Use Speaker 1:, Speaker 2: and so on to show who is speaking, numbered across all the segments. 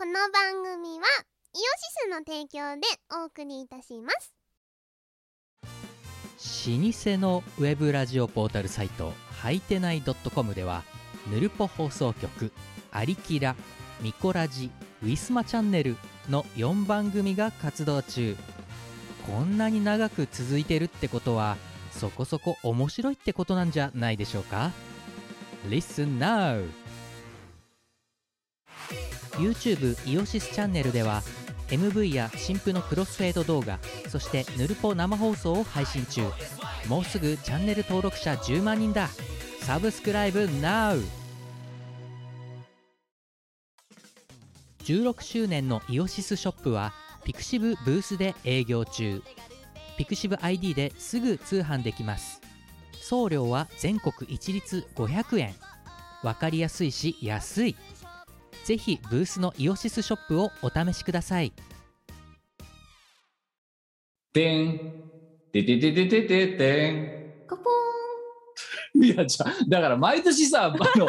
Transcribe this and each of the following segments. Speaker 1: の番組はイオシスの提供でお送りいたします
Speaker 2: 老舗のウェブラジオポータルサイトはいてない .com ではぬるぽ放送局「アリキラ」「ミコラジ」「ウィスマチャンネル」の4番組が活動中こんなに長く続いてるってことはそこそこ面白いってことなんじゃないでしょうか Listen now! YouTube イオシスチャンネルでは MV や新婦のクロスフェード動画そしてぬるぽ生放送を配信中もうすぐチャンネル登録者10万人だサブスクライブ NOW16 周年のイオシスショップはピクシブブースで営業中ピクシブ ID ですぐ通販できます送料は全国一律500円わかりやすいし安いぜひブースのイオシスショップをお試しください
Speaker 3: でん。でででででででん。
Speaker 1: カポー
Speaker 3: いや、じゃあだから毎年さ、あの、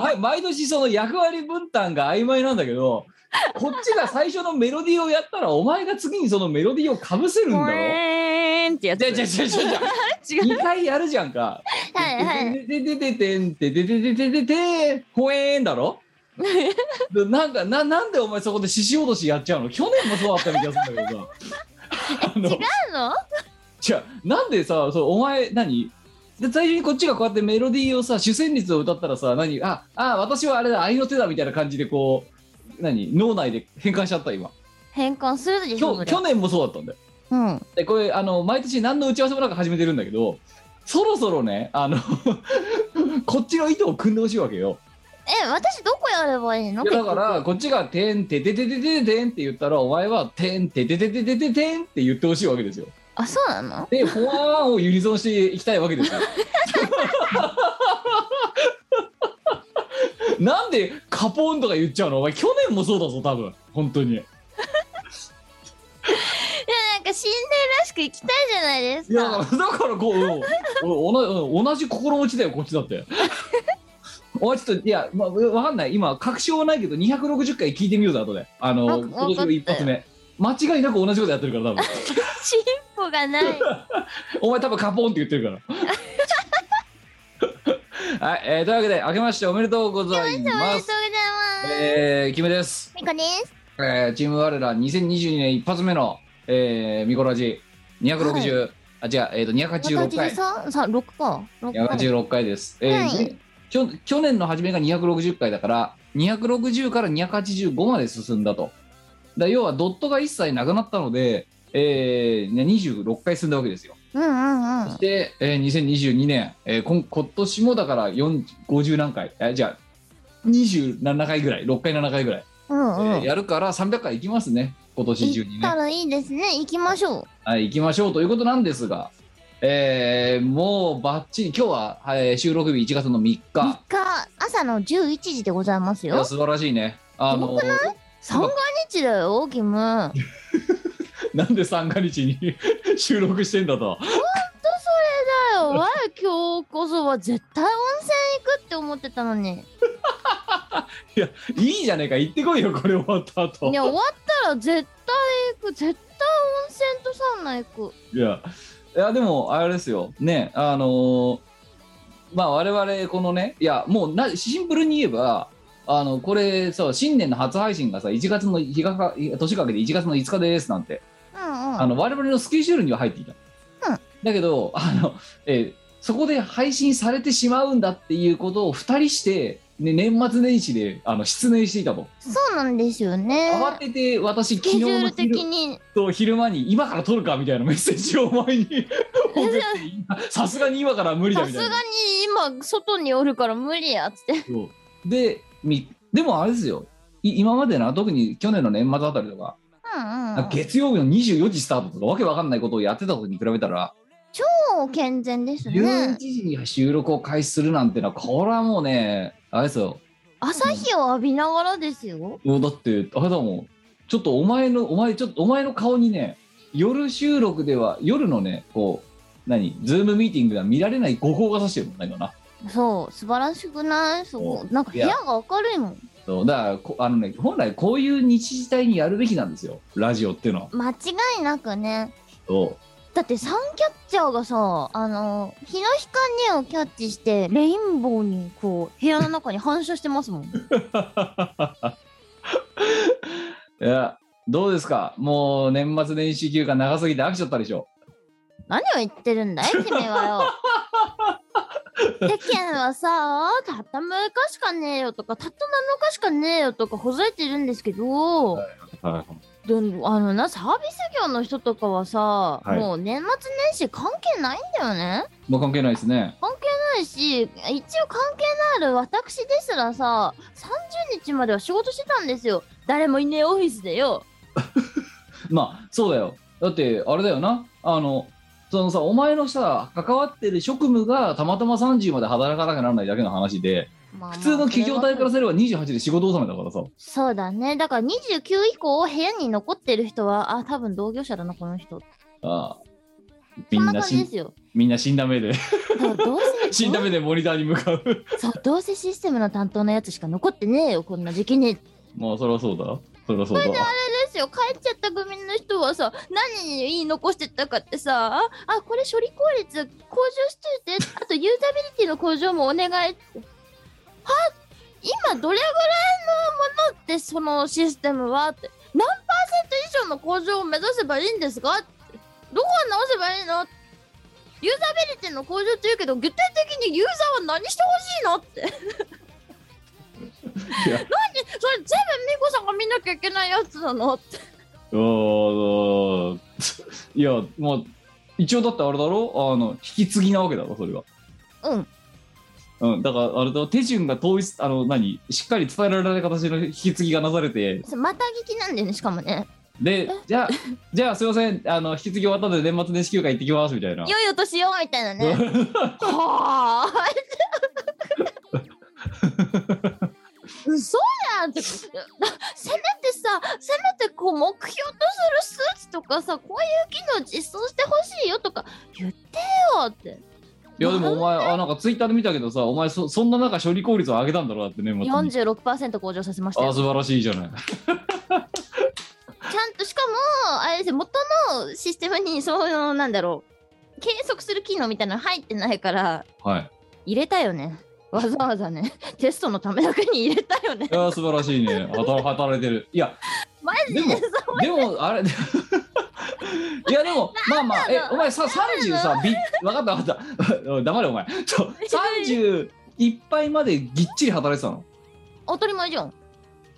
Speaker 3: ま毎年その役割分担が曖昧なんだけど、こっちが最初のメロディーをやったら、お前が次にそのメロディーをかぶせるんだ
Speaker 4: ポ
Speaker 3: ろ
Speaker 4: エーンってやつ
Speaker 3: じゃあじゃあじゃあじゃあじゃあ
Speaker 4: 違う
Speaker 3: 2回やるじゃんか。
Speaker 1: ンはいはい
Speaker 3: でででででんでででででででほえーんだろでなんかななんでお前そこで獅子落としやっちゃうの去年もそうだったみたいな気がするんだけどさあの
Speaker 1: あの
Speaker 3: じゃあなんでさそうお前何で最初にこっちがこうやってメロディーをさ主旋律を歌ったらさ何ああ私はあれだ愛の手だみたいな感じでこう何脳内で変換しちゃった今
Speaker 4: 変換するでし
Speaker 3: き
Speaker 4: ょ
Speaker 3: ょ
Speaker 4: それ
Speaker 3: 去年もそうだったんだよ
Speaker 4: うん
Speaker 3: でこれあの毎年何の打ち合わせもなく始めてるんだけどそろそろねあの こっちの意図を組んでほしいわけよ
Speaker 1: え私どこやればいいの
Speaker 3: いやだからこっちが「てんててててててん」って言ったらお前は「てんてててててててん」って言ってほしいわけですよ
Speaker 1: あそうなの
Speaker 3: で「フォアワン」をユニゾンしていきたいわけです よなんで「カポン」とか言っちゃうのお前去年もそうだぞ多分本当に
Speaker 1: いやなんか死んでらしく行きたいじゃないです
Speaker 3: いやだから
Speaker 1: か
Speaker 3: だからこううんおおなうん同じ心持ちだよこっちだって お前ちょっといや、まあ、わかんない今確証はないけど260回聞いてみようぜ後であの
Speaker 1: わ
Speaker 3: 今年の一
Speaker 1: わか
Speaker 3: 発
Speaker 1: っ
Speaker 3: 目間違いなく同じことやってるから多分
Speaker 1: 進歩が ない
Speaker 3: お前多分カポンって言って るからはい、えーというわけで明けましておめでとうござい
Speaker 1: おめ
Speaker 3: ま
Speaker 1: でとうご
Speaker 3: す
Speaker 1: ざいます
Speaker 3: えー、キムです、
Speaker 1: みこです
Speaker 3: えー、チーム我ら2022年一発目の、えー、ミコラジ260、あ違う、えー、と286回
Speaker 4: ささ6か六か
Speaker 3: 186回です。えー
Speaker 1: はい
Speaker 3: できょ去年の初めが260回だから、260から285まで進んだと。だ要はドットが一切なくなったので、えーね26回進んだわけですよ。
Speaker 4: うんうんうん
Speaker 3: そして、えー2022年、えーこん今年もだから4 50何回、えーじゃあ27回ぐらい、6回、7回ぐらい、
Speaker 4: うんう
Speaker 3: えー
Speaker 4: ん
Speaker 3: やるから300回いきますね、今年中
Speaker 1: 行
Speaker 3: に
Speaker 1: っ
Speaker 3: ね
Speaker 1: た。らいいですね行きましょう
Speaker 3: はい、行きましょうということなんですが、えーもうばっちり、今日は、はい収録日1月の3日。
Speaker 4: 3日朝の11時でございます
Speaker 3: いや
Speaker 4: よ
Speaker 3: 素晴らしいね。あ
Speaker 4: す
Speaker 3: の
Speaker 4: ご三が日だよキム
Speaker 3: なんで三が日に 収録してんだと。
Speaker 4: とそれだよ。わ今日こそは絶対温泉行くって思ってたのに。
Speaker 3: いいじゃねえか、行ってこいよ、これ終わった後。
Speaker 4: いや終わったら絶対行く。絶対温泉とサウナ行く。
Speaker 3: いや、いやでも、あれですよ、ね、あのーまあ、我々、このね、いや、もうな、シンプルに言えば、あの、これ、そう、新年の初配信がさ、1月の日がか、年かけて1月の5日ですなんて、
Speaker 4: うんうん。
Speaker 3: あの、我々のスケジュールには入っていた。
Speaker 4: うん
Speaker 3: だけど、あの、えーそこで配信されてしまうんだっていうことを2人して、ね、年末年始で、あの、失念していたと。
Speaker 4: そうなんですよね。
Speaker 3: 慌てて私
Speaker 4: ス
Speaker 3: 昨
Speaker 4: ケ
Speaker 3: 日
Speaker 4: ジュー
Speaker 3: の
Speaker 4: ル的
Speaker 3: 昼
Speaker 4: に。
Speaker 3: と昼間に今から撮るかみたいなメッセージをお前に送って今 さすがに今からは無理だ
Speaker 4: さ
Speaker 3: み
Speaker 4: す
Speaker 3: た
Speaker 4: が
Speaker 3: いな。
Speaker 4: に今外におるから無理やっつって。
Speaker 3: そうでみでもあれですよい今までな特に去年の年末あたりとか、
Speaker 4: うんうん。
Speaker 3: 月曜日の24時スタートとかわけわかんないことをやってたことに比べたら、
Speaker 4: 超健全です
Speaker 3: 11
Speaker 4: ね。
Speaker 3: 時に収録を開始するなんてのはこれはもうねあれですよ
Speaker 4: 朝日を浴びながらですよ。
Speaker 3: もうだってあれだもんちょっとお前のお前ちょっとお前の顔にね夜収録では夜のねこう何ズームミーティングでは見られない誤報がさしてるもんね今な
Speaker 4: そう素晴らしくない。そうなんか部屋が明るいもん。
Speaker 3: そうだからこあのね本来こういう日時帯にやるべきなんですよラジオっていうのは
Speaker 4: 間違いなくね
Speaker 3: そう
Speaker 4: だってサンキャッチャーがさあの日の光をキャッチしてレインボーにこう部屋の中に反射してますもん
Speaker 3: いやどうですかもう年末年始休暇長すぎて飽きちゃったでしょ
Speaker 4: 何を言ってるんだい君 はよ世間はさたった6日しかねえよとかたった7日しかねえよとかほざいてるんですけど、
Speaker 3: はい
Speaker 4: でもあのなサービス業の人とかはさ、
Speaker 3: はい
Speaker 4: もう年末年始関係ないんだよね
Speaker 3: もう関係ないですね
Speaker 4: 関係ないし一応関係のある私ですらさ30日までは仕事してたんですよ誰もいねえオフィスでよ
Speaker 3: まあそうだよだってあれだよなあのそのさお前のさ関わってる職務がたまたま30まで働かなきゃならないだけの話で
Speaker 4: まあま
Speaker 3: 普
Speaker 4: あ
Speaker 3: 通の企業体からすれば28で仕事納めだからさ
Speaker 4: そうだねだから29以降部屋に残ってる人はあ多分同業者だなこの人
Speaker 3: ああみ
Speaker 4: そん
Speaker 3: ん
Speaker 4: な
Speaker 3: な
Speaker 4: 感
Speaker 3: 死
Speaker 4: じで
Speaker 3: ん
Speaker 4: すよ
Speaker 3: みんな死んだ目で
Speaker 4: だからどうせ
Speaker 3: 死んだ目でモニターに向かう
Speaker 4: そうどうせシステムの担当のやつしか残ってねえよこんな時期に
Speaker 3: まあそりゃそうだそりゃそうだ
Speaker 4: ですよ帰っちゃった組の人はさ何に言い残してたかってさああこれ処理効率向上しといてあとユーザビリティの向上もお願いっては今どれぐらいのものってそのシステムはって何パーセント以上の向上を目指せばいいんですかってどこを直せばいいのユーザビリティの向上って言うけど具体的にユーザーは何してほしいのって
Speaker 3: いや
Speaker 4: それ全部美子さんが見なきゃいけないやつなのって
Speaker 3: うーんいやまあ一応だってあれだろあの引き継ぎなわけだろそれは
Speaker 4: うん
Speaker 3: うん、だからあれと手順が統一あの何しっかり伝えられない形の引き継ぎがなされて
Speaker 4: そうまた聞きなんだよねしかもね
Speaker 3: でじゃあじゃあすいませんあの引き継ぎ終わったので年末年始休暇行ってきますみたいな
Speaker 4: 良いお年をみたいなねはあ嘘やんってせめてさせめてこう目標とする数値とかさこういう機能実装してほしいよとか言ってよって
Speaker 3: いやでもお前あなんかツイッターで見たけどさお前そそんな中処理効率を上げたんだろだって年末に
Speaker 4: 46%向上させました
Speaker 3: あ
Speaker 4: よ
Speaker 3: あ
Speaker 4: ち
Speaker 3: 素晴らしいじゃない
Speaker 4: ゃんとしかもあれですよ元のシステムにそういうなんだろう計測する機能みたいなの入ってないから
Speaker 3: はい
Speaker 4: 入れたよねわざわざねテストのためだけに入れたよね
Speaker 3: いや素晴らしいね働働いてるいや
Speaker 4: マジ
Speaker 3: で
Speaker 4: で
Speaker 3: もでもあれ いやでもまあまあえお前さ30さび分かった分かった 黙れお前そう30いっぱいまでぎっちり働いてたの
Speaker 4: 当たり前じゃん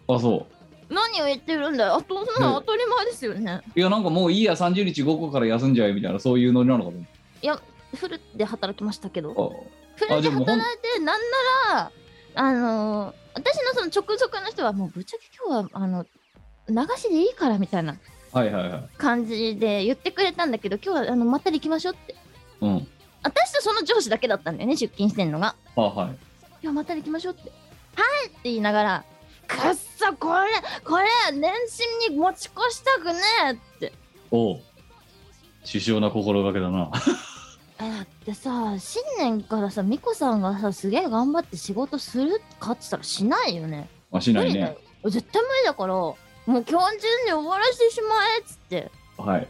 Speaker 3: あそ
Speaker 4: 何を言ってるんだよあとそんなの当たり前ですよね
Speaker 3: ういやなんかもういいや30日午後から休んじゃえみたいなそういうノリなのか
Speaker 4: フルで働きましたけど
Speaker 3: と思っ
Speaker 4: フル
Speaker 3: じ
Speaker 4: で
Speaker 3: ゃあも
Speaker 4: 働
Speaker 3: う
Speaker 4: いてなんならあのー私のその直属の人はもうぶっちゃけ今日はあの流しでいいからみたいな
Speaker 3: たはいはいはい
Speaker 4: 感じで言ってくれたんだけど今日はあのまったり行きましょうって
Speaker 3: うん
Speaker 4: 私とその上司だけだったんだよね出勤してんのが
Speaker 3: あはい
Speaker 4: いやまた行きましょうって「はい!」って言いながら「くっそこれこれ年始に持ち越したくねえ!」って
Speaker 3: おう首相な心がけだな
Speaker 4: えだってさ新年からさ美子さんがさすげえ頑張って仕事するかって言ったらしないよね
Speaker 3: まあし
Speaker 4: 無
Speaker 3: ない
Speaker 4: 理だ
Speaker 3: ね
Speaker 4: よ絶対無理だからもう今日中に終わらせてしまえっつって
Speaker 3: はい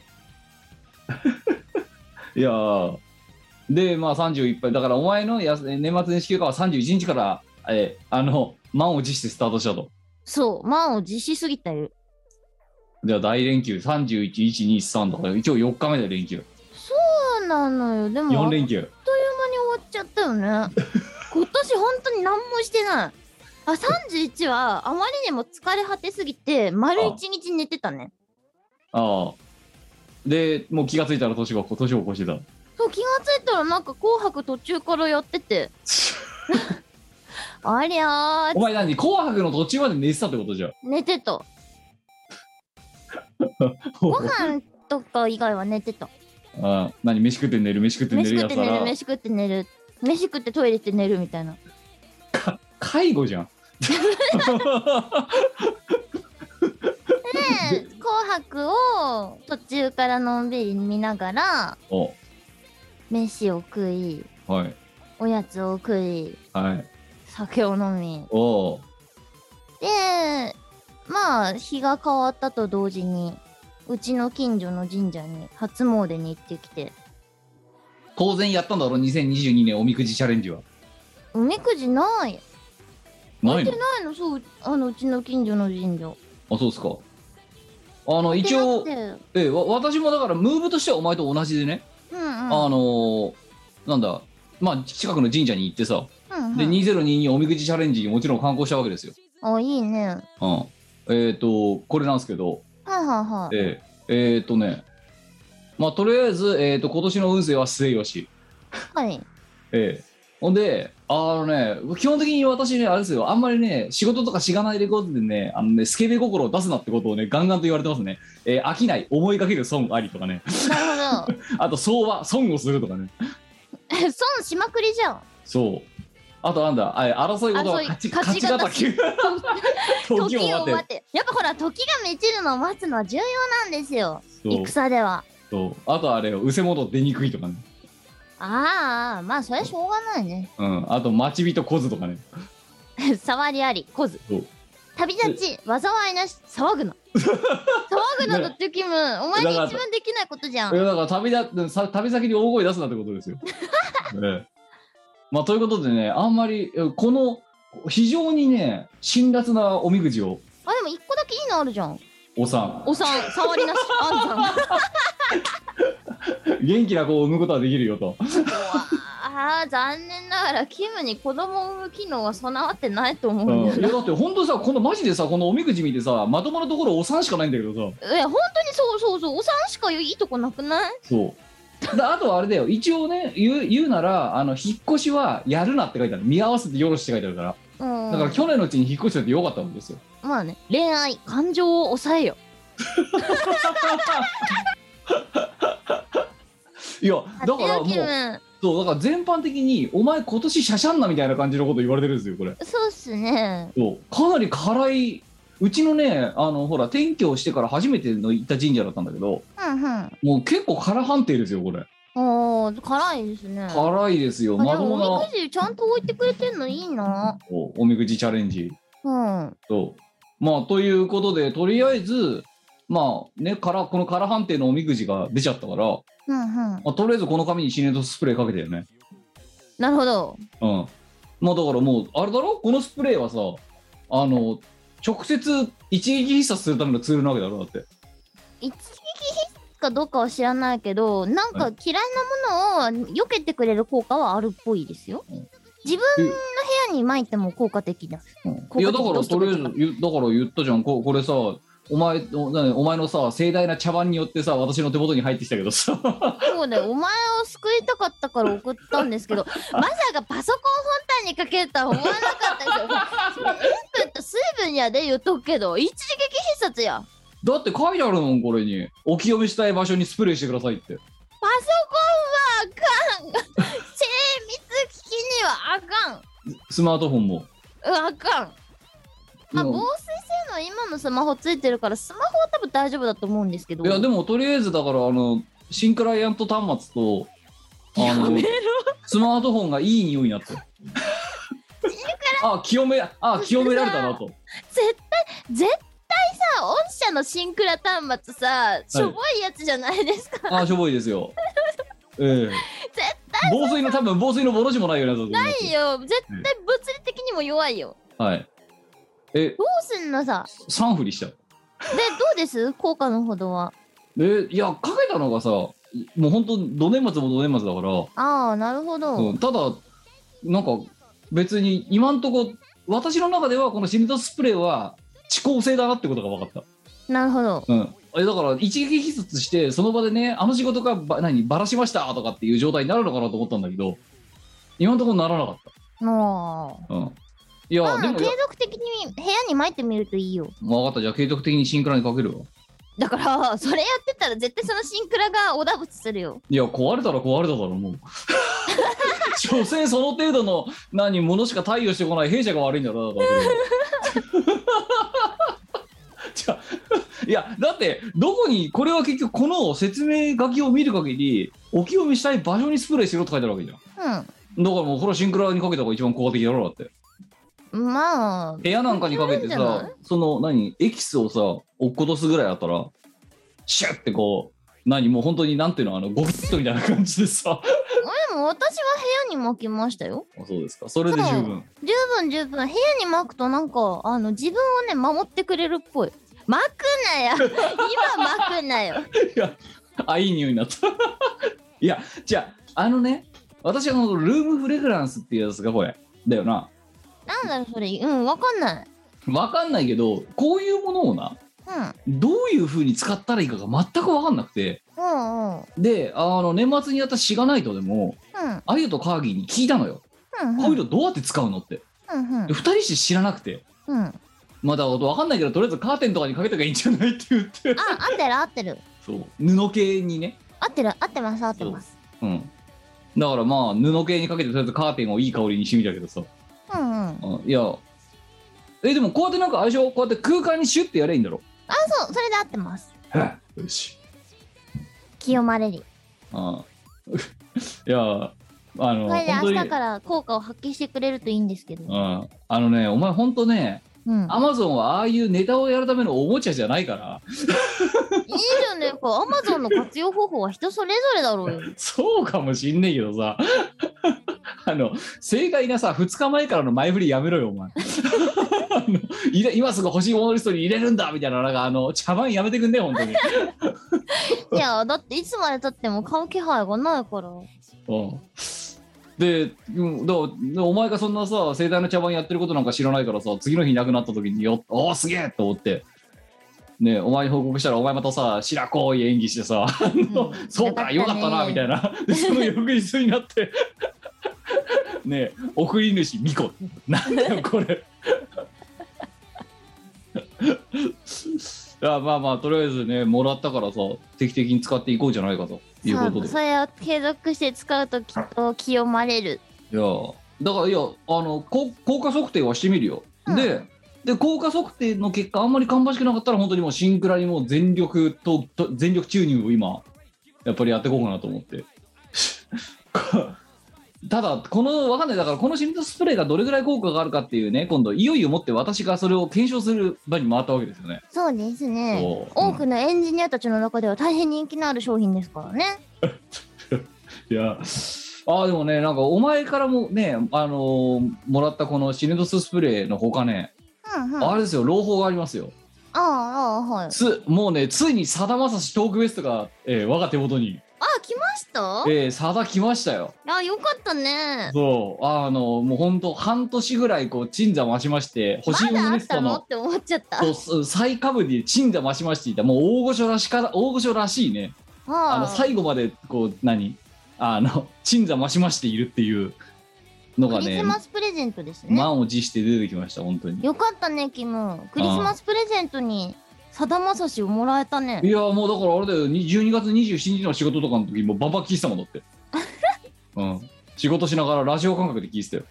Speaker 3: いやーでまあ30いっぱいだからお前のやす年末年始休暇は31日からえーあの満を持してスタートしたと
Speaker 4: そう満を持しすぎたよ
Speaker 3: では大連休31123だから一応4日目で連休
Speaker 4: そうなのよでも
Speaker 3: 4
Speaker 4: あ
Speaker 3: 連
Speaker 4: っ
Speaker 3: 休
Speaker 4: という間に終わっちゃったよ ね今年本当に何もしてないあ31はあまりにも疲れ果てすぎて丸一日寝てたね
Speaker 3: ああでもう気がついたら年が年を越してた
Speaker 4: そう気がついたらなんか「紅白」途中からやって てありゃ
Speaker 3: お
Speaker 4: ー
Speaker 3: 前何紅白の途中まで寝てたってことじゃん
Speaker 4: 寝てたご飯とか以外は寝てた
Speaker 3: ああ何飯食って寝る飯食って寝
Speaker 4: 飯
Speaker 3: るや
Speaker 4: 食って
Speaker 3: つだ
Speaker 4: 寝る
Speaker 3: ら
Speaker 4: 飯食って寝る飯食ってトイレ行って寝るみたいな
Speaker 3: 介護じゃん
Speaker 4: で「紅白」を途中からのんびり見ながら
Speaker 3: お
Speaker 4: 飯を食い
Speaker 3: はい
Speaker 4: おやつを食い
Speaker 3: はい
Speaker 4: 酒を飲み
Speaker 3: おう
Speaker 4: でまあ日が変わったと同時にうちの近所の神社に初詣に行ってきて
Speaker 3: 当然やったんだろう2022年おみくじチャレンジは
Speaker 4: おみくじない
Speaker 3: ない
Speaker 4: 出
Speaker 3: の
Speaker 4: てないのそうあのうちの近所の神社
Speaker 3: あそうですかあの一応
Speaker 4: 出、なくて
Speaker 3: ええ、わ私もだからムーブとしてはお前と同じでね、
Speaker 4: うんうん
Speaker 3: あのーなんだまあ近くの神社に行ってさ、
Speaker 4: うんうん
Speaker 3: で2022おみくじチャレンジにもちろん観光したわけですよ、
Speaker 4: あいいねはい
Speaker 3: うん、えっ、とこれなんですけど
Speaker 4: はいはい
Speaker 3: えええー、とねまあとりあえず、えー、と今年の運勢は末吉
Speaker 4: はい
Speaker 3: ええほんであのね基本的に私ねあれですよあんまりね仕事とかしがないレコードでねあのねスケベ心を出すなってことをねガンガンと言われてますね、えー飽きない思いかける損ありとかね
Speaker 4: なるほど
Speaker 3: あと相場損をするとかね
Speaker 4: 損しまくりじゃん
Speaker 3: そうあとなんだあれ争い事は勝ち
Speaker 4: 争
Speaker 3: 勝
Speaker 4: い
Speaker 3: ちがた
Speaker 4: 勝ち
Speaker 3: き時 を待て
Speaker 4: てやっぱほら時が満ちるのを待つのは重要なんですよ
Speaker 3: そう
Speaker 4: 戦では
Speaker 3: そうあとあれようせ戻出にくいとかね
Speaker 4: ああまあそれはしょうがないね
Speaker 3: うんあと待ち人こずとかね
Speaker 4: 触りありこず
Speaker 3: そう
Speaker 4: 旅立ち災いなし 騒ぐな騒ぐなだってキムお前に一番できないことじゃ
Speaker 3: い
Speaker 4: ん
Speaker 3: やだから旅ださ旅先に大声出すなってことですよ。 ええまあ、ということでねあんまりえこの非常にね辛辣なおみくじを
Speaker 4: あでも一個だけいいのあるじゃん
Speaker 3: おさ
Speaker 4: おさん触りなしあ んさんうわ
Speaker 3: ん元気な子を産むことはできるよと
Speaker 4: あー残念ながらキムに子供を産む機能は備わってないと
Speaker 3: う
Speaker 4: 思
Speaker 3: ん
Speaker 4: うん
Speaker 3: いや
Speaker 4: だよな、
Speaker 3: だって本当さこのマジでさこのおみくじ見てさまともなところおさんしかないんだけどさ
Speaker 4: いや本当にそうそうそうおさんしかいいとこなくない
Speaker 3: そうだあとはあれだよ一応ね言う言うならあの引っ越しはやるなって書いてある見合わせてよろしって書いてあるから
Speaker 4: うん
Speaker 3: だから去年のうちに引っ越しててよかったんですよ
Speaker 4: まあね恋愛感情を抑えよ
Speaker 3: いやだからもう
Speaker 4: 勝手よキム
Speaker 3: そうだから全般的にお前今年シャシャンなみたいな感じのこと言われてるんですよこれ
Speaker 4: そうっすね
Speaker 3: そうかなり辛いうちのねあのほら転居してから初めての行った神社だったんだけど
Speaker 4: うんうん
Speaker 3: もう結構辛判定ですよこれ
Speaker 4: おー辛いですねあ
Speaker 3: 辛いですよ
Speaker 4: で
Speaker 3: まと
Speaker 4: も
Speaker 3: もな
Speaker 4: おみくじちゃんと置いてくれてんのいいな
Speaker 3: そうおみくじチャレンジ
Speaker 4: うん
Speaker 3: そうまあということでとりあえずまあねからこの辛判定のおみくじが出ちゃったから、ま
Speaker 4: うんうん
Speaker 3: あ、とりあえずこの紙にシネトスプレーかけてよね
Speaker 4: なるほど
Speaker 3: うん。まあだからもう、あれだろこのスプレーはさ、あの、直接一撃必殺するためのツールなわけだろだって。
Speaker 4: 一撃かどうかは知らないけどなんか
Speaker 3: は
Speaker 4: 嫌いなものを避けてくれる効果はあるっぽいですよ
Speaker 3: うん
Speaker 4: 自分の部屋に撒いても効果的だ
Speaker 3: うん、
Speaker 4: こ
Speaker 3: いやだ
Speaker 4: こで
Speaker 3: から
Speaker 4: どうす
Speaker 3: と
Speaker 4: る
Speaker 3: りあえず言うだから言ったじゃんここれさお前おなにお前のさ盛大な茶番によってさ私の手元に入ってきたけどさ
Speaker 4: そうだよお前を救いたかったから送ったんです けどまさかパソコン本体にかけるとは思わなかったですよ。塩分と水分やで言っとくけど一撃必殺や。
Speaker 3: だって書いてあるもんこれにお清めしたい場所にスプレーしてくださいって
Speaker 4: パソコンはあかん精密機器にはあ
Speaker 3: スマートフォンも
Speaker 4: かん。うんあかん。まあ、
Speaker 3: うん
Speaker 4: 防水性能今のスマホついてるからスマホは多分大丈夫だと思うんですけど。
Speaker 3: いやでもとりあえずだからあの新クライアント端末とあのスマートフォンがいい匂いになってるあ清めあ清められたな と
Speaker 4: 絶対絶対さ御社のシンクラ端末さしょぼいやつじゃないですか。
Speaker 3: あしょぼいですよええ
Speaker 4: 絶
Speaker 3: 防水の多分防水のボロジもないようなやつだと思います
Speaker 4: ないよ絶対物理的にも弱いよ
Speaker 3: はいえ
Speaker 4: どうすんのさ
Speaker 3: 三振りした
Speaker 4: でどうです効果のほどは
Speaker 3: えいやかけたのがさもう本当ど年末もど年末だから、
Speaker 4: ああなるほど、
Speaker 3: うんただなんか別に今んとこ私の中ではこのシミトスプレーは遅効性だなってことが分かった
Speaker 4: なるほど
Speaker 3: うん、えだから一撃必殺してその場でねあの仕事がば何ばらしましたとかっていう状態になるのかなと思ったんだけど今のところならなかっ
Speaker 4: も
Speaker 3: た、うん、いや、
Speaker 4: うま
Speaker 3: で
Speaker 4: あ
Speaker 3: も
Speaker 4: 継
Speaker 3: いや
Speaker 4: 続的に部屋に撒いてみるといいよ
Speaker 3: 分かったじゃあ継続的にシンクラにかけるわ
Speaker 4: だから それやってたら絶対そのシンクラがおだぶつするよ
Speaker 3: いや壊れたら壊れただろもう 所詮その程度の何ものしか貸与してこない弊社が悪いんだろだから じゃあいやだってどこにこれは結局この説明書きを見る限りお清めしたい場所にスプレーしろって書いてあるわけじゃん
Speaker 4: うん
Speaker 3: だからもうこれはシンクラにかけた方が一番効果的だろうだって。
Speaker 4: まあ
Speaker 3: 部屋なんかにかけて
Speaker 4: いけるんじゃな
Speaker 3: さその何エキスをさ落っことすぐらいあったらシュッてこう何もう本当になんていうのあのゴキッとみたいな感じで さあ
Speaker 4: でも私は部屋に巻きましたよ
Speaker 3: そうですかそれで十分
Speaker 4: 十分十分部屋に巻くとなんかあの自分をね守ってくれるっぽい巻くなよ 今巻くなよ
Speaker 3: あいい匂いになった いやじゃああのね私はこのルームフレグランスっていうやつがこれだよな
Speaker 4: なんだろうそれうんわかんない
Speaker 3: わかんないけどこういうものをな
Speaker 4: うん
Speaker 3: どういうふうに使ったらいいかが全くわかんなくて
Speaker 4: うんうん
Speaker 3: であの年末にやった「しがないと」でも
Speaker 4: うん
Speaker 3: あゆとカーギーに聞いたのよ、
Speaker 4: うん
Speaker 3: こういうのどうやって使うのって
Speaker 4: うん
Speaker 3: で二人して知らなくて
Speaker 4: うんうん
Speaker 3: まだわかんないけどとりあえずカーテンとかにかけたがいいんじゃないって言って
Speaker 4: あ合ってる合ってる
Speaker 3: そう布系にね
Speaker 4: 合ってる合ってます合ってます
Speaker 3: うんだからまあ布系にかけてとりあえずカーテンをいい香りにしてみたけどさ、
Speaker 4: うんうん
Speaker 3: うんいやえでもこうやってなんか相性こうやって空間にシュッてやればいいんだろ
Speaker 4: あそうそれで合ってます
Speaker 3: はいよし
Speaker 4: 清まれり
Speaker 3: あ いやあの
Speaker 4: これで
Speaker 3: 本当
Speaker 4: 明
Speaker 3: に
Speaker 4: 日から効果を発揮してくれるといいんですけど
Speaker 3: うん、あのねお前ほんとね
Speaker 4: うん
Speaker 3: アマゾンはああいうネタをやるためのおもちゃじゃないから
Speaker 4: いいじゃねえか。アマゾンの活用方法は人それぞれだろうよ。
Speaker 3: そうかもしんねえけどさ あの正解なさ2日前からの前振りやめろよお前 あの入れ今すぐ欲しいものリストに入れるんだみたいななんかあの茶番やめてくんね本当に、
Speaker 4: いや、だっていつまで経っても買う気配がないから。
Speaker 3: うん、でうんだからでお前がそんなさ盛大な茶番やってることなんか知らないからさ次の日いなくなった時によおおすげえと思ってねえお前に報告したらお前またさ白子い演技してさ
Speaker 4: うん
Speaker 3: そうか、よかったな、みたい
Speaker 4: な。
Speaker 3: な。でその翌日にな って、ねえ、送り主、ミコ。なんだよ、こ れ。あまあまあ、とりあえずね、もらったからさ、定期的に使っていこうじゃないかという
Speaker 4: そ
Speaker 3: ことで。
Speaker 4: う
Speaker 3: い
Speaker 4: それを継続して使うときっと清まれる。
Speaker 3: や、だから、いや、あの、こ効果測定はしてみるよ。
Speaker 4: うん
Speaker 3: で、で効果測定の結果あんまり芳しくなかったら本当にもうシンクラにもう全力とと全力注入を今やっぱりやっていこうかなと思って ただこのわかんないだからこのシミントスプレーがどれぐらい効果があるかっていうね今度いよいよもって私がそれを検証する場に回ったわけですよね、
Speaker 4: そうですね。
Speaker 3: そう
Speaker 4: 多くのエンジニアたちの中では大変人気のある商品ですからね。
Speaker 3: いやあーでもねなんかお前からもねあのーもらったこのシミントススプレーのほかね、
Speaker 4: うんうん。あ
Speaker 3: あれですよ朗報がありますよ
Speaker 4: あ、ああ、はい。
Speaker 3: つもうねついにさだまさしトークベストが、えー我が手元に
Speaker 4: あ、来ました
Speaker 3: えー、さだ来ましたよ。
Speaker 4: あ、よかったね。
Speaker 3: そう、あの、もう本当半年ぐらい、こう、鎮座増しまして、欲しいも
Speaker 4: まだ
Speaker 3: の
Speaker 4: あ
Speaker 3: リ
Speaker 4: っ
Speaker 3: ス
Speaker 4: た
Speaker 3: ト
Speaker 4: のっ
Speaker 3: の、
Speaker 4: て思っちゃった。
Speaker 3: そうす、最下部に鎮座増しましていた、もう大御所らしから、大御所らしいね。あの、
Speaker 4: は
Speaker 3: 最後まで、こう、何あの、鎮座増しましているっていうの
Speaker 4: い。
Speaker 3: が
Speaker 4: クリ
Speaker 3: ね
Speaker 4: ス、マスプレゼントですね。
Speaker 3: 満を持して出てきました、本当に。
Speaker 4: よかったね、キム。クリスマスプレゼントにさだまさしをもらえたね
Speaker 3: い。や、もうだからあれだよ、に12月27日の仕事とかの時、もうバンバン聞いてたもんだ って。うん。仕事しながらラジオ感覚で聞いてたよ。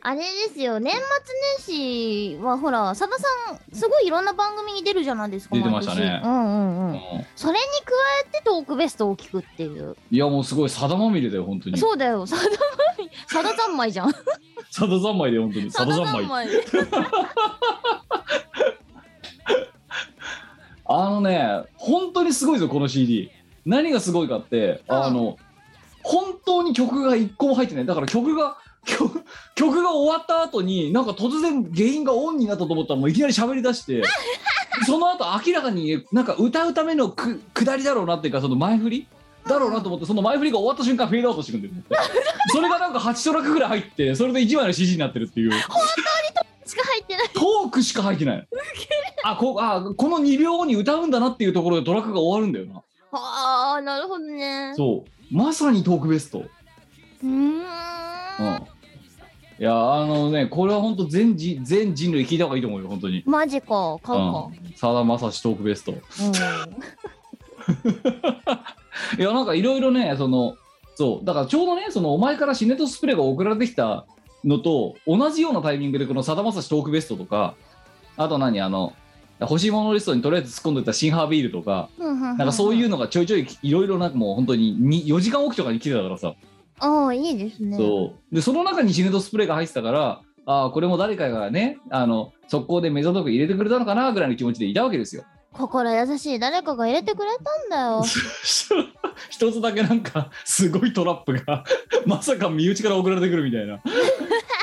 Speaker 4: あれですよ、年末年始はほら、さださん、すごいいろんな番組に出るじゃないですか。
Speaker 3: 出てましたね
Speaker 4: 毎年うんうんうん。
Speaker 3: うん
Speaker 4: それに加えてトークベストを聞くっていう。
Speaker 3: いや、もうすごい、さだまみれだよ、本当に。
Speaker 4: そうだよ、さだまみ、さだ三昧じゃん。
Speaker 3: 佐渡三昧で本当に佐渡三昧
Speaker 4: 昧。
Speaker 3: あのね本当にすごいぞこの CD 何がすごいかって
Speaker 4: うん
Speaker 3: あの本当に曲が一個も入ってないだから曲が曲曲が終わった後になんか突然原因がオンになったと思ったらもういきなり喋り出して その後明らかになんか歌うためのく下りだろうなっていうかその前振りだろうなと思ってその前振りが終わった瞬間フェードアウトしてくんだよそれがなんか8トラックぐらい入ってそれで1枚の CD になってるっていう
Speaker 4: しか入ってない。
Speaker 3: トークしか入ってないあこあこの2秒後に歌うんだなっていうところでトラックが終わるんだよ
Speaker 4: ああ、なるほどね
Speaker 3: な。そうまさにトークベスト、うん、いう
Speaker 4: ーん。
Speaker 3: やあのねこれは本当全人全人類聞いた方がいいと思うよ本当に
Speaker 4: マジか、買うか。
Speaker 3: さだまさしトークベスト
Speaker 4: うん
Speaker 3: いやなんかいろいろねそのそうだからちょうどねそのお前からシネトスプレーが送られてきたのと同じようなタイミングでこのさだまさしトークベストとかあと何あの欲しいものリストにとりあえず突っ込んでいったシンハービールとか
Speaker 4: な ん
Speaker 3: なんかそういうのがちょいちょいいろいろなんかもう本当にに4時間おきとかに来てたからさ、
Speaker 4: ああ、いいですね。
Speaker 3: そうでその中にシネドスプレーが入ってたからああこれも誰かがねあの速攻でメゾドク入れてくれたのかなぐらいの気持ちでいたわけですよ
Speaker 4: 心優しい誰かが入れてくれたんだよ
Speaker 3: 一つだけなんかすごいトラップが まさか身内から送られてくるみたい なね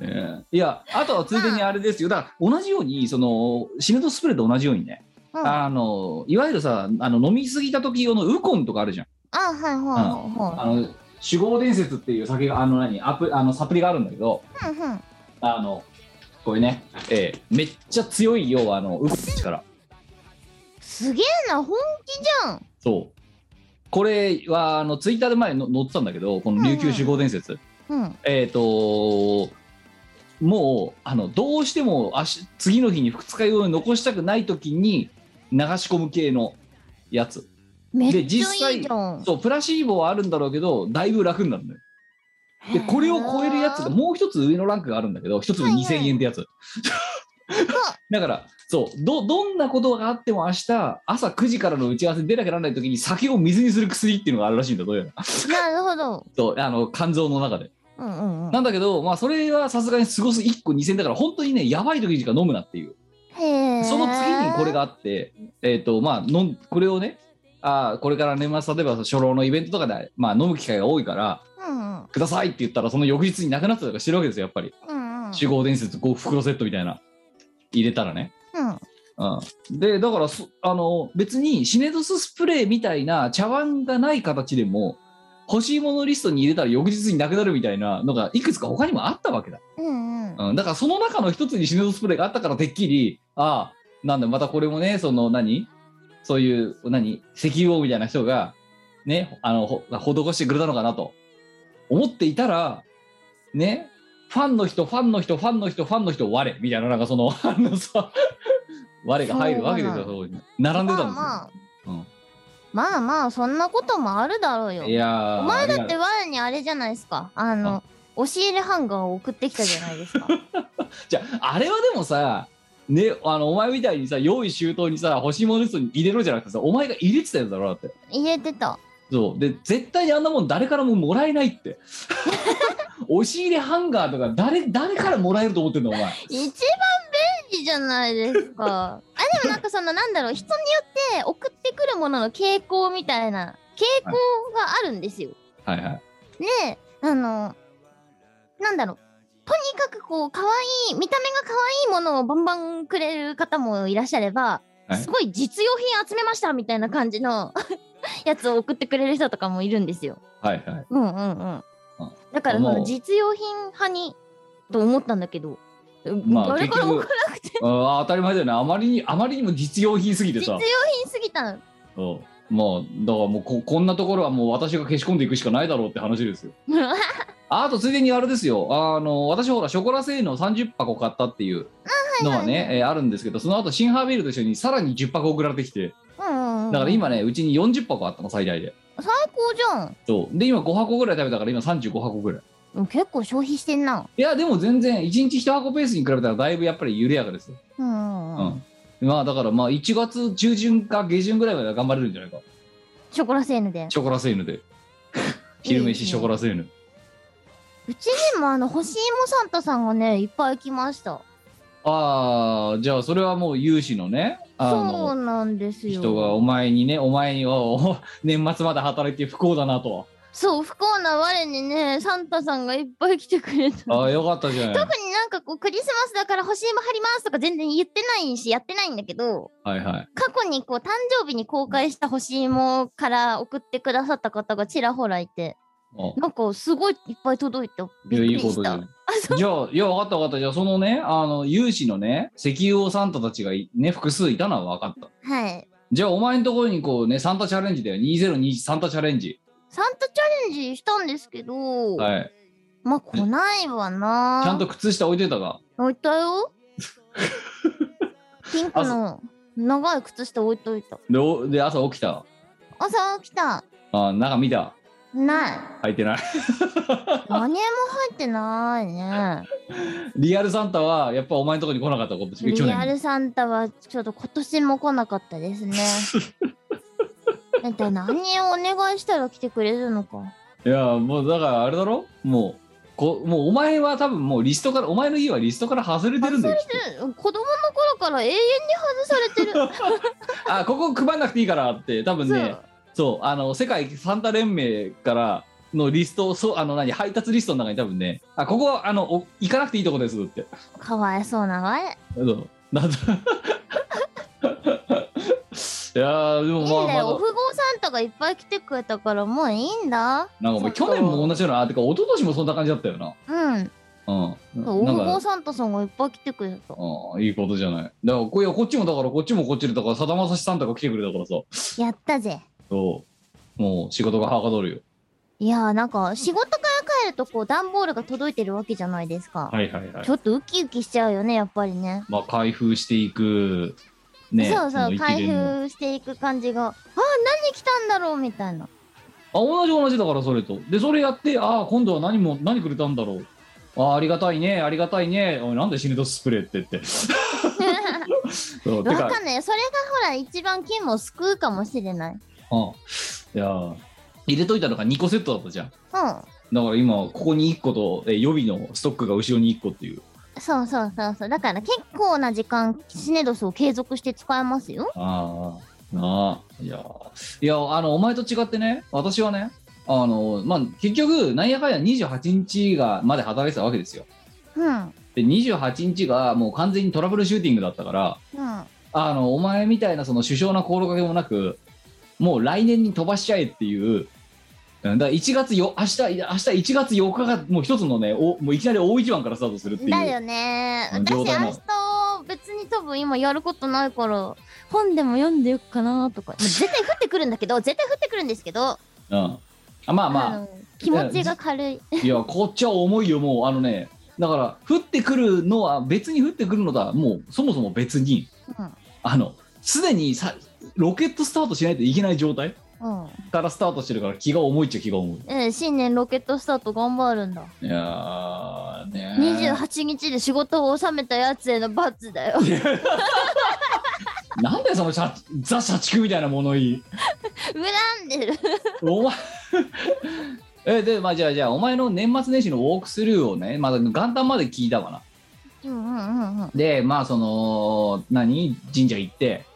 Speaker 3: えいやあとはついでにあれですよだから同じようにそのシネトスプレーと同じようにね、
Speaker 4: うん
Speaker 3: あのいわゆるさあの飲み過ぎた時用のウコンとかあるじゃん
Speaker 4: あはいは
Speaker 3: あの酒豪伝説っていう酒があの何アプあのサプリがあるんだけど
Speaker 4: いはいふんふん
Speaker 3: あのこれね、ええめっちゃ強いよあのウコンの力
Speaker 4: すげえな本気じゃん
Speaker 3: そうこれはあのツイッターで前の載ってたんだけどこの琉球酒豪伝説、
Speaker 4: うん
Speaker 3: えっ、ともうあのどうしても明日次の日に二日用に残したくない時に流し込む系のやつ
Speaker 4: めっちゃいい
Speaker 3: 実際
Speaker 4: じゃん
Speaker 3: そうプラシーボはあるんだろうけどだいぶ楽になるのよでこれを超えるやつが
Speaker 4: へ
Speaker 3: もう一つ上のランクがあるんだけど一粒
Speaker 4: はいはい
Speaker 3: 2000円ってやつ だからそうどどんなことがあっても明日朝9時からの打ち合わせに出なきゃならない時に酒を水にする薬っていうのがあるらしいんだどうやら
Speaker 4: ーなるほど
Speaker 3: そうあの肝臓の中で
Speaker 4: うんうんうん
Speaker 3: なんだけどまあそれはさすがに過ごす1個2000だから本当にねやばい時にしか飲むなっていう
Speaker 4: へえ
Speaker 3: その次にこれがあって、えーとまあ、のんこれをねあーこれから年末例えば初老のイベントとかで、まあ、飲む機会が多いから
Speaker 4: うんうん
Speaker 3: くださいって言ったらその翌日になくなってたりとかしてるわけですよやっぱり
Speaker 4: うんうん
Speaker 3: 集合伝説5袋セットみたいな入れたらね、
Speaker 4: うん
Speaker 3: うん、でだからそあの別にシネドススプレーみたいな茶碗がない形でも欲しいものリストに入れたら翌日になくなるみたいなのがいくつか他にもあったわけだ
Speaker 4: うんうん
Speaker 3: うん、だからその中の一つにシネドスプレーがあったからてっきりああなんだまたこれもねその何そういう何石油王みたいな人がねあのほ施してくれたのかなと思っていたらねファンの人ファンの人ファンの人ファンの人我みたいななんかその あのさ我が入るわけですよ
Speaker 4: そ
Speaker 3: そこに並んでたんですよ、
Speaker 4: まあ
Speaker 3: うん
Speaker 4: まあまあまあそんなこともあるだろうよ
Speaker 3: いやー
Speaker 4: お前だ
Speaker 3: あ
Speaker 4: っ
Speaker 3: り
Speaker 4: て
Speaker 3: が
Speaker 4: 我にあれじゃないですかあの押し入れハンガーを送ってきたじゃな いですか
Speaker 3: じゃああれはでもさね、あのお前みたいにさ用意周到にさ欲しいものリストに入れろじゃなくてさお前が入れてたやつだろだって
Speaker 4: 入れてた
Speaker 3: そうで絶対にあんなもん誰からももらえないって 押し入れハンガーとか誰誰からもらえると思ってんのお前
Speaker 4: 一番便利じゃないです かあでもなんかそのなんだろう人によって送ってくるものの傾向みたいな傾向があるんですよ
Speaker 3: はいはい
Speaker 4: であのなんだろうとにかくこう可愛い見た目が可愛いものをバンバンくれる方もいらっしゃれば、
Speaker 3: はい
Speaker 4: すごい実用品集めましたみたいな感じの やつを送ってくれる人とかもいるんですよ。
Speaker 3: はいはい
Speaker 4: うんうんうん。だからそ
Speaker 3: もう
Speaker 4: の実用品派にと思ったんだけど、
Speaker 3: まあ
Speaker 4: あ、誰からも
Speaker 3: 結あー当たり前だよねあまりにあまりにも実用品すぎて
Speaker 4: 実
Speaker 3: さ
Speaker 4: 用品すぎたの。
Speaker 3: そうもうだからもうここんなところはもう私が消し込んでいくしかないだろうって話ですよ
Speaker 4: は
Speaker 3: ああとついでにあれですよあの私ほらショコラ製の30箱買ったっていうのはね、えーあるんですけどその後シンハービールと一緒にさらに10箱送られてきて
Speaker 4: うんうん、
Speaker 3: だから今ねうちに40箱あったの最大で
Speaker 4: 最高じゃん
Speaker 3: そうで今5箱ぐらい食べたから今35箱ぐらい。
Speaker 4: うん結構消費してんな。
Speaker 3: いやでも全然1日1箱ペースに比べたらだいぶやっぱり緩やかですよ、
Speaker 4: うんうん
Speaker 3: う
Speaker 4: うん
Speaker 3: んまあだからまあ1月中旬か下旬ぐらいまでは頑張れるんじゃないか
Speaker 4: ショコラセーヌで。
Speaker 3: ショコラセーヌ で昼飯ショコラセーヌ
Speaker 4: うちにもあの、干し芋サンタさんがね、いっぱい来ました。
Speaker 3: ああじゃあそれはもう有志のねあ
Speaker 4: そう
Speaker 3: の
Speaker 4: なんですよ。
Speaker 3: 人がお前にねお前にはお 年末まで働いて不幸だなと
Speaker 4: そう、不幸な我にね、サンタさんがいっぱい来てくれ た。
Speaker 3: あ
Speaker 4: 特
Speaker 3: あよかったじゃない
Speaker 4: になんかこう、クリスマスだから干し芋貼りますとか全然言ってないし、やってないんだけど、
Speaker 3: はいはい
Speaker 4: 過去にこう、誕生日に公開した干し芋から送ってくださった方がちらほらいて、
Speaker 3: あ
Speaker 4: なんかすごいいっぱい届いた。び
Speaker 3: いや
Speaker 4: っく
Speaker 3: いい
Speaker 4: り
Speaker 3: こと
Speaker 4: し
Speaker 3: じ
Speaker 4: た。
Speaker 3: ゃんじゃあいや分かった分かったじゃあそのねあの有志のね石油王サンタたちがいね複数いたのは分かった
Speaker 4: はい。
Speaker 3: じゃあお前のところにこうねサンタチャレンジだよ2021サンタチャレンジ
Speaker 4: サンタチャレンジしたんですけど、
Speaker 3: はい
Speaker 4: まあ来ないわな。
Speaker 3: ちゃんと靴下置いといたか
Speaker 4: 置いた よ。ピンクの長い靴下置いといた。
Speaker 3: でおで朝起きた
Speaker 4: 朝起きた。
Speaker 3: あ中見た
Speaker 4: ない。
Speaker 3: 履いてない
Speaker 4: 何も入ってないね。
Speaker 3: リアルサンタはやっぱお前のところに来なかった今年去
Speaker 4: リア
Speaker 3: 年
Speaker 4: ルサンタはちょっと今年も来なかったで すね。だって何をお願いしたら来てくれるのか。
Speaker 3: いやもうだからあれだろもうこもうお前は多分もうリストからお前の家はリストから外れてるんだよきっと
Speaker 4: うん子供の頃から永遠に外されてる
Speaker 3: あここ配んなくていいからって多分
Speaker 4: そ
Speaker 3: ね
Speaker 4: う
Speaker 3: そうあの世界サンタ連盟からのリストをそうあの何配達リストの中に多分ねあここはあのお行かなくていいとこですって
Speaker 4: かわいそうなわれ
Speaker 3: そうなんだ いやーで
Speaker 4: いい
Speaker 3: も
Speaker 4: んだ
Speaker 3: まあ
Speaker 4: よお
Speaker 3: ま
Speaker 4: 富豪サンタがいっぱい来てくれたからもういいんだ
Speaker 3: だなんかお前去年も同じようなあてか一昨年もそんな感じだったよな
Speaker 4: うん
Speaker 3: うん
Speaker 4: お
Speaker 3: な
Speaker 4: 富
Speaker 3: ん
Speaker 4: 豪
Speaker 3: か
Speaker 4: サンタさんがいっぱい来てくれた
Speaker 3: うんいいことじゃないだからこいやこっちもだからこっちもこっちでだからさだまさしさんとか来てくれたからさ
Speaker 4: やったぜ
Speaker 3: そうもう仕事がはかどるよ
Speaker 4: いやーなんか仕事から帰るとこう段ボールが届いてるわけじゃないですか、
Speaker 3: はいはいはい
Speaker 4: ちょっとウキウキしちゃうよねやっぱりね
Speaker 3: まあ開封していくね
Speaker 4: そ
Speaker 3: の
Speaker 4: うそう
Speaker 3: 一
Speaker 4: 開
Speaker 3: 連のあ
Speaker 4: 封していく感じがあー何来たんだろうみ たいな
Speaker 3: 同じ同じだからそれとでそれやってああ今度は何も何くれたんだろうああありがたいねありがたいねおいなんで死ぬとスプレーってって そうて
Speaker 4: わ
Speaker 3: か
Speaker 4: かんないそれがほら一番金を救うかもしれないうん
Speaker 3: うんいやー入れといたのが2個セットだったじゃんだから今ここに1個とえー予備のストックが後ろに1個っていう
Speaker 4: そうそうそうそうだから結構な時間シネドスを継続して使えますよ
Speaker 3: ああなあいやーいやあのお前と違ってね私はねあのまあ結局なんやかんや28日がまで働いてたわけですよ
Speaker 4: うんうん
Speaker 3: で28日がもう完全にトラブルシューティングだったからあのお前みたいなその首相な心掛けもなくもう来年に飛ばしちゃえっていううんだから1月よ明日明日1月4日がもう一つのねおもういきなり大一番からスタートするっていう
Speaker 4: だよね
Speaker 3: うん
Speaker 4: 私
Speaker 3: 冗
Speaker 4: 明
Speaker 3: 談なの
Speaker 4: 日別に多分今やることないから本でも読んでよっかなとかまあ絶対降ってくるんだけど 絶対降ってくるんですけど
Speaker 3: うん、あまあまあ、
Speaker 4: の気持ちが軽い
Speaker 3: いやこっちは重いよもうあのねだから降ってくるのは別に降ってくるのだもうそもそも別にあのすでにさロケットスタートしないといけない状態
Speaker 4: うん、うん
Speaker 3: からスタートしてるから気が重いっちゃ気が重い
Speaker 4: うん、新年ロケットスタート頑張るんだ
Speaker 3: いやーねー
Speaker 4: 28日で仕事を収めたやつへの罰だ よ
Speaker 3: なんでその社ザ社畜みたいな物言い
Speaker 4: 恨んでる
Speaker 3: お前 えでまあじゃあじゃあお前の年末年始のウォークスルーをねまだ元旦まで聞いたかな
Speaker 4: うんうんうんうん
Speaker 3: でまあその何神社行って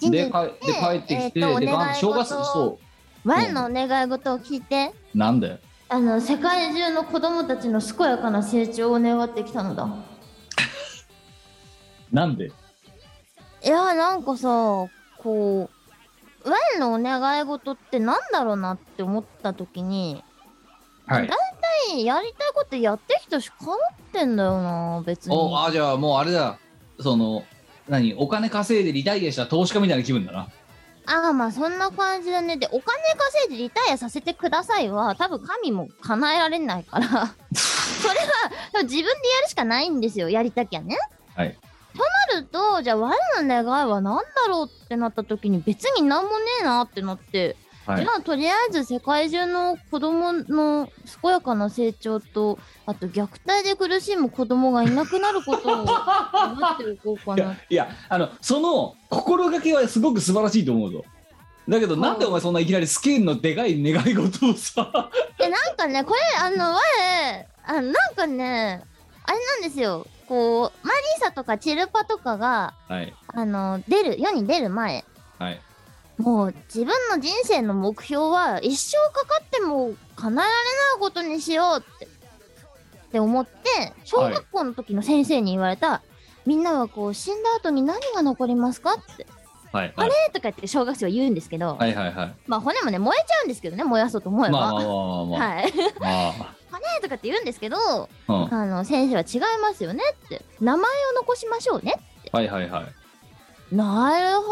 Speaker 4: 神社
Speaker 3: でかえで帰ってきて、
Speaker 4: えーと
Speaker 3: で
Speaker 4: お願い
Speaker 3: 正月
Speaker 4: 事を
Speaker 3: そ
Speaker 4: 我のお願い事を聞いて
Speaker 3: うなんだよ
Speaker 4: あの世界中の子供たちの健やかな成長を願ってきたのだ
Speaker 3: なんで
Speaker 4: いやなんかさこう我のお願い事ってなんだろうなって思った時に
Speaker 3: はい
Speaker 4: はいやりたいことやってきたし叶ってんだよな別に
Speaker 3: おあじゃあもうあれだその何お金稼いでリタイアした投資家みたいな気分だな
Speaker 4: ああまあそんな感じだねでお金稼いでリタイアさせてくださいは多分神も叶えられな いからそれは多分自分でやるしかないんですよやりたきゃね
Speaker 3: はい
Speaker 4: となるとじゃあ我の願いは何だろうってなった時に別に何もねえなってなって、
Speaker 3: はい
Speaker 4: じゃあとりあえず世界中の子供の健やかな成長とあと虐待で苦しむ子供がいなくなることを頑張っていこうか
Speaker 3: い
Speaker 4: な
Speaker 3: やいやあのその心がけはすごく素晴らしいと思うぞだけどなんでお前そんないきなりスケールのでかい願い事をさ
Speaker 4: えなんかねこれあの我あなんかねあれなんですよこうマリーサとかチルパとかが
Speaker 3: はい
Speaker 4: あの出る世に出る前
Speaker 3: はい
Speaker 4: もう自分の人生の目標は一生かかっても叶えられないことにしようってって思って小学校の時の先生に言われた、みんなはこう死んだ後に何が残りますかって
Speaker 3: はい
Speaker 4: あれとか言って小学生は言うんですけど、
Speaker 3: はいはいはい
Speaker 4: まあ骨もね燃えちゃうんですけどね燃やそうと思えば、
Speaker 3: まあまあまあまあまあ、
Speaker 4: はい
Speaker 3: ま
Speaker 4: 骨とかって言うんですけど
Speaker 3: あうん
Speaker 4: あの先生は違いますよねって名前を残しましょうね
Speaker 3: はいはいはい
Speaker 4: なるほ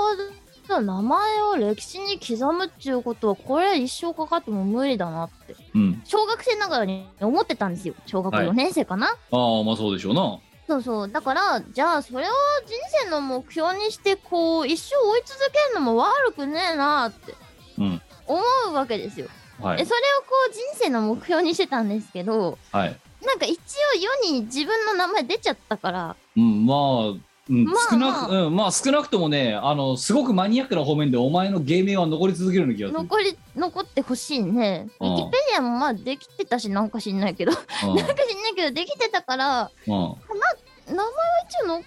Speaker 4: ど名前を歴史に刻むっていうことはこれ一生かかっても無理だなって
Speaker 3: うん
Speaker 4: 小学生ながらに思ってたんですよ小学
Speaker 3: はい
Speaker 4: 4年生かな、
Speaker 3: ああまあそうでしょうな
Speaker 4: そうそうだからじゃあそれを人生の目標にしてこう一生追い続けるのも悪くねえなって
Speaker 3: うん
Speaker 4: 思うわけですよ、
Speaker 3: は
Speaker 4: え
Speaker 3: い
Speaker 4: それをこう人生の目標にしてたんですけど
Speaker 3: はい
Speaker 4: なんか一応世に自分の名前出ちゃったから
Speaker 3: うんまあうん
Speaker 4: まあ
Speaker 3: 少なく、うん、まあ少なくともね、あの、すごくマニアックな方面でお前の芸名は残り続けるような気がする。
Speaker 4: 残り残ってほしいねウ
Speaker 3: うん
Speaker 4: ィキペディアもまあできてたしなんか知んないけど なんか知んないけどできてたか
Speaker 3: う
Speaker 4: ら
Speaker 3: んうん
Speaker 4: 名前は一応残っ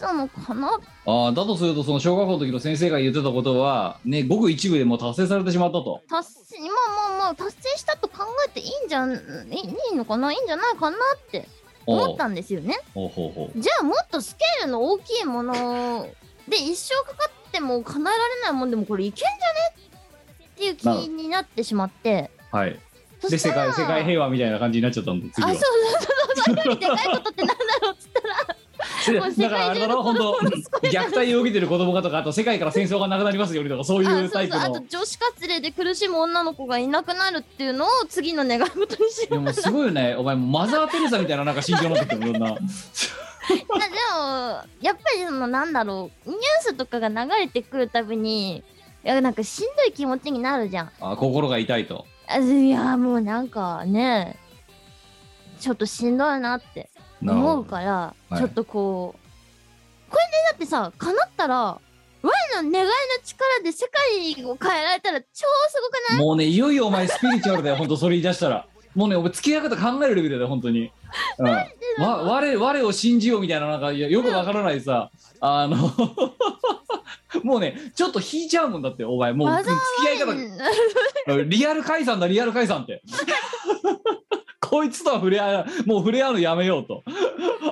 Speaker 4: たのかな
Speaker 3: あーだとするとその小学校の時の先生が言ってたことはねごく一部でもう達成されてしまったと
Speaker 4: 達成まあまあまあ達成したと考えていいんじゃんいいいいのかないいんじゃないかなって思ったんですよね
Speaker 3: おうほうほう
Speaker 4: じゃあもっとスケールの大きいもので一生かかっても叶えられないもんでもこれいけんじゃねっていう気になってしまって
Speaker 3: はい
Speaker 4: そ
Speaker 3: で
Speaker 4: した
Speaker 3: 世
Speaker 4: ら
Speaker 3: 界世界平和みたいな感じになっちゃったんだ次
Speaker 4: あ
Speaker 3: は
Speaker 4: そうそうそうそれよりでかいことってなんだろうっつったら
Speaker 3: それ
Speaker 4: もう
Speaker 3: だからあれだろ本当虐待を受けてる子供がとかあと世界から戦争がなくなりますようにとかそうい
Speaker 4: あ
Speaker 3: うタ
Speaker 4: そう
Speaker 3: イプ
Speaker 4: そうあ
Speaker 3: の
Speaker 4: と女子活例で苦しむ女の子がいなくなるっていうのを次の願い事にしよう
Speaker 3: で もすごいよねお前マザー・テレサみたいななんか心情になってくるもんな
Speaker 4: いやでもやっぱりそのなんだろうニュースとかが流れてくるたびにいやなんかしんどい気持ちになるじゃん
Speaker 3: あ心が痛いと
Speaker 4: あいやもうなんかねちょっとしんどいなって
Speaker 3: なるほど
Speaker 4: 思うから
Speaker 3: はい
Speaker 4: ちょっとこう、これでだってさ叶ったら我の願いの力で世界を変えられたら超すごくない
Speaker 3: もうねいよいよお前スピリチュアルだよ本当それ言い出したらもうねお前付き合い方考えるレベルだよ本当に、うん、わ 我我を信じようみたいななんかいやよくわからないさあの もうねちょっと引いちゃうもんだってお前もう
Speaker 4: わ
Speaker 3: 付
Speaker 4: ざ
Speaker 3: き合い方リアル解散だリアル解散って こいつとは触れ合うもう触れ合うのやめようと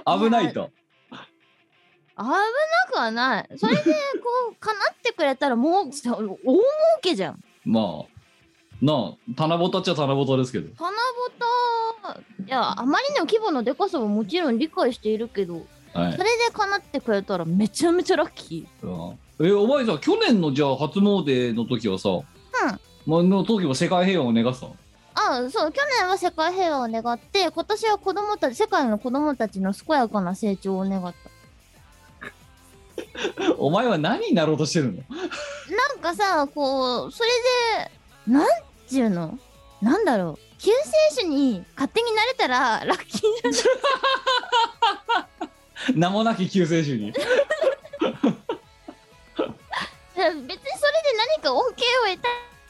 Speaker 3: 危ないと
Speaker 4: 危なくはないそれでこう叶ってくれたら もうさ大儲けじゃん
Speaker 3: まあなあ七夕っちゃ七夕ですけど
Speaker 4: 花夕いやあまりの規模のでかさはもちろん理解しているけど
Speaker 3: は
Speaker 4: そ
Speaker 3: い
Speaker 4: れ、で叶ってくれたらめちゃめちゃラッキ
Speaker 3: うんえお前さ去年のじゃあ初詣の時はさまあ、の時も世界平和を願ってたの
Speaker 4: ーうんあそう去年は世界平和を願って今年は子供たち世界の子供たちの健やかな成長を願った
Speaker 3: お前は何になろうとしてるの
Speaker 4: なんかさこうそれでなんちゅうのなんだろう救世主に勝手になれたらラッキーじゃん
Speaker 3: 名もなき救世主に
Speaker 4: いや別にそれで何か恩恵を得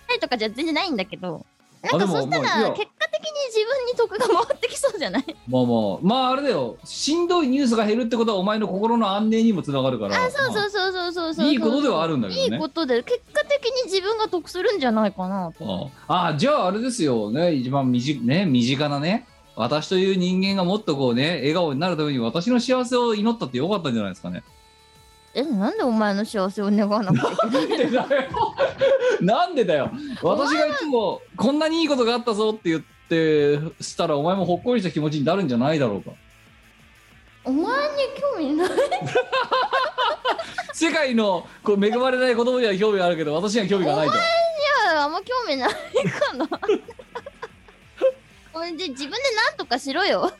Speaker 4: たいとかじゃ全然ないんだけどな
Speaker 3: あ
Speaker 4: ん
Speaker 3: で
Speaker 4: か
Speaker 3: も
Speaker 4: そしたら
Speaker 3: まあいや
Speaker 4: 結果的に自分に得が回ってきそうじゃない
Speaker 3: まあまあまああれだよしんどいニュースが減るってことはお前の心の安寧にもつながるから
Speaker 4: あそうそうそうそうそうそう
Speaker 3: いいことではあるんだけどね
Speaker 4: いいことで結果的に自分が得するんじゃないかなと
Speaker 3: うんあじゃああれですよね一番身近,、ね、身近なね私という人間がもっとこうね笑顔になるために私の幸せを祈ったってよかったんじゃないですかね
Speaker 4: えなんでお前の幸せを願 わなく て
Speaker 3: なんでだよなんでだよ私がいつもこんなにいいことがあったぞって言ってしたらお前もほっこりした気持ちになるんじゃないだろうか
Speaker 4: お前に興味ない
Speaker 3: 世界のこう恵まれない子供には興味あるけど私には興味がないと
Speaker 4: あんま興味ないかな ほんで自分で何とかしろよ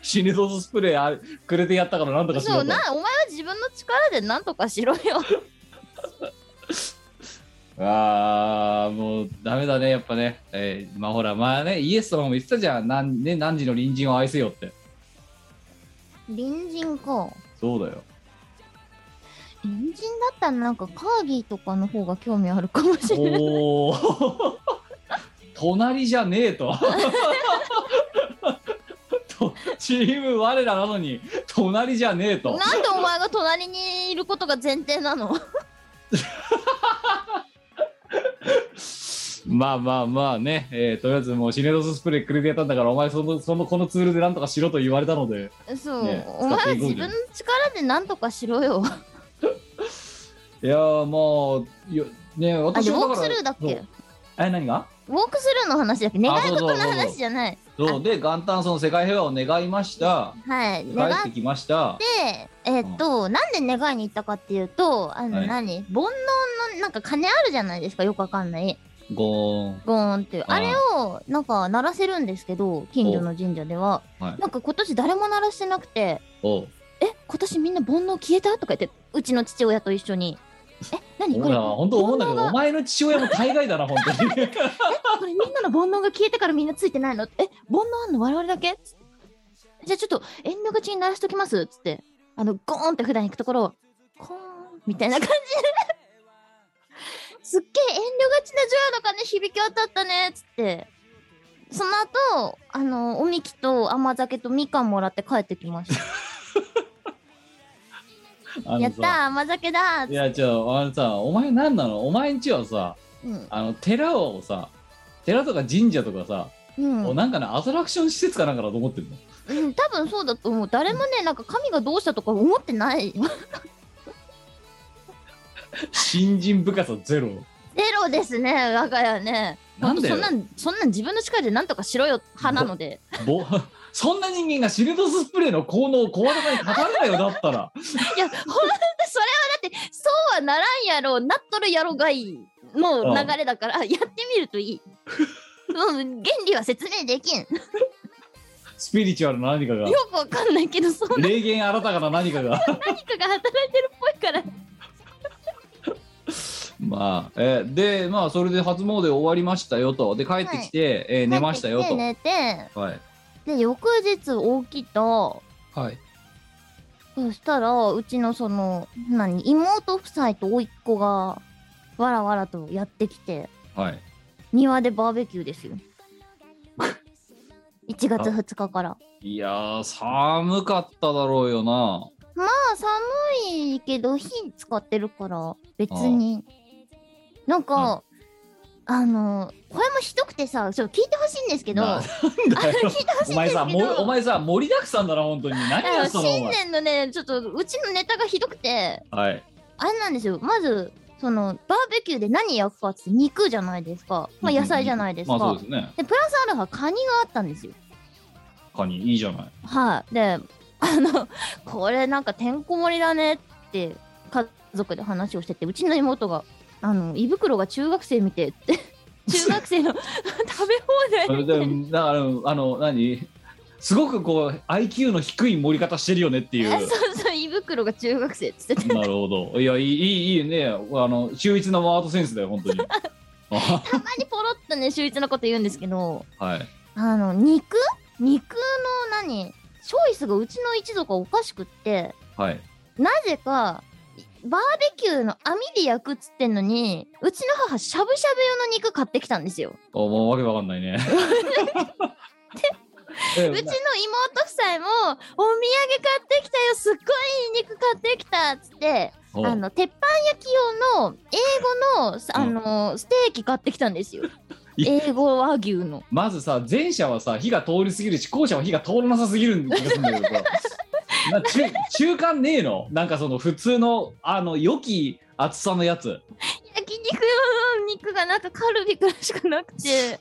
Speaker 3: 死ぬぞスプレーあくれてやったからなんとかし
Speaker 4: そ
Speaker 3: ろ
Speaker 4: う
Speaker 3: と
Speaker 4: なお前は自分の力で何とかしろよ
Speaker 3: あーもうダメだねやっぱね、えーまあほらまあねイエス様も言ってたじゃんなん、ね、何時の隣人を愛せよって
Speaker 4: 隣人か
Speaker 3: そうだよ
Speaker 4: 隣人だったらなんかカーギーとかの方が興味あるかもしれない。
Speaker 3: おお 隣じゃねえと とチーム我らなのに隣じゃねえと
Speaker 4: なんでお前が隣にいることが前提なの
Speaker 3: まあまあまあね、えーとりあえずもうシネロススプレーくれてやったんだからお前そのそのこのツールでなんとかしろと言われたので
Speaker 4: そう、
Speaker 3: ねえ
Speaker 4: お前は自分の力で何とかしろよ。
Speaker 3: いやーまあいやね
Speaker 4: あ
Speaker 3: 私
Speaker 4: れウ
Speaker 3: も
Speaker 4: ォー
Speaker 3: だ
Speaker 4: ク
Speaker 3: か
Speaker 4: ス
Speaker 3: ら
Speaker 4: ルーだっけ
Speaker 3: そうえ何が
Speaker 4: ウォークスルーの話だっけ願い事の
Speaker 3: そうそうそうそう
Speaker 4: 話じゃない。
Speaker 3: そうで元旦その世界平和を願いました
Speaker 4: はい。
Speaker 3: 帰
Speaker 4: 願っ
Speaker 3: ってきました
Speaker 4: て、えーっと、なんで願いに行ったかっていうと、あの
Speaker 3: はい
Speaker 4: 何、煩悩のなんか金あるじゃないですか、よくわかんない。
Speaker 3: ゴーン
Speaker 4: ゴーンっていう。
Speaker 3: あー
Speaker 4: あれをなんか鳴らせるんですけど、近所の神社では。
Speaker 3: はい
Speaker 4: なんか今年誰も鳴らしてなくて、
Speaker 3: おう
Speaker 4: え今年みんな煩悩消えたとか言ってうちの父親と一緒にえ何こ
Speaker 3: ほ
Speaker 4: れ
Speaker 3: ら本当思うんだけど
Speaker 4: 煩
Speaker 3: お
Speaker 4: 悩が
Speaker 3: 前の父親も大概だな本当 に
Speaker 4: これみんなの煩悩が消えてからみんなついてないのえ煩悩あんの我々だけつってじゃあちょっと遠慮口に鳴らしときますっつってあのゴーンって普段行くところをコーンみたいな感じすっげえ遠慮がちなジョアの鐘響き渡ったねっつってその後あのおみきと甘酒とみかんもらって帰ってきました
Speaker 3: あの
Speaker 4: やっ
Speaker 3: さ
Speaker 4: たー甘酒だーっつっ
Speaker 3: い
Speaker 4: て
Speaker 3: やじゃあのさお前何なのお前んちはさ
Speaker 4: うん
Speaker 3: あの寺をさ寺とか神社とかさ、
Speaker 4: うん
Speaker 3: おなんかねアトラクション施設かなんかだと思ってるの
Speaker 4: うん、多分そうだと思う誰もねなんか神がどうしたとか思ってない よ
Speaker 3: 新人部活ゼロ
Speaker 4: ゼロですね我が家ね
Speaker 3: なんで
Speaker 4: ほとそんなんそんなん自分の力でなんとかしろよ派なので
Speaker 3: ぼ そんな人間がシルドスプレーの効能を小技に語るなよだったら
Speaker 4: いやほんとそれはだってそうはならんやろなっとるやろがいいの流れだからやってみるといいうん原理は説明できんよ
Speaker 3: スピリチュアルな何かが
Speaker 4: くわかんないけどそんな
Speaker 3: 霊言新たかな何か が
Speaker 4: 何かが働いてるっぽいから
Speaker 3: まあ、えーでまあそれで初詣終わりましたよとで帰ってきて、えー寝ましたよ
Speaker 4: 帰
Speaker 3: と
Speaker 4: ってきて寝て
Speaker 3: はい
Speaker 4: で翌日起きた
Speaker 3: はい
Speaker 4: そしたらうちのその何妹夫妻と甥っ子がわらわらとやってきて
Speaker 3: はい
Speaker 4: 庭でバーベキューですよ 1月2日からま
Speaker 3: いやー寒かっただろうよな
Speaker 4: あ寒いけど火使ってるから別になんか、あのこれもひどくてさちょっと聞いてほしいんですけど
Speaker 3: な
Speaker 4: あ
Speaker 3: な
Speaker 4: の
Speaker 3: んだよ
Speaker 4: 聞いてほ
Speaker 3: お
Speaker 4: しいんで
Speaker 3: 前
Speaker 4: す
Speaker 3: さ
Speaker 4: け
Speaker 3: も
Speaker 4: ど
Speaker 3: お前さ盛りだくさんだな本当に何
Speaker 4: あ
Speaker 3: や
Speaker 4: の
Speaker 3: そのお
Speaker 4: 新
Speaker 3: 前
Speaker 4: 年のねちょっとうちのネタがひどくて
Speaker 3: はい
Speaker 4: あれなんですよまずそのバーベキューで何焼くかっつって肉じゃないですか、まあ、野菜じゃないですか、
Speaker 3: まあそうですね
Speaker 4: でプラスアルファカニがあったんですよ
Speaker 3: カニいいじゃない
Speaker 4: はいで あのこれなんかてんこ盛りだねって家族で話をしててうちの妹があの胃袋が中学生見てって 中学生の 食べ放
Speaker 3: それ
Speaker 4: 題みた
Speaker 3: で
Speaker 4: いな
Speaker 3: だからあの何すごくこう IQ の低い盛り方してるよねっていう
Speaker 4: そうそう胃袋が中学生っつって て
Speaker 3: なるほどいやいいいいいいねあの秀逸なワードセンスだよ本 当にあ
Speaker 4: たまにポロッとね秀逸なこと言うんですけど
Speaker 3: はい
Speaker 4: あの肉肉の何チョイスがうちの一族はおかしくって
Speaker 3: はい
Speaker 4: なぜかバーベキューの網で焼くっつってんのにうちの母しゃぶしゃぶ用の肉買ってきたんですよ
Speaker 3: あもうわけわかんないねえ
Speaker 4: うちの妹夫妻もお土産買ってきたよすっごいいい肉買ってきたっつって
Speaker 3: お
Speaker 4: あの鉄板焼き用の英語のさあのステーキ買ってきたんですよ
Speaker 3: い
Speaker 4: 英語和牛の
Speaker 3: まずさ前者はさ火が通りすぎるし後者は火が通らなさすぎる気がするんだけど さな中中間ねえのなんかその普通のあの良き厚さのやつ
Speaker 4: 焼肉用の肉がなんかカルビくらいしかなくて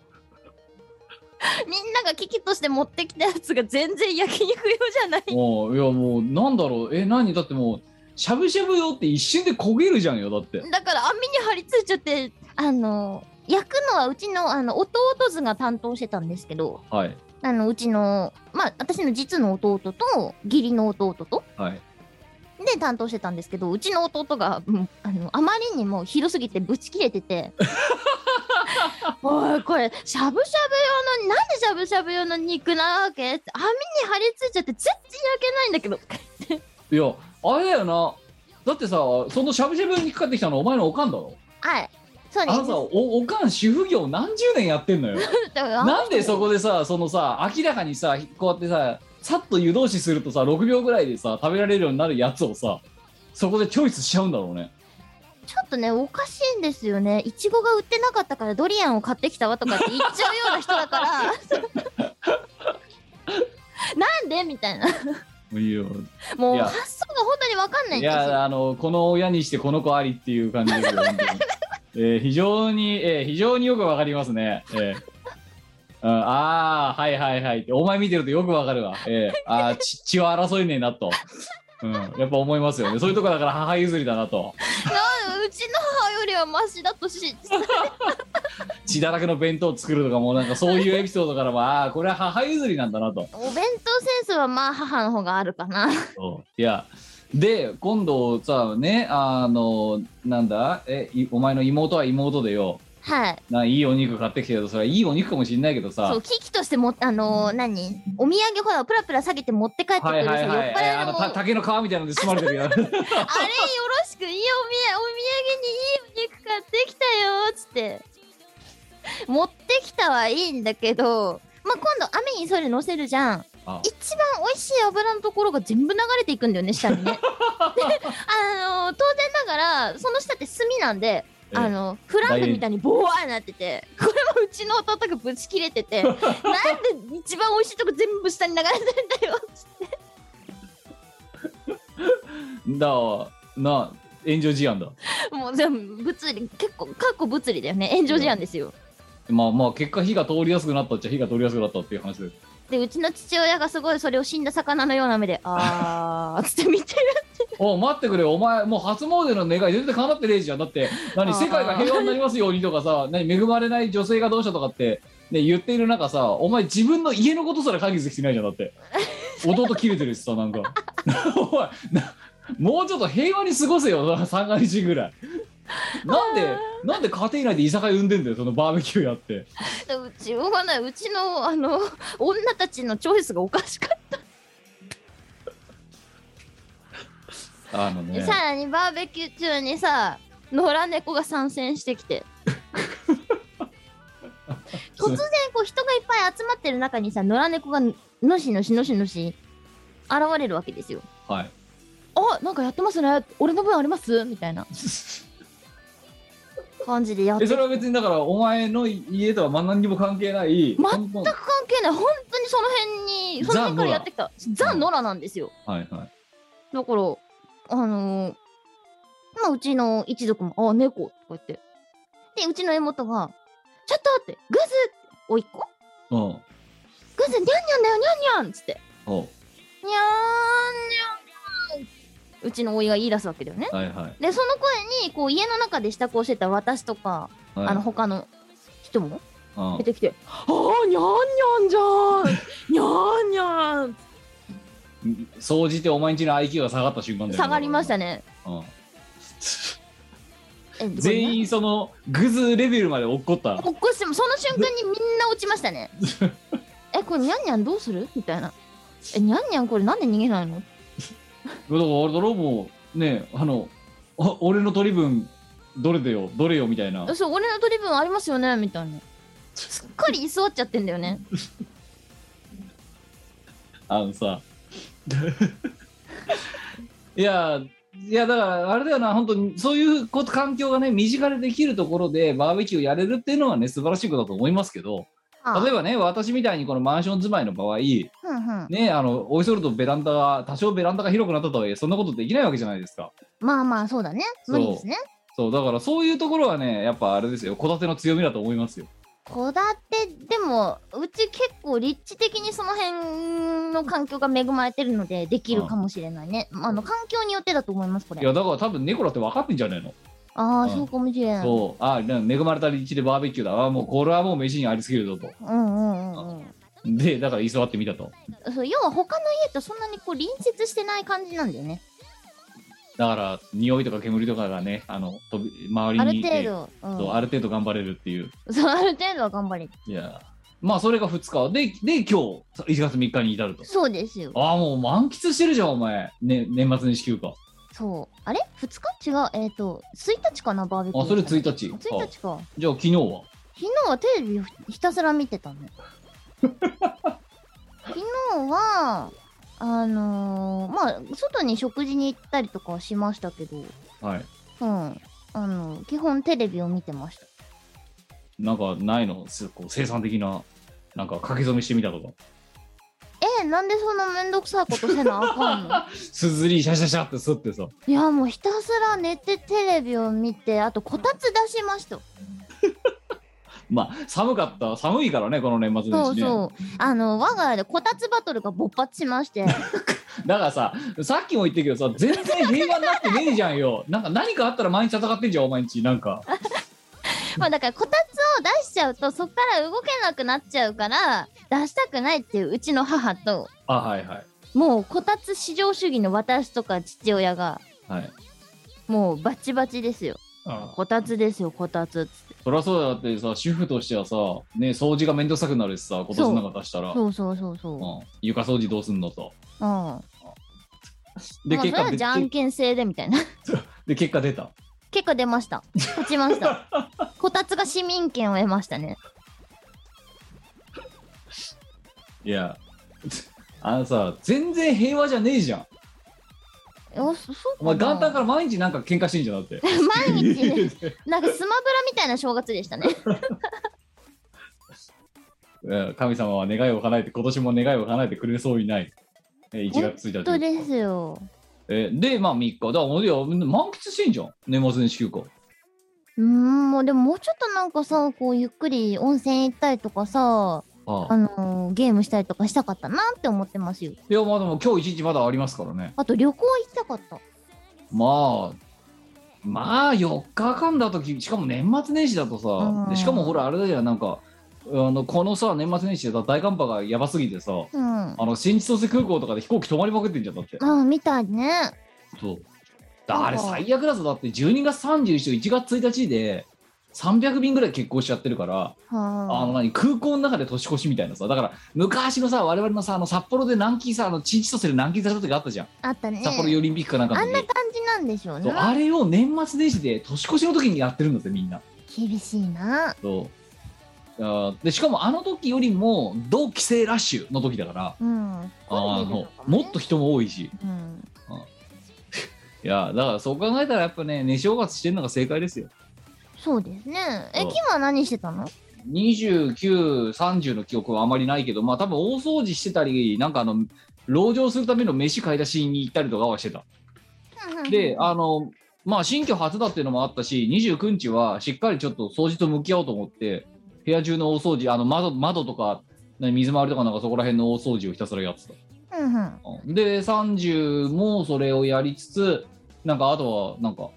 Speaker 4: みんなが危機として持ってきたやつが全然焼肉用じゃない
Speaker 3: もういやもうなんだろうえ何だってもうしゃぶしゃぶよって一瞬で焦げるじゃんよだって
Speaker 4: だから網に張り付いちゃってあの焼くのはうちのあの弟図が担当してたんですけど
Speaker 3: はい
Speaker 4: あのうちのまあ私の実の弟と義理の弟と
Speaker 3: はい
Speaker 4: で担当してたんですけどうちの弟がもうあのあまりにも広すぎてぶち切れて ておいこれしゃぶしゃぶ用のなんでしゃぶしゃぶ用の肉なわけって網に張り付いちゃって全然焼けないんだけど
Speaker 3: いやあれだよなだってさそのしゃぶしゃぶにかかってきたのはお前のおかんだろ
Speaker 4: はいそうで
Speaker 3: あ
Speaker 4: す
Speaker 3: のさおおかん主婦業何十年やってんのよ
Speaker 4: だから
Speaker 3: なんでそこでさそのさ明らかにさこうやってささっと湯通しするとさ6秒ぐらいでさ食べられるようになるやつをさそこでチョイスしちゃうんだろうね
Speaker 4: ちょっとねおかしいんですよねいちごが売ってなかったからドリアンを買ってきたわとかって言っちゃうような人だから なんでみたいない
Speaker 3: や
Speaker 4: もう
Speaker 3: いや
Speaker 4: 発想が本当にわかんない
Speaker 3: い
Speaker 4: んですよ
Speaker 3: やあのこの親にしてこの子ありっていう感じですよ本当にえー非常に、えー非常によくわかりますね、えーうんああはいはいはいお前見てるとよくわかるわ、えーああ血血は争いねえなと、うん、やっぱ思いますよねそういうとこだから母譲りだなと
Speaker 4: なんうちの母よりはマシだとし
Speaker 3: 血だらけの弁当作るとかもなんかそういうエピソードからもああこれは母譲りなんだなと
Speaker 4: お弁当センスはまあ母の方があるかな
Speaker 3: そういやで今度さねあのなんだえいお前の妹は妹でよ
Speaker 4: はい
Speaker 3: ないいお肉買ってきてるとそれはいいお肉かもしれないけどさ
Speaker 4: そう機器としてもあのー何お土産ほらプラプラ下げて持って帰ってく
Speaker 3: は
Speaker 4: る
Speaker 3: い
Speaker 4: さ、
Speaker 3: はいはい、
Speaker 4: 酔っ
Speaker 3: えー
Speaker 4: 払
Speaker 3: あ
Speaker 4: い
Speaker 3: の
Speaker 4: のも
Speaker 3: た竹の皮みたいなので包まれてるよ
Speaker 4: あれよろしくいいおみやお土産にいいお肉買ってきたよっつって持ってきたはいいんだけどまあ、今度雨にそれ乗せるじゃん
Speaker 3: あ
Speaker 4: 一番美味しい油のところが全部流れていくんだよね 下にねであの当然ながらその下って炭なんで
Speaker 3: えー
Speaker 4: あのフランクみたいにボワーなっててこれもうちの弟がぶち切れ ててなんで一番美味しいとこ全部下に流れてんだよ
Speaker 3: だからな炎上事案だ
Speaker 4: もう全部物理結構かっこ物理だよね炎上事案ですよ
Speaker 3: まあまあ結果火が通りやすくなったっちゃ火が通りやすくなったっていう話で
Speaker 4: でうちの父親がすごいそれを死んだ魚のような目で「 あー」つって見てる
Speaker 3: おい待ってくれよお前もう初詣の願い全然叶ってねえじゃんだって
Speaker 4: あ
Speaker 3: 何
Speaker 4: ー
Speaker 3: 世界が平和になりますようにとかさ何恵まれない女性がどうしたとかって、ね、言っている中さお前自分の家のことすら解決できてないじゃんだって 弟切れてるしさなんか おいなもうちょっと平和に過ごせよ三が日ぐらいなんでなんで家庭内で居酒屋産んでんだよそのバーベキューやって
Speaker 4: でうちわかんないうちのあの女たちのチョイスがおかしかっ
Speaker 3: あの
Speaker 4: た、
Speaker 3: ね
Speaker 4: さらにバーベキュー中にさ野良猫が参戦してきて突然こう人がいっぱい集まってる中にさ野良猫がのしのしのしのし現れるわけですよ
Speaker 3: はい
Speaker 4: あなんかやってますね俺の分ありますみたいな 感じでやって
Speaker 3: えそれは別にだからお前の家とはまあ何にも関係ない
Speaker 4: 全く関係ない本当にその辺にその辺からやってきたザ・ノラなんですよ
Speaker 3: はいはい
Speaker 4: だからあのー、まあうちの一族も「あ猫」とか言ってでうちの妹が「ちょっと!」って「グズ!」おいっ子
Speaker 3: うん
Speaker 4: グズニャンニャンだよニャンニャン」っつって
Speaker 3: おう
Speaker 4: 「ニャンニャンニャン」うちのおいが言い出すわけだよね
Speaker 3: はいはい
Speaker 4: でその声にこう家の中で支度をしてた私とか、
Speaker 3: はい
Speaker 4: あの他の人も
Speaker 3: うん
Speaker 4: 出てきて「あーニャンニャンじゃん ニャンニャン」
Speaker 3: 総じてお前んちの IQ が下がった瞬間だよね
Speaker 4: 下がりまし、たね。
Speaker 3: うん
Speaker 4: え
Speaker 3: 全
Speaker 4: 員
Speaker 3: 員そのグズレベルまで落っこった
Speaker 4: 起こしてもその瞬間にみんな落ちました ね。えこれニャンニャンどうするみたいな。えニャンニャンこれなんで逃げないの？
Speaker 3: だから俺だろもうねあのあ俺の取り分どれだよどれよみたいな
Speaker 4: そう俺の取り分ありますよねみたいな。すっかり居座っちゃってんだよね。
Speaker 3: あのさいやいやだからあれだよな本当にそういうこと環境がね身近でできるところでバーベキューやれるっていうのはね素晴らしいことだと思いますけど例えばね私みたいにこのマンション住まいの場合
Speaker 4: ふんふん
Speaker 3: ねあのおいそるとベランダが多少ベランダが広くなったとはいえそんなことできないわけじゃないですか
Speaker 4: まあまあそうだね。
Speaker 3: そう
Speaker 4: 無理ですね。
Speaker 3: そうだからそういうところはねやっぱあれですよ戸建ての強みだと思いますよ
Speaker 4: 戸建てでもうち結構立地的にその辺の環境が恵まれてるのでできるかもしれないね。まああの環境によってだと思いますこ
Speaker 3: い
Speaker 4: れ。
Speaker 3: やだから多分猫だって分かってんじゃねえの、
Speaker 4: ああ
Speaker 3: うん
Speaker 4: そうかもしれない。
Speaker 3: そうあな恵まれた立地でバーベキューだあもうこれはもう飯にありすぎるぞと
Speaker 4: うんうんうんうん。
Speaker 3: でだから居座ってみたと
Speaker 4: そう要は他の家とそんなにこう隣接してない感じなんだよね。
Speaker 3: だから匂いとか煙とかがねあの飛び周
Speaker 4: あ
Speaker 3: りにい
Speaker 4: る
Speaker 3: て
Speaker 4: 程度、う、
Speaker 3: そうある程度頑張れるっていうん
Speaker 4: そうある程度は頑張れる。
Speaker 3: いやまあそれが2日でで今日1月3日に至ると
Speaker 4: そうですよ。
Speaker 3: ああもう満喫してるじゃんお前、ね、年末年始休暇
Speaker 4: そう。あれ ?2 日違う。えっ、と、1日かな、バーベキュー。
Speaker 3: あそれ1日
Speaker 4: 1
Speaker 3: あ
Speaker 4: 日か。
Speaker 3: じゃあ昨日は
Speaker 4: 昨日はテレビをひたすら見てたの。昨日は、あのーまあ、外に食事に行ったりとかはしましたけど、
Speaker 3: はい
Speaker 4: うん。あの、基本テレビを見てました。
Speaker 3: なんかないのすこう生産的ななんか書き初めしてみたとか
Speaker 4: えーなんでそんなめんどくさいことせなあか んの
Speaker 3: すずりシャシャシャってすってさ
Speaker 4: いやもうひたすら寝てテレビを見てあとこたつ出しました、
Speaker 3: まあ寒かった寒いからねこの年末年
Speaker 4: そ
Speaker 3: 始
Speaker 4: う
Speaker 3: ね
Speaker 4: そうあの我が家でこたつバトルが勃発しまして
Speaker 3: だからささっきも言ったけどさ全然平和になってねえじゃんよなんか何かあったら毎日戦ってんじゃんお前んちなんか
Speaker 4: まあだからこたつを出しちゃうとそっから動けなくなっちゃうから出したくないっていううちの母と
Speaker 3: あはいはい
Speaker 4: もうこたつ至上主義の私とか父親が
Speaker 3: はい
Speaker 4: もうバチバチですよ
Speaker 3: あ
Speaker 4: こたつですよこたつっつって
Speaker 3: そりゃそうだよだってさ主婦としてはさね掃除が面倒くさくなるしさ今年なんか出したら、、
Speaker 4: そうそうそうそううん
Speaker 3: 床掃除どうすんのと
Speaker 4: うんま
Speaker 3: で結
Speaker 4: あそれ
Speaker 3: 果
Speaker 4: は
Speaker 3: で
Speaker 4: じゃんけん制でみたいな
Speaker 3: で結果出た
Speaker 4: 結果出ました勝ちました こたつが市民権を得ましたね
Speaker 3: いや あのさ全然平和じゃねえじゃん
Speaker 4: おそそうか
Speaker 3: お前
Speaker 4: な
Speaker 3: 元旦から毎日なんか喧嘩してんじゃんだって
Speaker 4: 毎日なんかスマブラみたいな正月でしたね
Speaker 3: うん神様は願いを叶えて今年も願いを叶えてくれそうにないえ1月1日
Speaker 4: 本当ですよ
Speaker 3: えーでまあ3日だからもういや満喫してんじゃん年末年始休暇
Speaker 4: うーんもうでももうちょっとなんかさこうゆっくり温泉行ったりとかさ
Speaker 3: あ
Speaker 4: あのーゲームしたりとかしたかったなって思ってますよ
Speaker 3: いやまあでも今日一日まだありますからね
Speaker 4: あと旅行行きたかった
Speaker 3: まあまあ4日間だときしかも年末年始だとさ
Speaker 4: うん
Speaker 3: でしかもほらあれだよなんかあのこのさ年末年始でさ大寒波がやばすぎてさ
Speaker 4: うんあ
Speaker 3: あの新千歳空港とかで飛行機止まりまくってんじゃんだって
Speaker 4: あみたいね
Speaker 3: そうだあれ最悪だぞだって12月31日と1月1日で300便ぐらい欠航しちゃってるからあの
Speaker 4: は
Speaker 3: 何空港の中で年越しみたいなさだから昔のさ我々のさあの札幌で南京さあのチンチとする南京された時あったじゃん、
Speaker 4: ああったね
Speaker 3: 札幌オリンピックかなんかの
Speaker 4: あ
Speaker 3: 時
Speaker 4: んな感じなんでしょう
Speaker 3: そう
Speaker 4: ね
Speaker 3: あれを年末年始で年越しの時にやってるんだってみんな
Speaker 4: 厳しいな
Speaker 3: そうあーでしかもあの時よりも同帰省ラッシュの時だから
Speaker 4: うん
Speaker 3: あ
Speaker 4: 混んでる
Speaker 3: の
Speaker 4: のかね
Speaker 3: もっと人も多いし
Speaker 4: うん
Speaker 3: いやだからそう考えたらやっぱね寝正月してるのが正解ですよ
Speaker 4: そうですねえ
Speaker 3: そう
Speaker 4: キムは何してたの
Speaker 3: 2930の記憶はあまりないけどまあ多分大掃除してたりなんかあの籠城するための飯買い出しに行ったりとかはしてたで、あの、まあ、新居初だっていうのもあったし、29日はしっかりちょっと掃除と向き合おうと思って、部屋中の大掃除、あの窓窓とか、ね水回りとかなんかそこら辺の大掃除をひたすらやってた。
Speaker 4: うんうん
Speaker 3: うんで、30もそれをやりつつ、なんかあとは、なんか、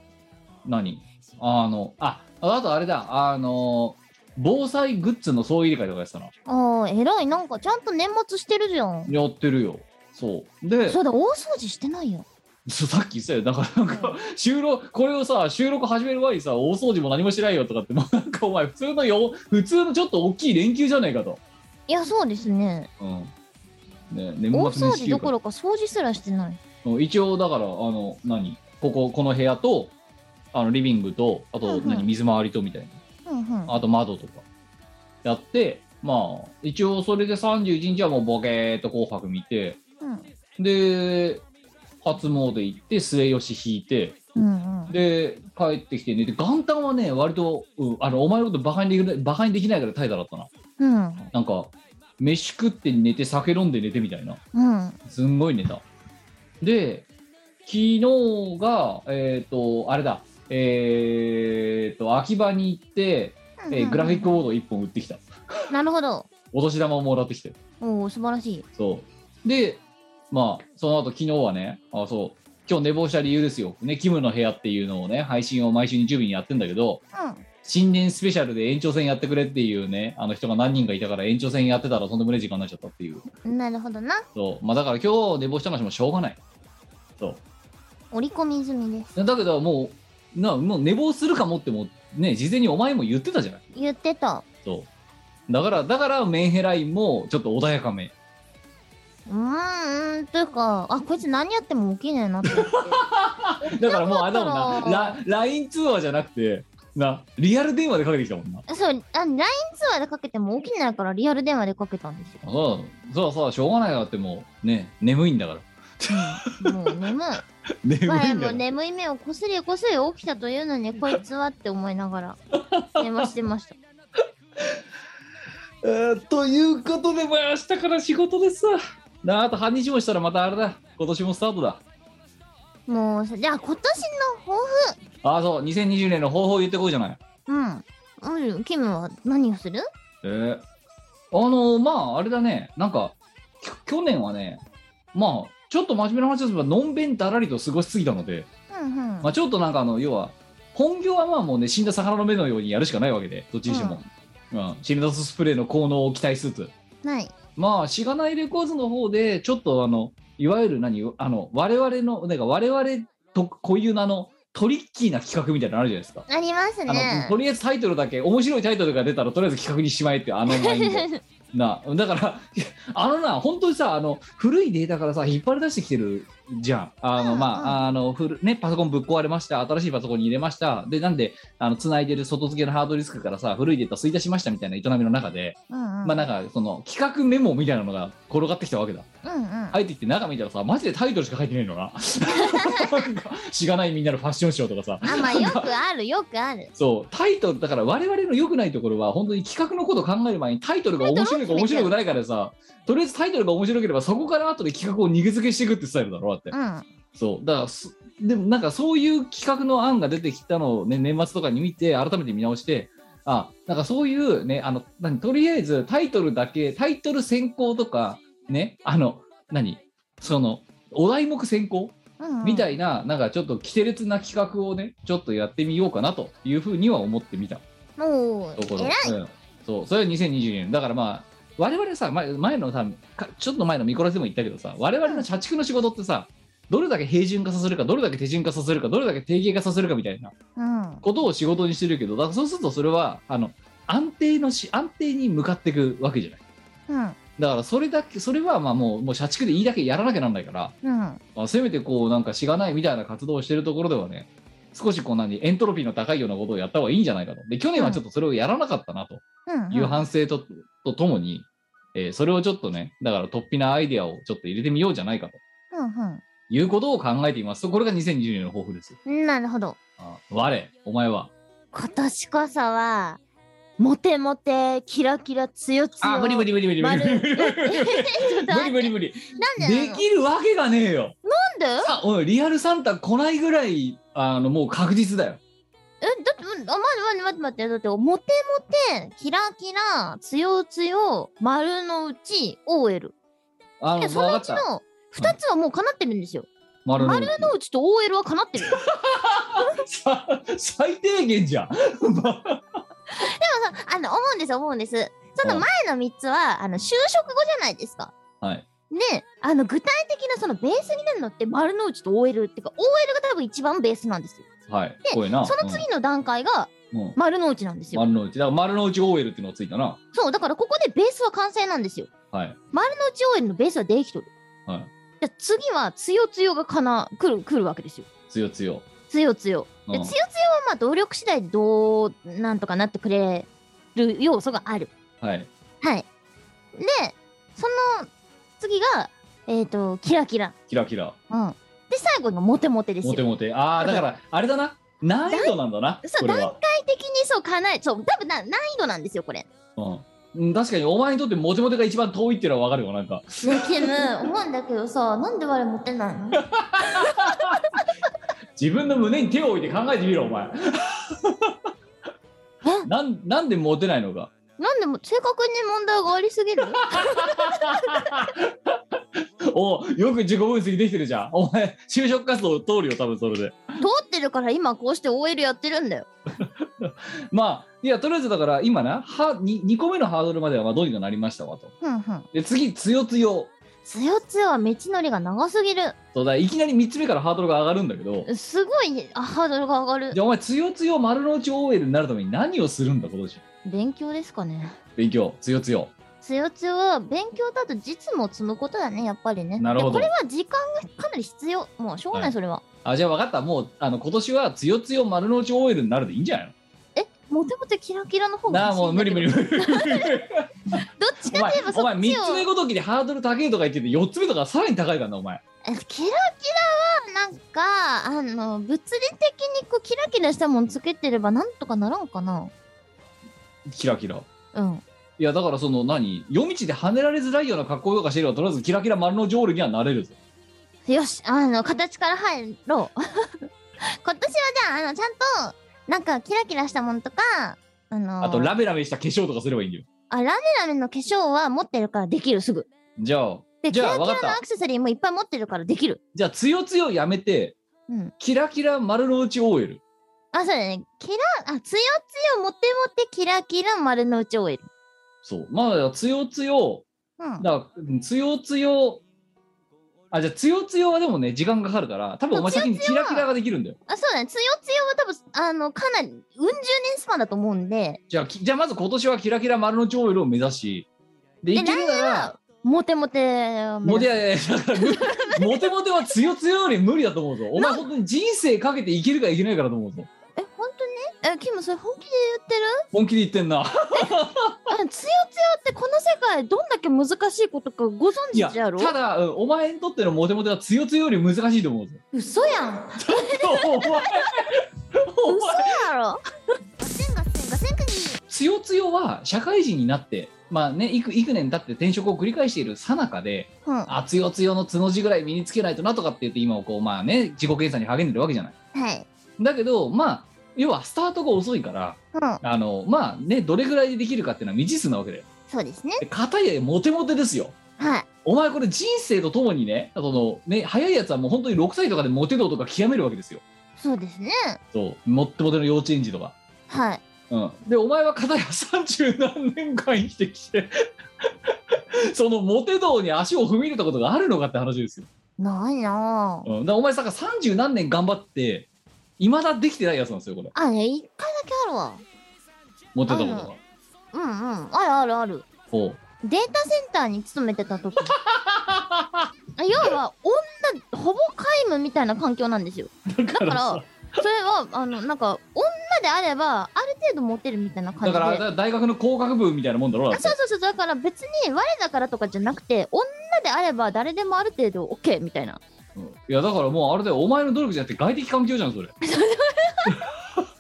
Speaker 3: 何あの、あ、あとあれだ、あの、防災グッズの総入れ替えとかやってたな。
Speaker 4: ああ偉いなんかちゃんと年末してるじゃん
Speaker 3: やってるよ。そう。で、
Speaker 4: そうだ大掃除してないよ
Speaker 3: そうさっき言ってたよだからなんか収録これをさ収録始める前にさ大掃除も何もしないよとかってもうなんかお前普通のよ普通のちょっと大きい連休じゃねえかと、
Speaker 4: いやそうですね
Speaker 3: うんね、年末
Speaker 4: 大掃
Speaker 3: 年始
Speaker 4: 除ど
Speaker 3: 休
Speaker 4: こ
Speaker 3: 暇
Speaker 4: ろか掃除すらしてない
Speaker 3: うん一応だからあの何こここの部屋とあのリビングとあ
Speaker 4: うん
Speaker 3: と
Speaker 4: うん
Speaker 3: 何水回りとみたい
Speaker 4: うんう
Speaker 3: な
Speaker 4: ん
Speaker 3: あと窓とかやってまあ一応それで31日はもうボケーっと紅白見て
Speaker 4: うん
Speaker 3: で初詣行って末吉引いて
Speaker 4: うんうん
Speaker 3: で帰ってきてねで元旦はね割と、うんあのお前のことバカにできないバカにできないから怠惰だったな
Speaker 4: うん
Speaker 3: なんか飯食って寝て酒飲んで寝てみたいな
Speaker 4: うん
Speaker 3: すんごい寝たで昨日がえっ、とあれだえっ、と秋葉に行って、えーグラフィックボード1本売ってきた
Speaker 4: なるほど
Speaker 3: お年玉をもらってきて
Speaker 4: おお素晴らしい
Speaker 3: そうでまあその後昨日はねあそう今日寝坊した理由ですよ、ね、キムの部屋っていうのをね配信を毎週日曜日にやってんだけど、新年スペシャルで延長戦やってくれっていうね、あの人が何人かいたから延長戦やってたらとんでもない時間になっちゃったっていう。
Speaker 4: うんなるほどな
Speaker 3: そう。まあだから今日寝坊した話もしょうがない。そ
Speaker 4: 折り込み済みです
Speaker 3: う。だけどもう、な、もう寝坊するかもっても、ね、事前にお前も言ってたじゃない。
Speaker 4: 言ってた
Speaker 3: そう。だから、だからメンヘラインもちょっと穏やかめ。
Speaker 4: うーんというかあこいつ何やっても起きねえなって
Speaker 3: だからもうあれだもん
Speaker 4: だ
Speaker 3: な、
Speaker 4: か
Speaker 3: ラ LINE 通話じゃなくて、な、リアル電話でかけてきたもんな。
Speaker 4: そうあ LINE 通話でかけても起きないからリアル電話でかけたんですよ
Speaker 3: そうそうそう、しょうがないよだってもう、ね、眠いんだから。
Speaker 4: もう眠い
Speaker 3: 眠いんだ
Speaker 4: 我
Speaker 3: か
Speaker 4: も
Speaker 3: ら。
Speaker 4: 眠い目をこすりこすり起きたというのにこいつはって思いながら電話してました
Speaker 3: えーということで、まあ、明日から仕事ですわなああと半日もしたらまたあれだ。今年もスタートだ。
Speaker 4: もうさじゃあ今年の抱
Speaker 3: ああ、そう、2020年の方法を言ってこいじゃない。
Speaker 4: 負うんうんキムは何をする
Speaker 3: えーあのまあ、あれだね。なんか、き去年はね、まあ、ちょっと真面目な話をすれば、のんべんだらりと過ごしすぎたので、
Speaker 4: うんうん
Speaker 3: まあ、ちょっとなんかあの、要は、本業はまあもうね、死んだ魚の目のようにやるしかないわけで、どっちにしても。うん、シミダススプレーの効能を期待しつつ。
Speaker 4: ない
Speaker 3: まあ、しがないレコーズの方で、ちょっとあの、いわゆる何、あの、我々の、なんか我々と固有のあの、トリッキーな企画みたいなのあるじゃないですか。
Speaker 1: あります
Speaker 3: あ
Speaker 1: ね
Speaker 3: のとりあえずタイトルだけ面白いタイトルが出たらとりあえず企画にしまえっていうあの マインドなだから あのな本当にさあの古いデータからさ引っ張り出してきてるじゃんあの、
Speaker 1: うん
Speaker 3: まああの古ねパソコンぶっ壊れました新しいパソコンに入れましたでなんであの繋いでる外付けのハードディスクからさ古いデータ吸い出しましたみたいな営みの中で、
Speaker 1: うんうん
Speaker 3: まあなんかその企画メモみたいなのが転がってきたわけだ
Speaker 1: うんうん
Speaker 3: 入ってきて中見たらさマジでタイトルしか書いてない のななんかしがないみんなのファッションショーとかさ
Speaker 4: あまあよくあるよくある
Speaker 3: そうタイトルだから我々の良くないところは本当に企画のことを考える前にタイトルが面白いか面白くないかでさとりあえずタイトルが面白ければそこから後で企画を逃げ付けしていくってスタイルだろだって、
Speaker 1: うん
Speaker 3: そうだからすでもなんかそういう企画の案が出てきたのを、ね、年末とかに見て改めて見直してあなんかそういうねあの何とりあえずタイトルだけタイトル先行とかねあの何そのお題目先行
Speaker 1: うんうん
Speaker 3: みたいな、なんかちょっと奇烈な企画をね、ちょっとやってみようかなというふうには思ってみた
Speaker 1: もう
Speaker 3: とこ
Speaker 1: え
Speaker 3: ろ
Speaker 1: らい。
Speaker 3: うん、そう、それは2022年。だからまあ、我々さ、前前のさ、かちょっと前のミコラスでも言ったけどさ、我々の社畜の仕事ってさ、どれだけ平準化させるか、どれだけ手順化させるか、どれだけ定型化させるかみたいな
Speaker 1: うん
Speaker 3: ことを仕事にしてるけど、だからそうするとそれは、あの、安定のし、安定に向かっていくわけじゃない。
Speaker 1: うん
Speaker 3: だからそれだけ、それはまあもう、もう社畜でいいだけやらなきゃなんないから、
Speaker 1: うん
Speaker 3: まあ、せめてこうなんかしがないみたいな活動をしてるところではね少しこう何エントロピーの高いようなことをやった方がいいんじゃないかとで去年はちょっとそれをやらなかったなと
Speaker 1: うん
Speaker 3: いう反省と,、とともに、えーそれをちょっとねだから突飛なアイデアをちょっと入れてみようじゃないかと
Speaker 1: うん
Speaker 3: いうことを考えていますこれが2020年の抱負ですよ
Speaker 1: うんなるほど
Speaker 3: あ我お前は
Speaker 4: 今年こそはモテモテキラキラつよつよ
Speaker 3: あ無理無理無理無理無理無理
Speaker 4: 丸
Speaker 3: 無 理無 理無理無理
Speaker 1: なんでな
Speaker 3: で
Speaker 1: の
Speaker 3: きるわけがねえよ
Speaker 4: なんでえ
Speaker 3: さおいリアルサンタ来ないぐらいあのもう確実だよ
Speaker 4: だってうんあ待って待って待って待ってだってモテモテキラキラつよつよ丸のうち OL
Speaker 3: あの
Speaker 4: でそ
Speaker 3: わ
Speaker 4: の
Speaker 3: か
Speaker 4: う
Speaker 3: っ
Speaker 4: ち
Speaker 3: た
Speaker 4: の2つはもう叶ってるんですよ、
Speaker 3: 丸の内
Speaker 4: 丸のうちと OL は叶 ってるよでも
Speaker 3: さ 最低限じゃん。
Speaker 4: さあの思うんです思うんですその前の3つはあの就職後じゃないですか
Speaker 3: はい。
Speaker 4: ねあの具体的なそのベースになるのって丸の内と OL っていうか OL が多分一番ベースなんですよ
Speaker 3: はい。
Speaker 4: で
Speaker 3: こういうな。
Speaker 4: その次の段階
Speaker 3: う
Speaker 4: が
Speaker 3: ん、うん
Speaker 4: 丸の内なんですよ、
Speaker 3: 丸の内。だから丸の内 OL っていうのがついたな。
Speaker 4: そうだからここでベースは完成なんですよ
Speaker 3: はい。
Speaker 4: 丸の内 OL のベースはできとる
Speaker 3: はい。
Speaker 4: じゃあ次はつよつよがかな来る来るわけですよ
Speaker 3: つよつよ。
Speaker 4: つよつよ
Speaker 3: う
Speaker 4: で
Speaker 3: ん
Speaker 4: つよつよはまあ動力次第でどうなんとかなってくれる要素がある
Speaker 3: はい。
Speaker 4: はいでその次がえっ、とキラキラ
Speaker 3: キラキラ。
Speaker 4: うんで最後がモテモテですよ
Speaker 3: モテモテ。ああ、だから、あれだな。難易度なんだな。
Speaker 4: そう
Speaker 3: これは。
Speaker 4: 具体的にそう叶えそう多分な難易度なんですよこれ。
Speaker 3: うんうん。確かにお前にとってモテモテが一番遠いっていうのはわかるよ、なんか。
Speaker 4: ねケム思うんだけどさ なんで我モテないの
Speaker 3: 自分の胸に手を置いて考えてみろ、お前。 なんなんでモテないのか。
Speaker 4: なんでも正確に問題がありす ぎる
Speaker 3: およく自己分析できてるじゃん。お前、就職活動通るよ、多分それで。
Speaker 4: 通ってるから今こうして OL やってるんだよ。
Speaker 3: まあ、いや、とりあえずだから、今な、は、に、2個目のハードルまでは、まあ、どうにかなりましたわと。
Speaker 1: ふんふん
Speaker 3: で、次、つよつよ。
Speaker 4: つよつよは道のりが長すぎる。
Speaker 3: そうだ、いきなり3つ目からハードルが上がるんだけど、
Speaker 4: すごいあハードルが上がる
Speaker 3: じ。ゃあ、お前、つよつよ丸の内 OL になるために何をするんだ、今年。
Speaker 4: 勉強ですかね。
Speaker 3: 勉強、つよつよ。
Speaker 4: つよつよは勉強だと実務を積むことだねやっぱりね。
Speaker 3: なるほど
Speaker 4: でこれは時間がかなり必要。もうしょうがな
Speaker 3: はい
Speaker 4: いそれは。
Speaker 3: あ、じゃあ分かった。もう、あの、今年は、つよつよ丸の内 OL になるでいいんじゃない
Speaker 4: えモテモテキラキラの方
Speaker 3: の
Speaker 4: が
Speaker 3: なあ、
Speaker 4: 欲しいんだけど。
Speaker 3: もう無理無理無理。
Speaker 4: どっ ち
Speaker 3: お
Speaker 4: か
Speaker 3: 前
Speaker 4: といえば、
Speaker 3: お
Speaker 4: そ
Speaker 3: 前、
Speaker 4: っち
Speaker 3: 3つ目
Speaker 4: を。
Speaker 3: ごときでハードル高いとか言ってて、4つ目とかさらに高いからな、お前。
Speaker 4: えキラキラは、なんか、あの、物理的にこう、キラキラしたもんつけてれば、なんとかならんかな。
Speaker 3: キラキラ。
Speaker 4: うん。
Speaker 3: いや、だからその、何夜道で跳ねられづらいような格好とかしてれば、とりあえずキラキラ丸の内 OL にはなれるぞ。
Speaker 4: よし、あの、形から入ろう。今 年はじゃあ、あの、ちゃんと、なんか、キラキラしたもんとか、あの、
Speaker 3: あと、ラメラメした化粧とかすればいいんだよ。
Speaker 4: あラメラメの化粧は持ってるからできる、すぐ。
Speaker 3: じゃあ、
Speaker 4: で、キ
Speaker 3: じ
Speaker 4: ラ
Speaker 3: ゃあ
Speaker 4: キラ
Speaker 3: わかった
Speaker 4: のアクセサリーもいっぱい持ってるからできる。
Speaker 3: じゃあ、つよつよやめて、
Speaker 4: うん。
Speaker 3: キラキラ丸の内 OL。
Speaker 4: あ、そうだね。キラ、あ、つよつよ、モテモテ、キラキラ、丸の内オイル。
Speaker 3: そう。まあ、つよつよ、
Speaker 1: うん
Speaker 3: だから、つよつよ、あじゃあつよつよはでもね時間かかるから多分お前先にキラキラができるんだよ
Speaker 4: あそうだねつよつよは多分あのかなりうん十年スパンだと思うんで
Speaker 3: じゃあきじゃあまず今年はキラキラ丸の内オイルを目指しでいけるなら
Speaker 4: モテモテを目
Speaker 3: モ
Speaker 4: 指す
Speaker 3: テだからむモテモテはつよつよより無理だと思うぞお前本当に人生かけていけるかいけないからと思うぞ
Speaker 4: え本当にえキムそれ本気で言ってる
Speaker 3: 本気で言ってんな
Speaker 4: あつよつよってこの世界どんだけ難しいことかご存
Speaker 3: いや
Speaker 4: 知じゃろ
Speaker 3: ただ、うんお前にとってのモテモテはつよつよより難しいと思うぞ
Speaker 4: 嘘やん
Speaker 3: お前お前
Speaker 4: 嘘やろ
Speaker 1: ガセンガセンガセンクニー
Speaker 3: つよつよは社会人になってまあね幾幾年経って転職を繰り返しているさなかで
Speaker 4: うんは
Speaker 3: あつよつよの角字ぐらい身につけないとなとかって言って今をこうまあね自己検査に励んでるわけじゃない
Speaker 4: い
Speaker 3: だけどまあ要はスタートが遅いから
Speaker 4: うん
Speaker 3: あのまあねどれぐらいでできるかっていうのは未知数なわけだよ
Speaker 4: そうですね
Speaker 3: で片やモテモテですよ
Speaker 4: はい
Speaker 3: お前これ人生とともにねそのね早いやつはもう本当に6歳とかでモテ度とか極めるわけですよ
Speaker 4: そうですね
Speaker 3: そうモッテモテの幼稚園児とか
Speaker 4: はい
Speaker 3: うん、でお前は片や30何年間生きてきて そのモテ道に足を踏み入れたことがあるのかって話ですよ、
Speaker 4: ないなぁ
Speaker 3: うん、だからお前さか30何年頑張っていまだできてないやつなんですよこれ
Speaker 4: あね一回だけあるわ
Speaker 3: モテ道とか
Speaker 4: うんうんあるあるある
Speaker 3: おう
Speaker 4: データセンターに勤めて た時あ要は女ほぼ皆無みたいな環境なんですよ
Speaker 3: だか
Speaker 4: だから
Speaker 3: ら
Speaker 4: それはあのなんか女であればある程度モテるみたいな感
Speaker 3: だ
Speaker 4: じで
Speaker 3: からだから大学の工学部みたいなもんだろだ
Speaker 4: あ
Speaker 3: って
Speaker 4: そうそうそうだから別に我だからとかじゃなくて女であれば誰でもある程度 OK みた いな
Speaker 3: うんいやだからもうあれだよお前の努力じゃなくて外的環境じゃ んそれ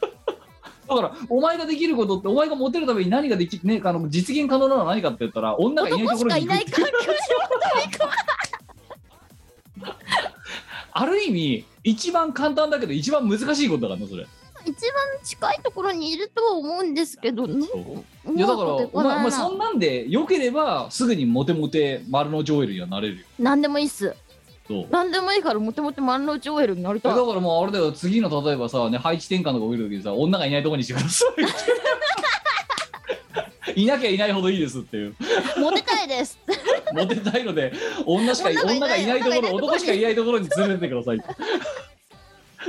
Speaker 3: だからお前ができることってお前がモテるために何ができ、ね、あの実現可能なのは何かって言ったら女がいないと
Speaker 4: 男
Speaker 3: こ
Speaker 4: し
Speaker 3: ろ
Speaker 4: か
Speaker 3: に
Speaker 4: い
Speaker 3: 行く
Speaker 4: な
Speaker 3: って
Speaker 4: い環境に
Speaker 3: ある意味一番簡単だけど一番難しいことだからなそれ
Speaker 4: 一番近いところにいるとは思うんですけどね
Speaker 3: いやだ
Speaker 4: う
Speaker 3: か
Speaker 4: ま
Speaker 3: ら
Speaker 4: くで
Speaker 3: お
Speaker 4: こな
Speaker 3: 前お
Speaker 4: いな
Speaker 3: 前そんなんでよければすぐにモテモテ丸の内オイルにはなれるよ
Speaker 4: 何でもいいっす
Speaker 3: そうえ
Speaker 4: 何でもいいからモテモテ丸の内 OL になりた
Speaker 3: だか
Speaker 4: い
Speaker 3: らもうあれだよ次の例えばさね配置転換とか起きる時にさ女がいないとこにしてくださ いいなきゃいないほどいいですっていう
Speaker 4: モテたいです
Speaker 3: モテたいので女しかい女
Speaker 4: 女
Speaker 3: が
Speaker 4: が
Speaker 3: い
Speaker 4: い
Speaker 3: な
Speaker 4: ない
Speaker 3: いところ
Speaker 4: 女が
Speaker 3: 男
Speaker 4: いないところに
Speaker 3: しかいないところに連れてってくださいって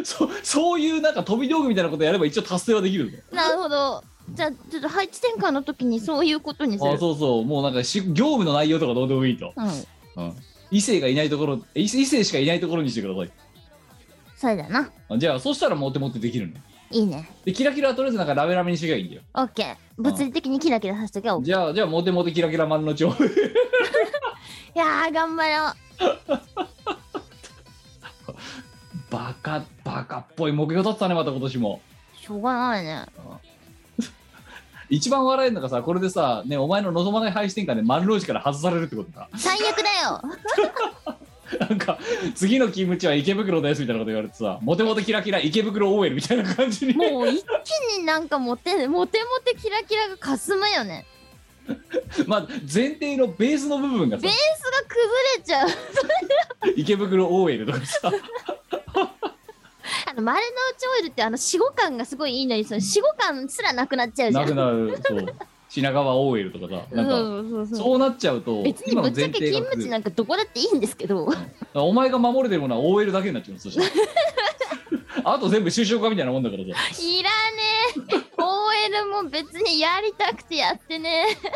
Speaker 3: そそう いうなんか飛び道具みたいなことやれば一応達成はできるんだよ
Speaker 4: なるほどじゃあちょっと配置転換の時にそういうことにする
Speaker 3: あそうそうもうなんかし業務の内容とかどうでもいいと、
Speaker 4: うん
Speaker 3: うん、異性がいないところ異性異性しかいないところにしてください
Speaker 4: それだな
Speaker 3: あじゃあそしたらモテモテできるね
Speaker 4: いいね
Speaker 3: でキラキラはとりあえずなんかラメラメにしときゃいいんだよ
Speaker 4: OK 物理的にキラキラさせときゃ OK
Speaker 3: じゃあじゃあモテモテキラキラ丸の内を
Speaker 4: いやー頑張ろ
Speaker 3: バカバカっぽい目標だったねまた今年も
Speaker 4: うしょうがないね
Speaker 3: 一番笑えるのがさこれでさ、ね、お前の望まない配置転換で丸の内から外されるってことか
Speaker 4: 最悪 だよ
Speaker 3: なんか次の勤務地は池袋ですみたいなこと言われてさモテモテキラキラ池袋 OL みたいな感じに
Speaker 4: もう一気になんかモテるモテモテキラキラがかすむよね
Speaker 3: まあ前提のベースの部分がさ
Speaker 4: ベースが崩れちゃう
Speaker 3: 池袋 OL とかさ
Speaker 4: あの丸の内オイルってあの死後感がすごいいいのにその死後感すらなくなっちゃうじゃ
Speaker 3: なんくなるそう品川 OL とかさなんか、
Speaker 4: うんそうそうそう
Speaker 3: そうなっちゃうと
Speaker 4: 別にぶっちゃけ勤務地
Speaker 3: る
Speaker 4: なんかどこだっていいんですけど
Speaker 3: お前が守れてるものは OL だけになっちゃうのそしたらあと全部就職家みたいなもんだからさ
Speaker 4: いらねえ OL も別にやりたくてやってねえ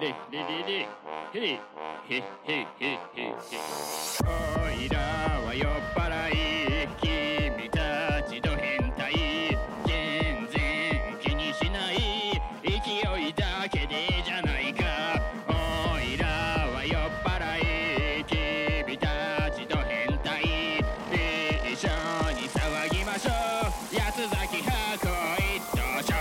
Speaker 5: レレレレヘイヘイヘイヘイヘイおいらは酔っ払い君たちと変態全然気にしない勢いだけでじゃないかおいらは酔っ払い君たちと変態一緒に騒ぎましょう安崎箱一等賞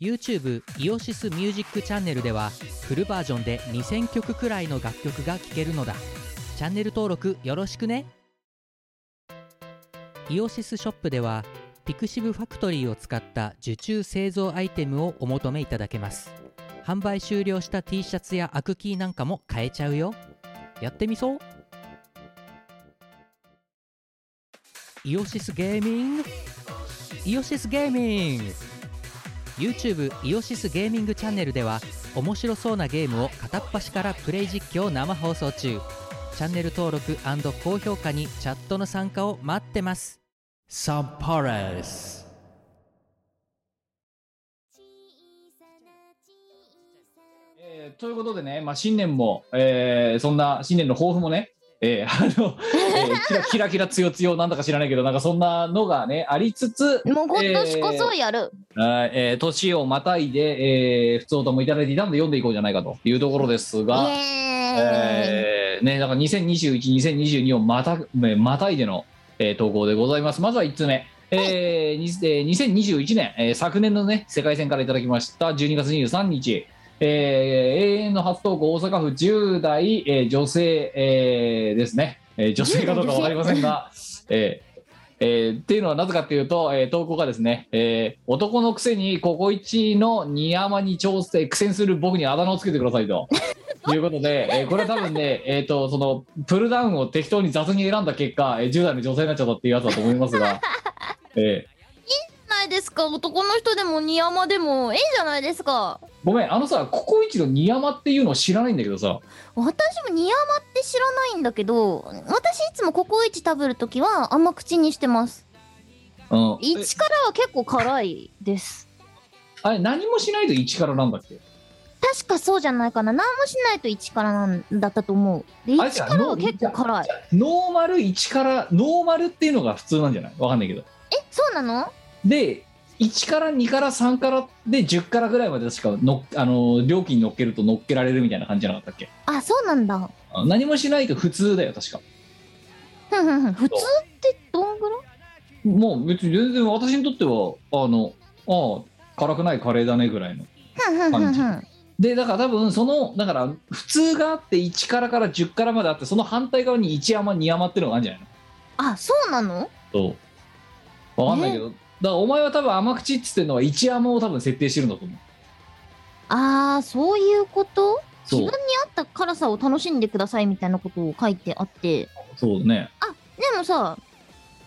Speaker 2: YouTube イオシスミュージックチャンネルではフルバージョンで2000曲くらいの楽曲が聴けるのだチャンネル登録よろしくねイオシスショップではピクシブファクトリーを使った受注製造アイテムをお求めいただけます販売終了した T シャツやアクキーなんかも買えちゃうよやってみそうイオシスゲーミングイオシスゲーミング YouTube イオシスゲーミングチャンネルでは面白そうなゲームを片っ端からプレイ実況生放送中チャンネル登録高評価にチャットの参加を待ってますサンパレス
Speaker 3: えーということでね、まあ、新年も、えーそんな新年の抱負もね、えーあのえーキラキラキラ強強なんだか知らないけどなんかそんなのがねありつつ、
Speaker 4: もう今年こそやる。
Speaker 3: はいえー年をまたいで、えー、普通おともいただいていたので読んでいこうじゃないかというところですが。
Speaker 4: イエーイ。
Speaker 3: えーね、だから2021、2022をまたえーまたいでの、えー投稿でございます。まずは1つ目。えーにえー2021年、えー昨年のね、世界戦からいただきました、12月23日、えー永遠の初投稿、大阪府10代、えー女性、えーですね、えー女性かどうか分かりませんが、えーえーっていうのはなぜかっていうと、えー投稿がですね、えー男のくせにここ一のニヤマに調整苦戦する僕にあだ名をつけてくださいということで、えーこれは多分ね、 えー、とそのプルダウンを適当に雑に選んだ結果、えー10代の女性になっちゃったっていうやつだと思います が、えー
Speaker 4: ないですか男の人でもニヤマでもいいじゃないですか
Speaker 3: ごめんあのさここ一のニヤマっていうのを知らないんだけどさ
Speaker 4: 私もニヤマって知らないんだけど私いつもココイチ食べるときはあんま口にしてます
Speaker 3: うん、え
Speaker 4: 1からは結構辛いです
Speaker 3: あれ何もしないと一からなんだっけ
Speaker 4: 確かそうじゃないかな何もしないと1からなんだったと思うで
Speaker 3: あれじ
Speaker 4: 1
Speaker 3: ゃん
Speaker 4: からは結構辛い
Speaker 3: ノーマル一からノーマルっていうのが普通なんじゃないわかんないけど
Speaker 4: えそうなの
Speaker 3: で1から2から3からで10からぐらいまで確かのあの料金乗っけると乗っけられるみたいな感じじゃなかったっけ
Speaker 4: あそうなんだ
Speaker 3: あ何もしないと普通だよ確か
Speaker 4: ふんふんふん普通ってどんぐらい
Speaker 3: もう別に全然私にとってはあのああ辛くないカレーだねぐらいの
Speaker 4: ふんふんふんふん
Speaker 3: でだから多分そのだから普通があって1からから10からまであってその反対側に1山2山っていうのがあるんじゃないの
Speaker 4: あそうなの
Speaker 3: そうわかんないけどだからお前は多分甘口っつってんのは1山を多分設定してるんだと思う
Speaker 4: あーそういうこと
Speaker 3: そう
Speaker 4: 自分に合った辛さを楽しんでくださいみたいなことを書いてあって
Speaker 3: そうだね
Speaker 4: でもさ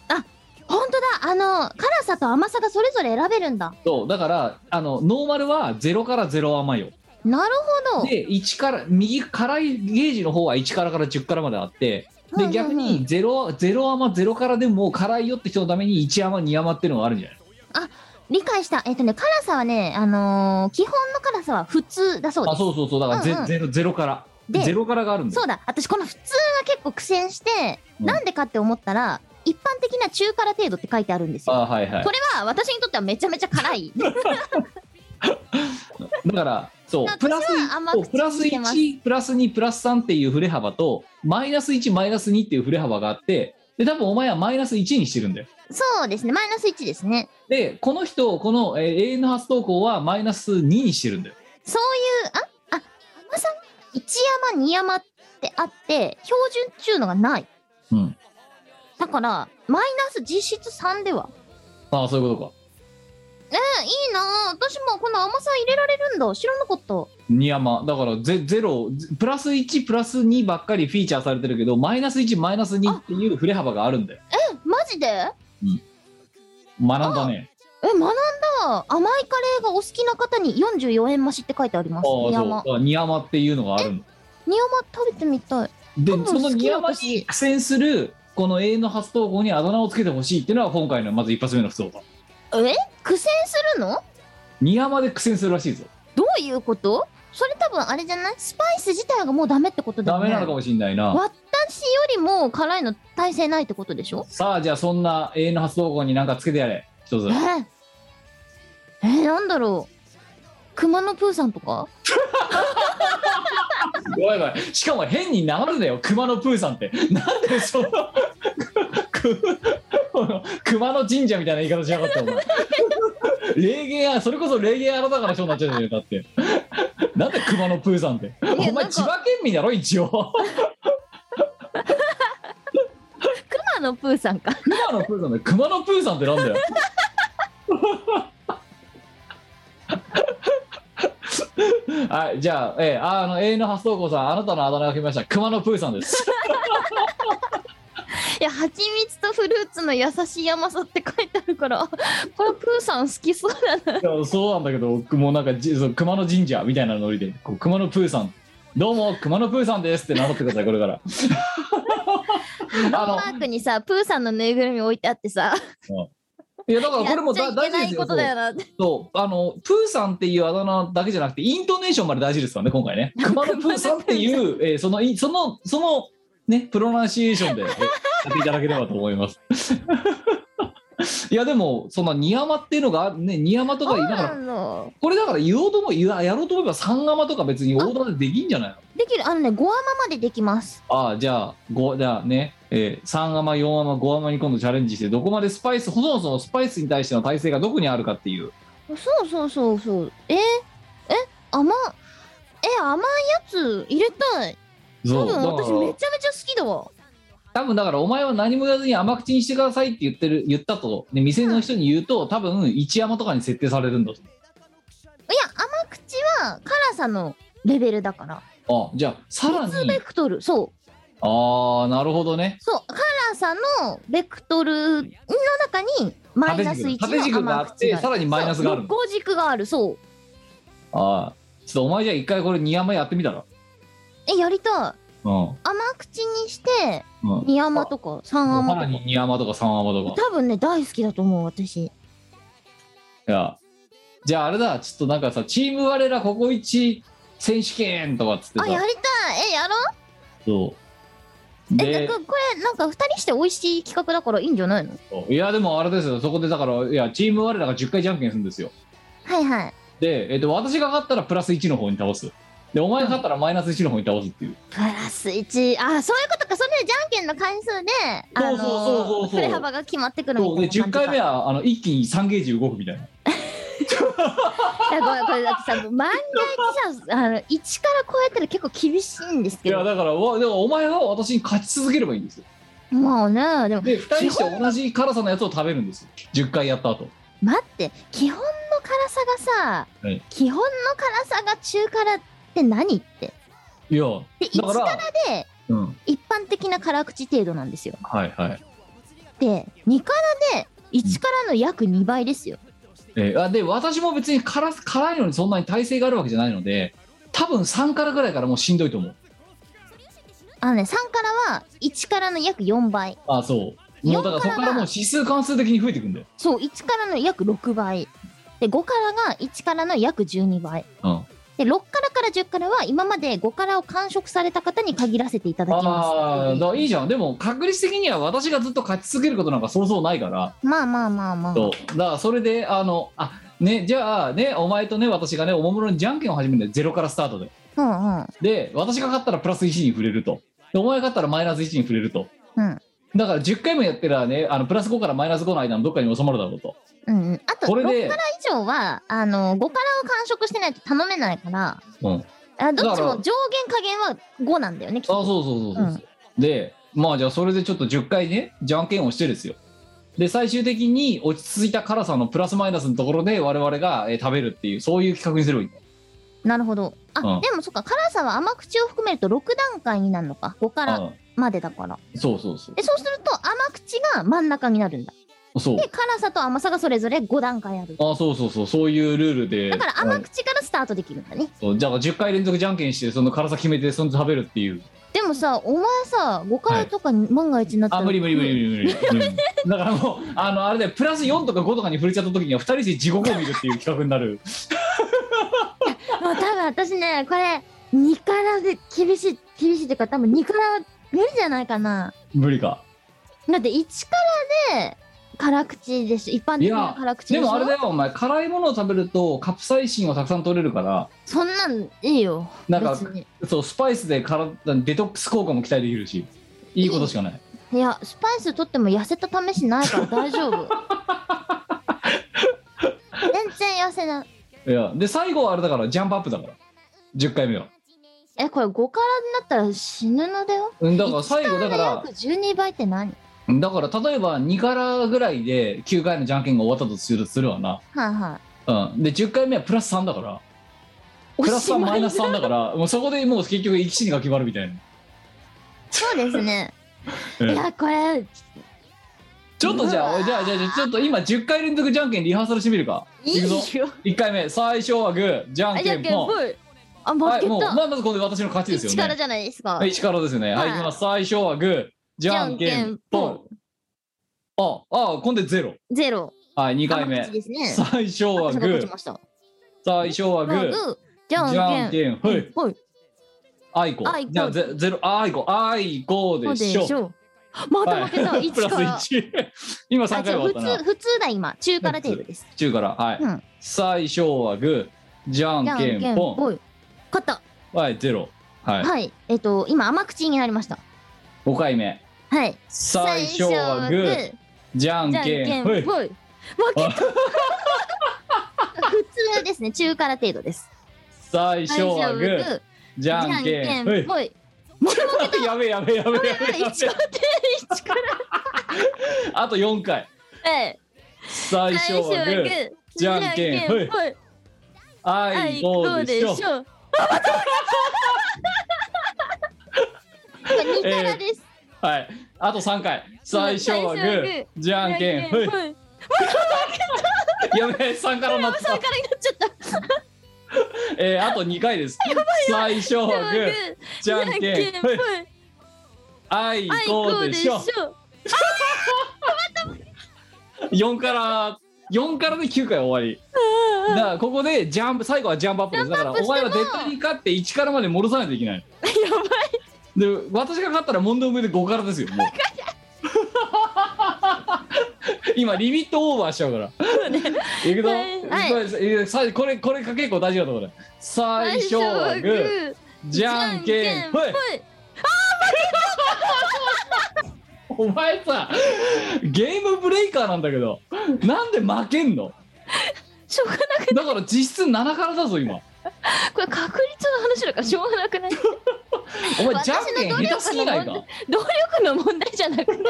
Speaker 4: あ本当だあの辛さと甘さがそれぞれ選べるんだ
Speaker 3: そうだからあのノーマルは0から0甘いよ
Speaker 4: なるほど
Speaker 3: で一から右辛いゲージの方は1からから10からまであって
Speaker 4: う
Speaker 3: で
Speaker 4: ん
Speaker 3: 逆
Speaker 4: うんうん
Speaker 3: にゼロゼロ甘ゼロからでも辛いよって人のために1甘2甘っていうのがあるんじゃない
Speaker 4: 理解したえっとね辛さはねあのー基本の辛さは普通だそうで
Speaker 3: あ
Speaker 4: す
Speaker 3: そうそうそうだからゼ,、
Speaker 4: うんうん
Speaker 3: ゼロゼロから
Speaker 4: で
Speaker 3: ゼロからがあるんだよ
Speaker 4: そうだ私この普通が結構苦戦して、
Speaker 3: うん
Speaker 4: なんでかって思ったら一般的な中辛程度って書いてあるんですよ
Speaker 3: あはいはい
Speaker 4: これは私にとってはめちゃめちゃ辛 い
Speaker 3: だからそう
Speaker 4: 私は
Speaker 3: プラス
Speaker 4: 甘
Speaker 3: そう
Speaker 4: 口
Speaker 3: プラス
Speaker 4: にしてます
Speaker 3: 1プラス2プラス3っていう振れ幅とマイナス1マイナス2っていう振れ幅があってで多分お前はマイナス1にしてるんだよ
Speaker 4: そうですねマイナス1ですね
Speaker 3: でこの人この、えー永遠の初投稿はマイナス2にしてるんだよ
Speaker 4: そういうああ甘さ一山二山ってあって標準っちゅうのがない
Speaker 3: うん
Speaker 4: だからマイナス実質3では
Speaker 3: ああそういうことか
Speaker 4: えいいなあ私もこの甘さ入れられるんだ知らなかった
Speaker 3: 二山だからゼゼロゼプラス1プラス2ばっかりフィーチャーされてるけどマイナス1マイナス2っていう振れ幅があるんだよ
Speaker 4: マジでえ
Speaker 3: 学んだね
Speaker 4: 学んだ甘いカレーがお好きな方に44円増しって書いてあり
Speaker 3: ああ
Speaker 4: ます
Speaker 3: そう
Speaker 4: 二
Speaker 3: だか
Speaker 4: 山
Speaker 3: ら二山っていうのがあるんだ
Speaker 4: 二山食べてみたい
Speaker 3: で
Speaker 4: 多分
Speaker 3: その二山
Speaker 4: 好きな
Speaker 3: に苦戦するこの永遠の初投稿にあだ名をつけてほしいっていうのは今回のまず一発目の不登場
Speaker 4: え苦戦するの
Speaker 3: 宮まで苦戦するらしいぞ
Speaker 4: どういうことそれ多分あれじゃないスパイス自体がもうダメってことだ
Speaker 3: ダ
Speaker 4: よね
Speaker 3: メなのかもしんないな
Speaker 4: 私よりも辛いの耐性ないってことでしょ
Speaker 3: さあじゃあそんな永遠の発動後に何かつけてやれ一つ
Speaker 4: えー、えー、なんだろう熊野プーさんとか
Speaker 3: ごめんごめんしかも変に流れだよ熊野プーさんってなんでそのくく熊野神社みたいな言い方しやがったお前霊芸やそれこそ霊芸新たかな人になっちゃうじゃんだってなんで熊野プーさんってお
Speaker 4: やなん
Speaker 3: 前
Speaker 4: か
Speaker 3: 千葉県民だろ一応
Speaker 4: 熊野プーさんか
Speaker 3: 熊野プーさんだよ熊野プーさんってなんだよはいじゃあ、ええあの永遠の初投稿さんあなたのあだ名が来ました熊野プーさんです
Speaker 4: いや蜂蜜とフルーツの優しい甘さって書いてあるから あこれプーさん好きそうだない
Speaker 3: やそうなんだけどもうなんかじそう熊野神社みたいなノリでこう熊野プーさんどうも熊野プーさんですって名乗ってくださいこれからあの
Speaker 4: マークにさプーさんのぬいぐるみ置いてあってさ
Speaker 3: いやだから
Speaker 4: やっ
Speaker 3: これも
Speaker 4: ちゃ
Speaker 3: だ
Speaker 4: い
Speaker 3: 大事
Speaker 4: けな
Speaker 3: で
Speaker 4: い
Speaker 3: す
Speaker 4: こ
Speaker 3: よ
Speaker 4: とだよなって
Speaker 3: そうあのプーさんっていうあだ名だけじゃなくてイントネーションまで大事ですからね今回ね熊野プーさんっていう、えーそのいそのそのねプロナンシエーションでえーやっていただければと思いますいやでもそのニヤマっていうのがあねニヤマとか言いなが
Speaker 4: あ
Speaker 3: ら
Speaker 4: の
Speaker 3: これだから言おうとも言わやろうと思えば三ンガマとか別にオーダーでできんじゃないの
Speaker 4: できるあのねご甘までできます
Speaker 3: ああじゃあごじゃあね、えー、3アマ4アマ5アマに今度チャレンジしてどこまでスパイスそもそもスパイスに対しての耐性がどこにあるかっていう
Speaker 4: そうそうそうそうええ甘え甘いやつ入れたい
Speaker 3: そ
Speaker 4: 多
Speaker 3: うだ
Speaker 4: 分
Speaker 3: から
Speaker 4: 私めちゃめちゃ好きだわ
Speaker 3: 多分だからお前は何も言わずに甘口にしてくださいって言ってる言ったと、ね、店の人に言うと多分1アマとかに設定されるんだと
Speaker 4: いや甘口は辛さのレベルだから
Speaker 3: あじゃあさら
Speaker 4: 別ベ
Speaker 3: に
Speaker 4: クトルそう
Speaker 3: ああなるほどね
Speaker 4: そう辛さのベクトルの中にマイナス
Speaker 3: 縦
Speaker 4: 1
Speaker 3: 軸縦軸
Speaker 4: の
Speaker 3: があ
Speaker 4: 甘
Speaker 3: っ
Speaker 4: 口
Speaker 3: て
Speaker 4: がある
Speaker 3: さらにマイナスがあるの
Speaker 4: そう横軸があるそう
Speaker 3: ああちょっとお前じゃあ一回これ2アマやってみたら
Speaker 4: えやりたい
Speaker 3: うんうん
Speaker 4: 甘口にして
Speaker 3: も
Speaker 4: 2甘とか3
Speaker 3: うさ
Speaker 4: 甘
Speaker 3: らに2アマとか3アマとか
Speaker 4: 多分ね大好きだと思う私
Speaker 3: いや、じゃああれだ、ちょっとなんかさ、チーム我らここ一選手権とかっつって
Speaker 4: あや
Speaker 3: さ、
Speaker 4: りたいえやろう
Speaker 3: そう。
Speaker 4: えなん
Speaker 3: で
Speaker 4: か、これなんか2人して美味しい企画だからいいんじゃないの
Speaker 3: いや、でもあれですよ、そこでだから、いや、チーム我らが10回じゃんけんするんですよ。
Speaker 4: はいはい
Speaker 3: で、えっと、私が勝ったらプラス1の方に倒す。で、お前が勝ったらマイナス1の方に倒すっていう。
Speaker 4: プラス1あそういうことかそれでじゃんけんの回数であ
Speaker 3: そうそ
Speaker 4: の
Speaker 3: うそうそう
Speaker 4: 振れ幅が決まってくるみ
Speaker 3: そう
Speaker 4: たい
Speaker 3: で、
Speaker 4: な感じか
Speaker 3: 10回目はあの一気に3ゲージ動くみたいな。
Speaker 4: いやごめんこれだってさ万が一さあの1から超えたら結構厳しいんです
Speaker 3: い
Speaker 4: け
Speaker 3: や、
Speaker 4: ど
Speaker 3: だから、わでもお前は私に勝ち続ければいいんですよ。
Speaker 4: まあねでも
Speaker 3: で、2人して同じ辛さのやつを食べるんですよ。10回やった後。
Speaker 4: 待って基本の辛さがさ、
Speaker 3: はい
Speaker 4: 基本の辛さが中辛って何って
Speaker 3: いや、
Speaker 4: で1
Speaker 3: だから、
Speaker 4: 辛で
Speaker 3: うん、
Speaker 4: 一般的な辛口程度なんですよ
Speaker 3: はいはい。
Speaker 4: で2辛で1辛の約2倍ですよ
Speaker 3: えーあで私も別に辛す辛いのにそんなに耐性があるわけじゃないので多分3からぐらいからもうしんどいと思う
Speaker 4: あのね3辛は1辛の約4倍
Speaker 3: あそうもうだからそ
Speaker 4: 4から
Speaker 3: こからもう指数関数的に増えていくんだよ、
Speaker 4: そう1辛の約6倍で5辛が1辛の約12倍
Speaker 3: うん、
Speaker 4: で6からから10からは今まで5からを完食された方に限らせていただき
Speaker 3: ああ
Speaker 4: ま
Speaker 3: だからいいじゃんでも確率的には私がずっと勝ち続けることなんかそうそうないから、
Speaker 4: す。まあまあまあまあ。
Speaker 3: そうだからそれであのあねじゃあねお前とね私がねおもむろにじゃんけんを始めるんだよゼロからスタートで
Speaker 4: うんうん。
Speaker 3: で私が勝ったらプラス1に触れるとでお前が勝ったらマイナス1に触れると、
Speaker 4: うん
Speaker 3: だから10回もやってたらねあのプラス5からマイナス5の間のどっかに収まるだろうと
Speaker 4: うんうん、あと
Speaker 3: これ
Speaker 4: 6
Speaker 3: で
Speaker 4: から以上はあの5からを完食してないと頼めないから
Speaker 3: うん
Speaker 4: あどっち
Speaker 3: だから
Speaker 4: も上限加減は5なんだよねきっ
Speaker 3: あ
Speaker 4: と
Speaker 3: そうそうそうそうそう、でまあじゃあそれでちょっと10回ねじゃんけんをしてですよで最終的に落ち着いた辛さのプラスマイナスのところで我々が、えー食べるっていうそういう企画にすればいいんだ
Speaker 4: なるほどあ、
Speaker 3: うん
Speaker 4: でもそっか辛さは甘口を含めると6段階になるのか5から
Speaker 3: う
Speaker 4: までだから
Speaker 3: んそうそうそ
Speaker 4: でそうすると甘口が真ん中になるんだ
Speaker 3: うそう
Speaker 4: で辛さと甘さがそれぞれ5段階ある
Speaker 3: あそうそうそうそういうルールで
Speaker 4: だから
Speaker 3: う
Speaker 4: 甘
Speaker 3: ん
Speaker 4: 口からスタートできるんだね
Speaker 3: そうだから10回連続じゃんけんしてその辛さ決めてその食べるっていう
Speaker 4: でもさお前さ5からとかに万が一になった
Speaker 3: あ
Speaker 4: ら、
Speaker 3: 無理無理無理無理無理無理だからもうあのあれでプラス4とか5とかに触れちゃった時には2人で地獄を見るっていう企画になる
Speaker 4: もう多分私ねこれ2からで厳しい厳しいっていうか多分2から無理じゃないかな
Speaker 3: 無理か
Speaker 4: だって1からで辛口でしょ一般的
Speaker 3: いや
Speaker 4: な辛口で
Speaker 3: で
Speaker 4: しょ
Speaker 3: もあれだよお前辛いものを食べるとカプサイシンをたくさん取れるから
Speaker 4: そんなんいいよ
Speaker 3: なんか
Speaker 4: 別に
Speaker 3: そうスパイスでからデトックス効果も期待できるしいいことしかない
Speaker 4: いやスパイス取っても痩せた試しないから大 丈夫全然痩せない
Speaker 3: いやで最後はあれだからジャンプアップだから10回目は
Speaker 4: えこれ5からになったら死ぬのだよ
Speaker 3: うんだから最後だから
Speaker 4: 約12倍って何
Speaker 3: だから例えば2からぐらいで9回のじゃんけんが終わったとするするわな、
Speaker 4: はいは
Speaker 3: うん、で10回目はプラス3だから
Speaker 4: い
Speaker 3: プラス3
Speaker 4: おし
Speaker 3: マ
Speaker 4: まい
Speaker 3: イナス3だからもうそこでもう結局生き死にが決まるみたいな、
Speaker 4: そうですねい
Speaker 3: ええ
Speaker 4: やこれ
Speaker 3: ちょっとじゃ
Speaker 4: う
Speaker 3: あ
Speaker 4: わ
Speaker 3: じゃあじゃあじゃあちょっと今10回連続じゃんけんリハーサルしてみるか
Speaker 4: い
Speaker 3: いくぞ
Speaker 4: いよ
Speaker 3: 1回目最初はグーじゃん
Speaker 4: あじ
Speaker 3: け
Speaker 4: ゃあ
Speaker 3: ん
Speaker 4: けん
Speaker 3: ポン
Speaker 4: ぽいあ
Speaker 3: は
Speaker 4: 負
Speaker 3: い
Speaker 4: け
Speaker 3: もう
Speaker 4: た、
Speaker 3: まあまずこれ私の勝ちです
Speaker 4: 一
Speaker 3: よ
Speaker 4: から
Speaker 3: ね
Speaker 4: じゃないですか
Speaker 3: はい一からですよねはい
Speaker 4: はい
Speaker 3: いきます最初はグーじゃんけんポンああ今度ゼロ
Speaker 4: ゼロ
Speaker 3: はい2回
Speaker 4: あ
Speaker 3: 目
Speaker 4: 勝ちですね
Speaker 3: 最初はグ
Speaker 4: 私が勝ち
Speaker 3: ー
Speaker 4: ました
Speaker 3: 最初はグ
Speaker 4: まあ
Speaker 3: ー
Speaker 4: グーじ
Speaker 3: じ
Speaker 4: ゃ
Speaker 3: ゃ
Speaker 4: ん
Speaker 3: ん
Speaker 4: けん
Speaker 3: けんほい
Speaker 4: ぽい
Speaker 3: あいこ
Speaker 4: あいこ
Speaker 3: じゃあゼゼロあいこあいこ
Speaker 4: そう
Speaker 3: で
Speaker 4: で
Speaker 3: しょ
Speaker 4: しょまた負けた
Speaker 3: はいプ
Speaker 4: 一
Speaker 3: ラス
Speaker 4: から
Speaker 3: 1 今3
Speaker 4: あ
Speaker 3: 回
Speaker 4: じゃ
Speaker 3: 終
Speaker 4: あ
Speaker 3: わった
Speaker 4: 普
Speaker 3: な
Speaker 4: 通普通だ今中からテープです
Speaker 3: 中からはい、
Speaker 4: うん
Speaker 3: 最初はグーじゃん
Speaker 4: じゃん
Speaker 3: け
Speaker 4: け
Speaker 3: ん
Speaker 4: ん
Speaker 3: ポ
Speaker 4: ぽい勝った
Speaker 3: ンはいゼロはい、
Speaker 4: はいえっと今甘口になりました
Speaker 3: 5回目
Speaker 4: はい
Speaker 3: 最初はグーじゃん
Speaker 4: じゃん
Speaker 3: けん
Speaker 4: けん
Speaker 3: ほ
Speaker 4: ぽい
Speaker 3: い
Speaker 4: 負けた 普通ですね中から程度です
Speaker 3: 最初はグ
Speaker 4: 最初
Speaker 3: ーじゃん
Speaker 4: じ
Speaker 3: け
Speaker 4: ゃ
Speaker 3: ん
Speaker 4: ん
Speaker 3: ほ
Speaker 4: け
Speaker 3: い
Speaker 4: ん ぽい
Speaker 3: やべえやべえやべえやべえや
Speaker 4: 一
Speaker 3: べえ
Speaker 4: から一から
Speaker 3: あと4回
Speaker 4: ええ
Speaker 3: 最初はグ
Speaker 4: 最初
Speaker 3: ー
Speaker 4: はグー
Speaker 3: じゃんけんほい
Speaker 4: ほい
Speaker 3: あ
Speaker 4: はいいこ
Speaker 3: こ
Speaker 4: う
Speaker 3: で
Speaker 4: で
Speaker 3: し
Speaker 4: し
Speaker 3: ょ
Speaker 4: ょ これ二からです
Speaker 3: はいあと3回最初はグ
Speaker 4: 最初はグー
Speaker 3: ーじゃんけんほい
Speaker 4: じゃんけん
Speaker 3: やべえ3からなった
Speaker 4: 三からになっちゃった
Speaker 3: えー、あと2回です。最初はグー、じゃんけん、
Speaker 4: ぽい
Speaker 3: あい
Speaker 4: あい
Speaker 3: こ
Speaker 4: こ
Speaker 3: う
Speaker 4: う
Speaker 3: で
Speaker 4: で
Speaker 3: し
Speaker 4: し
Speaker 3: ょ
Speaker 4: ょ。
Speaker 3: 4から、4からで9回終わり。だからここでジャンプ、最後はジャンプアップです。だから
Speaker 4: ジャン
Speaker 3: お
Speaker 4: プ
Speaker 3: 前
Speaker 4: アッ
Speaker 3: は
Speaker 4: プしても
Speaker 3: 絶対に勝って1からまで戻さないといけない。で、私が勝ったら問答無で5からですよ、も う。今リミットオーバーしちゃうから。いくぞ、
Speaker 4: はい
Speaker 3: これさこれこれ結構大事なところだ。最初はグー、じゃんけん、ほい。お前さゲームブレイカーなんだけどなんで負けんの
Speaker 4: しょうが
Speaker 3: だ
Speaker 4: な
Speaker 3: から実質7からだぞ今
Speaker 4: いこれ確率の話だからしょうがなくない
Speaker 3: お前
Speaker 4: 私
Speaker 3: じゃん
Speaker 4: の
Speaker 3: けん下手すぎないか
Speaker 4: 努動力の問題じゃなくて待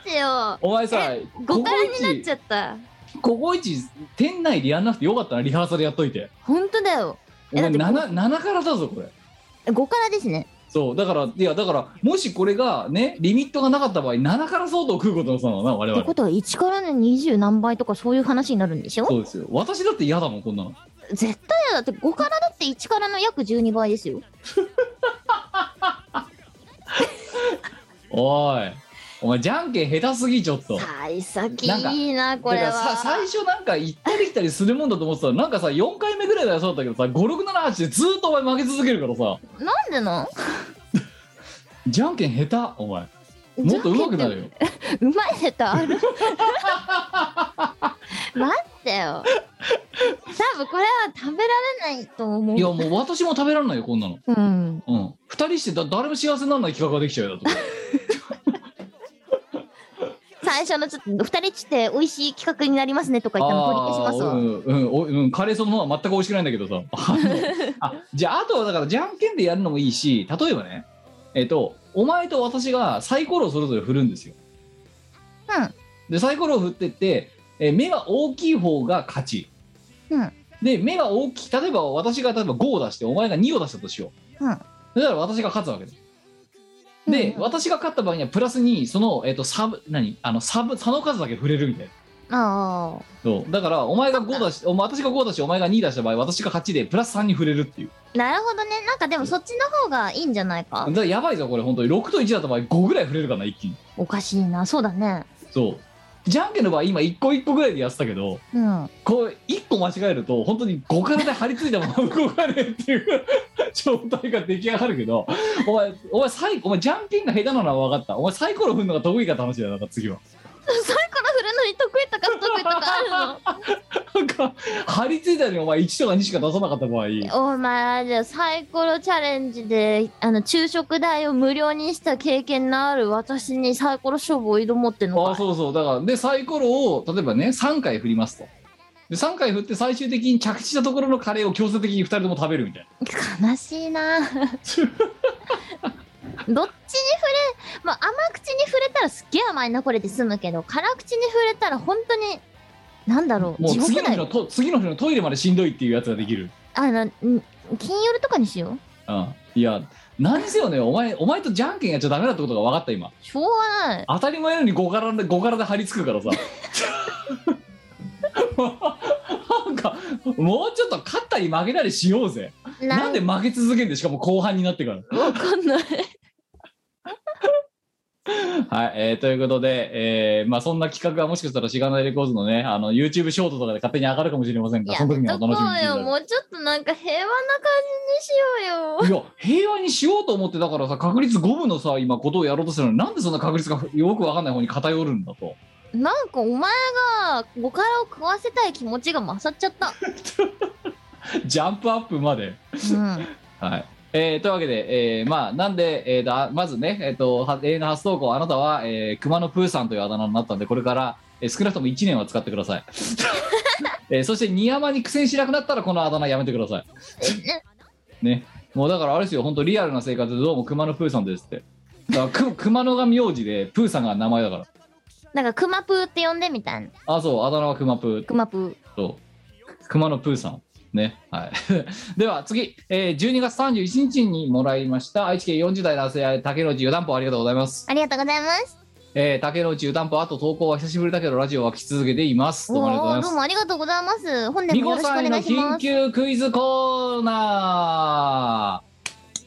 Speaker 4: ってよ
Speaker 3: お前さ
Speaker 4: 五回になっちゃった
Speaker 3: ここ一店内でやんなくてよかったなリハーサルやっといて
Speaker 4: 本当だよ
Speaker 3: お前
Speaker 4: えだって
Speaker 3: 7, 7からだぞこれ
Speaker 4: 5からですね
Speaker 3: そうだからいやだからもしこれがねリミットがなかった場合7から相当食うことのさなのな我
Speaker 4: って
Speaker 3: 々
Speaker 4: ことは1からの20何倍とかそういう話になるんでしょ
Speaker 3: そうですよ私だって嫌だもんこんなの
Speaker 4: 絶対やだって5からだって1からの約12倍ですよ
Speaker 3: おいお前じゃんけん下手すぎちょっと
Speaker 4: 幸先いいなこれ
Speaker 3: だからさ最
Speaker 4: は
Speaker 3: 初なんか行ったり来たりするもんだと思ってたらなんかさ4回目ぐらいだよそうだったけどさ5678でずーっとお前負け続けるからさ
Speaker 4: なんでなん
Speaker 3: じゃんけん下手お前もっと上手くなるよ
Speaker 4: うまいネタある 待ってよ多分これは食べられないと思う
Speaker 3: いやもう私も食べられないよこんなの
Speaker 4: うん
Speaker 3: うん2人してだ誰も幸せにならない企画ができちゃうよだと
Speaker 4: 最初のちょっと2人して美味しい企画になりますねとか言ったの取り消します
Speaker 3: あーう
Speaker 4: わ
Speaker 3: んうんおうんカレーそのものは全く美味しくないんだけど さあのあじゃああとはだからじゃんけんでやるのもいいし例えばねえっとお前と私がサイコロをそれぞれ振るんですよ
Speaker 4: うん
Speaker 3: でサイコロを振ってって、えー目が大きい方が勝ち、
Speaker 4: うん
Speaker 3: で目が大きい例えば私が例えば5を出してお前が2を出したとしよう、
Speaker 4: うん
Speaker 3: だから私が勝つわけですで、
Speaker 4: うん
Speaker 3: 私が勝った場合にはプラスにその、えー、とサブ何あのサブ差の数だけ振れるみたいな
Speaker 4: あ
Speaker 3: そうだからお前が5出しお前私が5出してお前が2出した場合私が8でプラス3に触れるっていう
Speaker 4: あなるほどねなんかでもそっちの方がいいんじゃないか
Speaker 3: だからやばいぞこれ本当に6と1だった場合5ぐらい触れるかな一気に
Speaker 4: おかしいなそうだね
Speaker 3: そうじゃんけんの場合今1個1個ぐらいでやってたけど
Speaker 4: うん
Speaker 3: こう1個間違えると本当に5からで張り付いたまま動かねえっていう 状態が出来上がるけどお前お前サイお前じゃんけんが下手なのは分かったお前サイコロ振るのが得意か楽しいだよだから次は
Speaker 4: サイコロ振るのに得意とか不得意とかあ
Speaker 3: なんか張り付いたのにお前1とか2しか出さなかった場合
Speaker 4: るのお前じゃあサイコロチャレンジであの昼食代を無料にした経験のある私にサイコロ勝負を挑もうってんの
Speaker 3: あ
Speaker 4: か
Speaker 3: あそうそうだからでサイコロを例えばね3回振りますとで3回振って最終的に着地したところのカレーを強制的に2人とも食べるみたい
Speaker 4: 悲し いなどっちに触れまあ甘口に触れたらすっげえ甘いなこれで済むけど辛口に触れたら本当になんだろう
Speaker 3: なもう
Speaker 4: 地獄
Speaker 3: 次の
Speaker 4: だ
Speaker 3: 日の
Speaker 4: よ
Speaker 3: と次の日のトイレまでしんどいっていうやつができる、
Speaker 4: あのん金夜とかにしよ
Speaker 3: う
Speaker 4: う
Speaker 3: ん、いや何せよねお前お前とじゃんけんやっちゃダメだってことが分かった今
Speaker 4: しょうが ない
Speaker 3: 当たり前のように5からで5からで張り付くからさ なんかもうちょっと勝ったり負けたりしようぜなんで負け続けんでしかも後半になってから
Speaker 4: わかんない
Speaker 3: はい、えーということで、えーまあ、そんな企画がもしかしたらしがないレコーズのね、あの、YouTube ショートとかで勝手に上がるかもしれませんが、
Speaker 4: や
Speaker 3: その時
Speaker 4: め
Speaker 3: には
Speaker 4: と
Speaker 3: お
Speaker 4: こ
Speaker 3: 楽しみにして
Speaker 4: う
Speaker 3: くだ
Speaker 4: よもうちょっとなんか平和な感じにしようよ
Speaker 3: さい。いや、平和にしようと思って、だからさ、確率5分のさ、今、ことをやろうとするのに、なんでそんな確率がよくわかんない方に偏るんだと。
Speaker 4: なんかお前がおからを食わせたい気持ちが勝っちゃった、
Speaker 3: ジャンプアップまで。
Speaker 4: うん、
Speaker 3: はい。えーというわけで、えーまあ、なんで、えーとあまずね、えっ、と、は永遠の初投稿、あなたは、えー、熊野プーさんというあだ名になったんで、これから、えー少なくとも1年は使ってください。えーそして、ニヤマに苦戦しなくなったら、このあだ名やめてください。
Speaker 4: ね
Speaker 3: ね、もうだからあれですよ、本当リアルな生活でどうも熊野プーさんですって。だからく熊野が名字で、プーさんが名前だから。
Speaker 4: なんかクマプーって呼んでみたいな
Speaker 3: あ、そう、あだ名は熊プー。
Speaker 4: クマプー
Speaker 3: そう熊野プーさん。ね。はい。 では次、えー、12月31日にもらいました、愛知県40代男性、竹野内湯たんぽありがとうございます。
Speaker 4: ありがとうございます
Speaker 3: えー、竹野内湯たんぽ、あと投稿は久しぶりだけど、ラジオは聞き続けています。どうもありがとうござい
Speaker 4: おーど
Speaker 3: ま
Speaker 4: う
Speaker 3: す。
Speaker 4: もありがとうございます。本年
Speaker 3: み
Speaker 4: も
Speaker 3: こ
Speaker 4: よろし
Speaker 3: さ
Speaker 4: くお
Speaker 3: んへの
Speaker 4: 願いし
Speaker 3: 緊
Speaker 4: ます。
Speaker 3: 急クイズコーナ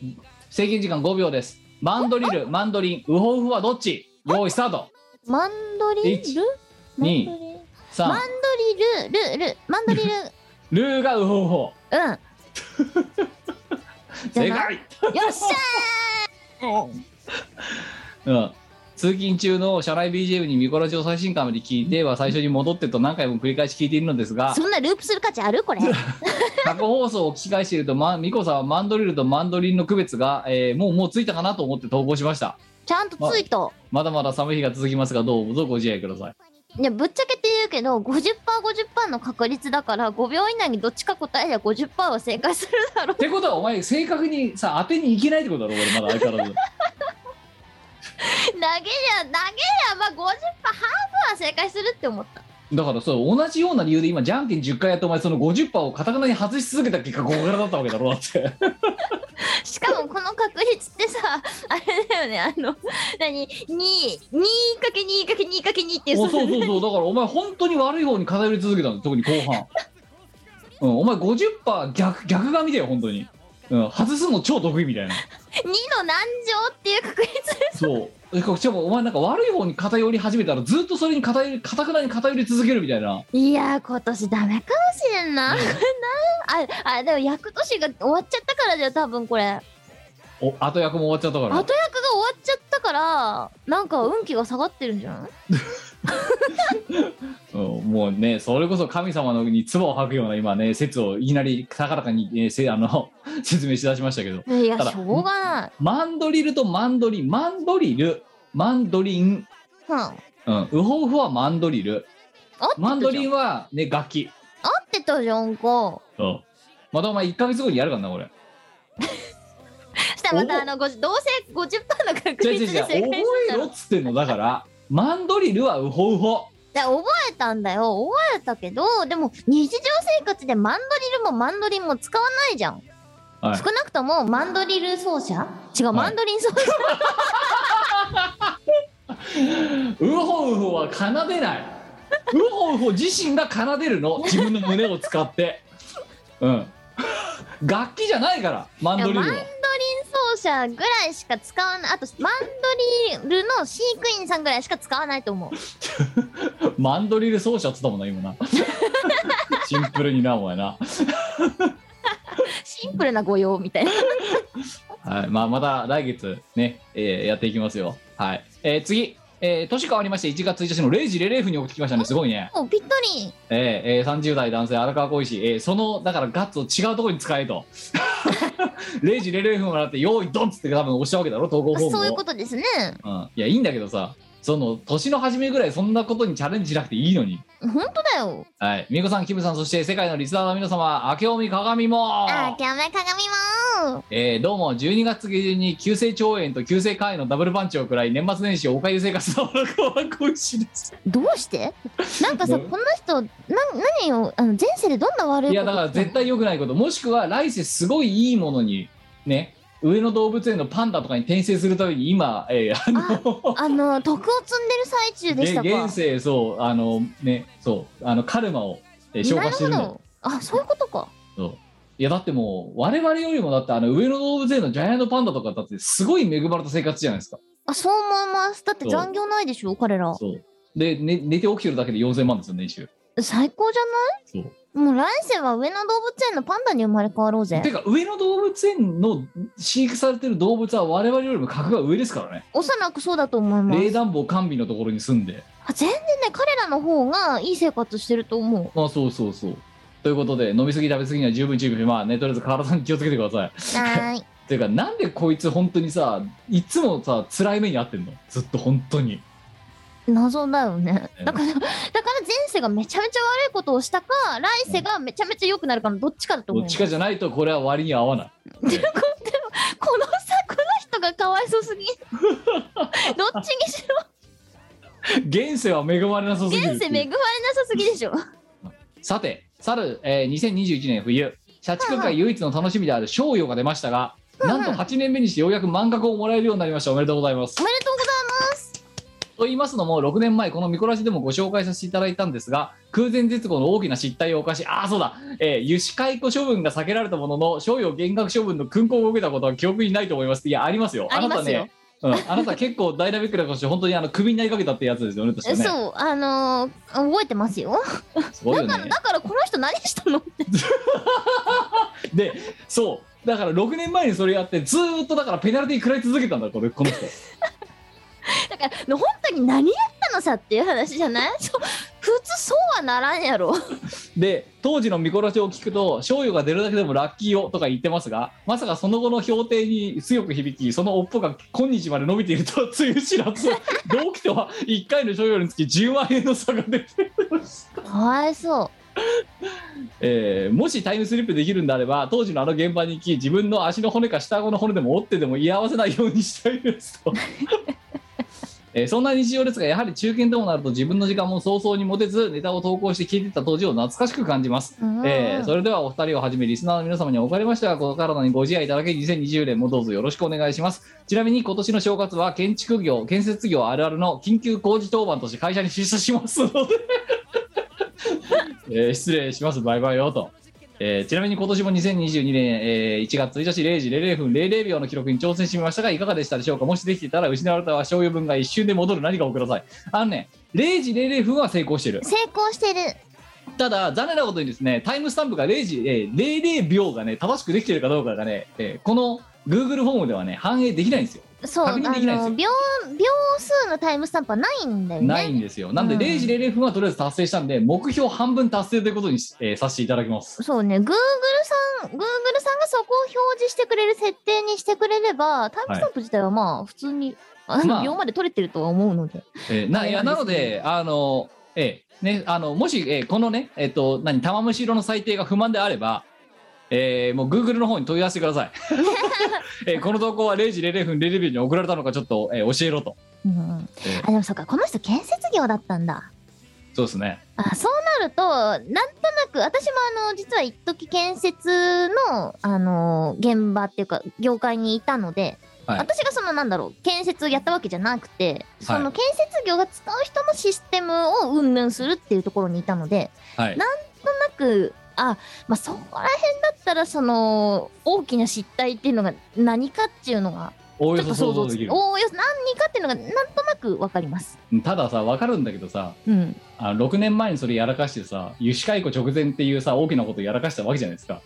Speaker 3: ー制限時間5秒ですマンドリルマンドリンウホウホはどっち用意スタート
Speaker 4: マンドリ
Speaker 3: 一
Speaker 4: ルマン
Speaker 3: 二
Speaker 4: ドリル
Speaker 3: さ
Speaker 4: マン
Speaker 3: あ
Speaker 4: ドリルルルマンド リル
Speaker 3: ルーがウホウホ
Speaker 4: うん。じ
Speaker 3: 正
Speaker 4: ゃない
Speaker 3: 解、
Speaker 4: よっし
Speaker 5: Oh.
Speaker 3: うん、通勤中の車内 BGM にミコラジを最新刊まで聞いては最初に戻ってと何回も繰り返し聞いているのです
Speaker 4: ゃー
Speaker 3: が
Speaker 4: そんなループする価値あ るこれ。
Speaker 3: 過去放送を聞き返していると、ま、ミコさんはマンドリルとマンドリンの区別が、えーもうもうついたかなと思って投稿しました
Speaker 4: ちゃんとついと。
Speaker 3: まだまだ寒い日が続きますがどうぞご自愛ください
Speaker 4: いや、ぶっちゃけて言うけど、50%50% の確率だから、5秒以内にどっちか答えりゃ50%は正解するだろう
Speaker 3: っ。てことはお前正確にさ当てにいけないってことだろ俺まだ相変わらず
Speaker 4: 投げりゃ、投げりゃ、まあ50%、半分は正解するって思った。
Speaker 3: だからそう同じような理由で今じゃんけん10回やってお前その50%をカタカナに外し続けた結果5からだったわけだろだって
Speaker 4: しかもこの確率ってさ、 あれだよね、あの、何、2、2×2×2×2 っていう、
Speaker 3: お
Speaker 4: そ
Speaker 3: そううそうそうだからお前本当に悪い方に偏り続けたんだ特に後半、 うん、お前50%逆逆髪だよ本当に、うん、外すの超得意みたいな
Speaker 4: 2の何乗っていう確率
Speaker 3: そうえこっちはもうお前なんか悪い方に偏り始めたらずっとそれに偏りカタカナに偏り続けるみたいない
Speaker 4: やー、今年ダメかもしれんな。これ なあ、あ、でも役年が終わっちゃったからだよ、多分これ。後
Speaker 3: お後役も終わっちゃったから
Speaker 4: 役が終わっちゃったから、なんか運気が下がってるんじゃない
Speaker 3: うんもうねそれこそ神様のに唾を吐くような今ね説をいきなり高らかに、えーせあの 説明しだしましたけど
Speaker 4: いや、
Speaker 3: ただ
Speaker 4: しょうがない。
Speaker 3: マンドリルとマンドリンマンドリルマンドリン、
Speaker 4: うん。合って
Speaker 3: うん、ウホウホはマンドリルマンド
Speaker 4: たじ
Speaker 3: リ
Speaker 4: ゃん。合
Speaker 3: ンはね楽器
Speaker 4: ってたじゃんか。
Speaker 3: うんまたお前1か月後にやるからなこ れ
Speaker 4: そしたらまたあの、ごじどうせ50%の確
Speaker 3: 違う違う
Speaker 4: 率
Speaker 3: 違
Speaker 4: で
Speaker 3: う
Speaker 4: 正
Speaker 3: 覚
Speaker 4: 解するんだろ
Speaker 3: えろっつってんのだからマンドリルはウホウホ
Speaker 4: で覚えたんだよ覚えたけどでも日常生活でマンドリルもマンドリンも使わないじゃん、
Speaker 3: はい
Speaker 4: 少なくともマンドリル奏者違う、
Speaker 3: い
Speaker 4: マンドリン奏者
Speaker 3: ウホウホは奏でないウホウホ自身が奏でる の自分の胸を使ってうん楽器じゃないからマンドリル
Speaker 4: いやマ
Speaker 3: は
Speaker 4: ン奏者ぐらいしか使わないあとマンドリルの飼育員さんぐらいしか使わないと思う
Speaker 3: マンドリル奏者っつったもんな今 なシンプルになお前な、
Speaker 4: シンプルな御用みたいな
Speaker 3: はいまあ、また来月ね、えーやっていきますよはい、えー次えー年変わりまして1月1日の0時00分に送ってきましたねすごいね、
Speaker 4: もうぴったり
Speaker 3: えーえー30代男性荒川浩一、えーそのだからガッツを違うところに使え と0時00分を払って用意ドンっつって多分押したわけだろ投稿フォームを
Speaker 4: そういうことですね
Speaker 3: うん、いやいいんだけどさその年の初めぐらいそんなことにチャレンジしなくていいのに
Speaker 4: 本当だよ
Speaker 3: はい美子さんキムさんそして世界のリスナーの皆様明けおみ鏡も
Speaker 1: あー、キャメ鏡も
Speaker 3: えーどうも12月下旬に急性腸炎と急性肝炎のダブルパンチを食らい年末年始おかゆ生活の荒川浩一です
Speaker 4: どうしてなんかさ
Speaker 3: どう
Speaker 4: この人な何をあの前世でどんな悪いこと
Speaker 3: いやだから絶対良くないこともしくは来世すごいいいものにね上野動物園のパンダとかに転生するために今、えーあの
Speaker 4: あの徳を積んでる最中でし
Speaker 3: げ
Speaker 4: たか
Speaker 3: 現世そうあのねそうあのカルマを、えー消化してるん
Speaker 4: な
Speaker 3: だ
Speaker 4: るほどあそういうことか
Speaker 3: そういやだってもう我々よりもだってあの上野動物園のジャイアントパンダとかだってすごい恵まれた生活じゃないですか。
Speaker 4: あそう思いますだって残業ないでしょ彼ら
Speaker 3: そうで、ね、寝て起きてるだけで4000万ですよ年収。
Speaker 4: 最高じゃ
Speaker 3: そ
Speaker 4: ないもう来世は上野動物園のパンダに生まれ変わろうぜ
Speaker 3: てか上野動物園の飼育されてる動物は我々よりも格が上ですからね。
Speaker 4: 幼くそうだと思いま
Speaker 3: 冷
Speaker 4: す
Speaker 3: 暖房完備のところに住んで。
Speaker 4: あ全然ね彼らの方がいい生活してると思う
Speaker 3: まあそうそうそう。ということで飲みすぎ食べすぎには十分注意しまあねとりあえず体に気をつけてください。
Speaker 4: は ーい
Speaker 3: ていうかなんでこいつ本当にさいつもさ辛い目に遭ってんのずっと本当に。
Speaker 4: 謎だよね
Speaker 3: うん
Speaker 4: だからだから前世がめちゃめちゃ悪いことをしたか来世がめちゃめちゃ良くなるかのどっちかだと
Speaker 3: ど
Speaker 4: 思う
Speaker 3: っちかじゃないとこれは割に合わない。
Speaker 4: このさこの人がかわいそうすぎ どっちにしろ
Speaker 3: 現世は恵まれなさすぎる
Speaker 4: 現世恵まれなさすぎでしょ
Speaker 3: さて去る、えー2021年冬社畜界唯一の楽しみである賞与が出ましたが、なんと8年目にしてようやく満額をもらえるようになりましたおめでとうございます
Speaker 4: おめでとうございます
Speaker 3: と言いますのも6年前この「ミコラジ」でもご紹介させていただいたんですが空前絶後の大きな失態を犯しああそうだ、えー、油脂解雇処分が避けられたものの賞与減額処分の勲功を受けたことは記憶にないと思いますいやありますよ
Speaker 4: ありますよ
Speaker 3: あなたね、うん、あなた結構ダイナミックなことして本当にあの首になりかけたってやつですよね確かね
Speaker 4: そうあのー覚えてますよ
Speaker 3: すごいよね
Speaker 4: だからこの人何したのって
Speaker 3: でそうだから6年前にそれやってずーっとだからペナルティー食らい続けたんだこれこの人
Speaker 4: だから本当に何やったのさっていう話じゃない そう普通そうはならんやろ
Speaker 3: で当時の見殺しを聞くと「醤油が出るだけでもラッキーよ」とか言ってますがまさかその後の評定に強く響きその尾っぽが今日まで伸びているとはつゆ知らず同期とは1回の醤油につき10万円の差が出て
Speaker 4: かわいそ
Speaker 3: えーもしタイムスリップできるんであれば当時のあの現場に行き自分の足の骨か下顎の骨でも折ってでも居合わせないようにしたいですと、 えーそんな日常ですがやはり中堅ともなると自分の時間も早々に持てずネタを投稿して聞いてた当時を懐かしく感じます
Speaker 4: う、うん
Speaker 3: えーそれではお二人をはじめリスナーの皆様におかれましてはこの体にご自愛いただき2020年もどうぞよろしくお願いしますちなみに今年の正月は建築業建設業あるあるの緊急工事当番として会社に出社しますので、 えー失礼しますバイバイよと、えーちなみに今年も2022年、えー1月1日0時00分00秒の記録に挑戦してみましたがいかがでしたでしょうかもしできていたら失われた醤油分が一瞬で戻る何かをくださいあのね0時00分は成功してる
Speaker 4: 成功してる
Speaker 3: ただ残念なことにですねタイムスタンプが0時、えー00秒がね正しくできてるかどうかがね、えーこの Google フォームではね反映できないんですよ
Speaker 4: そうあ
Speaker 3: 確認できないですよ
Speaker 4: の秒秒数のタイムスタンプはないんだよね
Speaker 3: ないんですよなんで
Speaker 4: うん
Speaker 3: 0時00分はとりあえず達成したんで目標半分達成ということにし、えーさせていただきます
Speaker 4: そうね Google さん Google さんがそこを表示してくれる設定にしてくれればタイムスタンプ自体はまあ普通に、あの
Speaker 3: まあ
Speaker 4: 秒まで取れてるとは思うので
Speaker 3: えーないやな
Speaker 4: 早
Speaker 3: の
Speaker 4: いですね
Speaker 3: であのえーねあのもし、えーこのねえっ、と何玉虫色の最低が不満であればえーもう Google の方に問い合わせてくださ い、えーこの投稿は0時00分00秒に送られたのかちょっと、えー教えろと、
Speaker 4: うん、
Speaker 3: えー
Speaker 4: あでもそうかこの人建設業だったんだ
Speaker 3: そうですね
Speaker 4: あそうなるとなんとなく私もあの実は一時建設のあの現場っていうか業界にいたので
Speaker 3: はい
Speaker 4: 私がそのなんだろう建設をやったわけじゃなくてそ
Speaker 3: は
Speaker 4: の
Speaker 3: い
Speaker 4: 建設業が使う人のシステムを云々するっていうところにいたので
Speaker 3: はい
Speaker 4: なんとなくあまあそこら辺だったらその大きな失態っていうのが何かっていうのが
Speaker 3: おお
Speaker 4: ちょ
Speaker 3: よ
Speaker 4: っ
Speaker 3: そ想像
Speaker 4: と想像
Speaker 3: で
Speaker 4: つ
Speaker 3: きる
Speaker 4: おおよそ何かっていうのがなんとなくわかります。
Speaker 3: たださ分かるんだけどさ
Speaker 4: うん
Speaker 3: あの6年前にそれやらかしてさ輸出解雇直前っていうさ大きなことやらかしたわけじゃないですか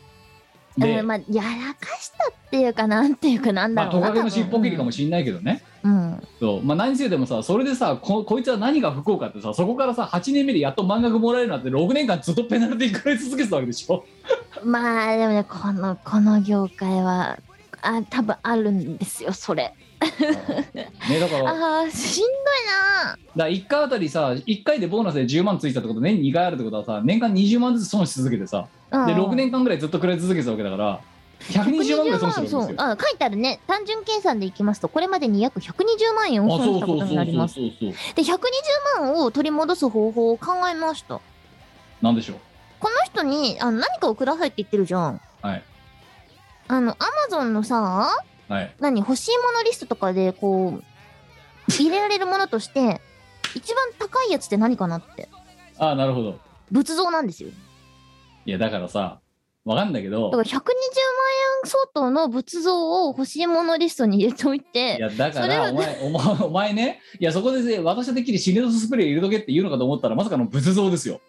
Speaker 3: で、
Speaker 4: うんまあ、やらかしたっていうかなんていうかなんだ
Speaker 3: まあ、
Speaker 4: ろう
Speaker 3: ト
Speaker 4: な、
Speaker 3: カゲの尻尾切りかもしんないけどね、
Speaker 4: 多分うん
Speaker 3: そうまあ、何せでもさそれでさここいつは何が不幸かってさそこからさ8年目でやっと満額もらえるなんて6年間ずっとペナルティ食らい続けてたわけでし ょ
Speaker 4: まあでもねこのこの業界はあ多分あるんですよそれ
Speaker 3: ねだから
Speaker 4: あ
Speaker 3: だか
Speaker 4: ーしんどいな
Speaker 3: ら1回あたりさ1回でボーナスで10万ついたってこと年2回あるってことはさ年間20万ずつ損し続けてさ
Speaker 4: うん
Speaker 3: で6年間ぐらいずっと食らい続けてたわけだから120万ぐらい損してるわけですよ
Speaker 4: そうあ書いてあるね単純計算でいきますとこれまでに約120万円を損したことになります
Speaker 3: そうそう
Speaker 4: で120万を取り戻す方法を考えました
Speaker 3: なんでしょう
Speaker 4: この人にあの何かをくださいって言ってるじゃん
Speaker 3: はい
Speaker 4: あのアマゾンのさ
Speaker 3: はい
Speaker 4: 何欲しいものリストとかでこう入れられるものとして一番高いやつって何かなって
Speaker 3: ああなるほど
Speaker 4: 仏像なんですよ
Speaker 3: いやだからさわかんだけ
Speaker 4: だ
Speaker 3: ど
Speaker 4: から120万円相当の仏像を欲しいものリストに入れておい
Speaker 3: い
Speaker 4: て
Speaker 3: やだか
Speaker 4: それ
Speaker 3: ら
Speaker 4: は
Speaker 3: お前お前お前ねいやそこで、ね、私はてっきりシネドスプレー入れとけって言うのかと思ったらまさかの仏像ですよ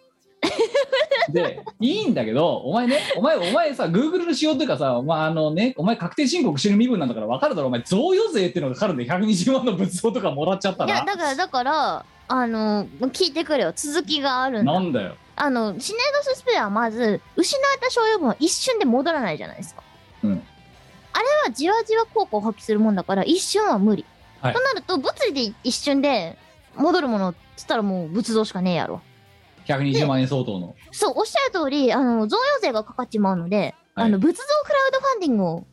Speaker 3: でいいんだけどお前ねお前お前さ Google の仕様というかさ、まああのね、お前確定申告してる身分なんだから分かるだろお前贈与税っていうのがかかるんで120万の仏像とかもらっちゃった
Speaker 4: い
Speaker 3: ら
Speaker 4: やだからだからあの聞いてくれよ続きがあるんだ
Speaker 3: なんだよ、
Speaker 4: あのシネドススペアはまず失われた所有分は一瞬で戻らないじゃないですか
Speaker 3: うん、
Speaker 4: まあじわじわ効果を発揮するもんだから一瞬は無理、
Speaker 3: はい
Speaker 4: となると物理で一瞬で戻るものっつったらもう仏像しかねえやろ
Speaker 3: 120万円相当の
Speaker 4: そう、おっしゃる通り、あの、贈与税がかかっちまうので、
Speaker 3: はい
Speaker 4: あの、仏像クラウドファンディングを、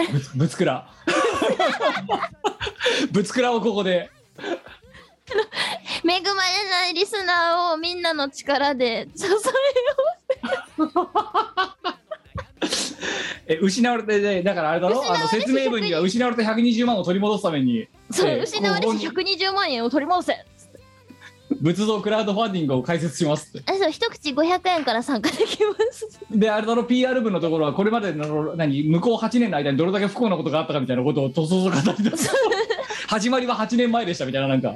Speaker 4: る、
Speaker 3: ぶつぶつく らぶつくらをここで
Speaker 4: 恵まれないリスナーをみんなの力で支えよ
Speaker 3: え失われてねだからあれだろ
Speaker 4: 失わ
Speaker 3: あ
Speaker 4: れ
Speaker 3: の
Speaker 4: て
Speaker 3: 説明文には失われて120万を取り戻すために
Speaker 4: う。そう、
Speaker 3: えー
Speaker 4: 失われ
Speaker 3: ここ
Speaker 4: し
Speaker 3: に
Speaker 4: 120万円を取り戻せ。
Speaker 3: 仏像クラウドファンディングを開設しますって
Speaker 4: あそう、一口500円から参加できます。
Speaker 3: であれだろ PR 部のところはこれまでの何向こう8年の間にどれだけ不幸なことがあったかみたいなことをとそそ語り 出す始まりは8年前でしたみたいななん か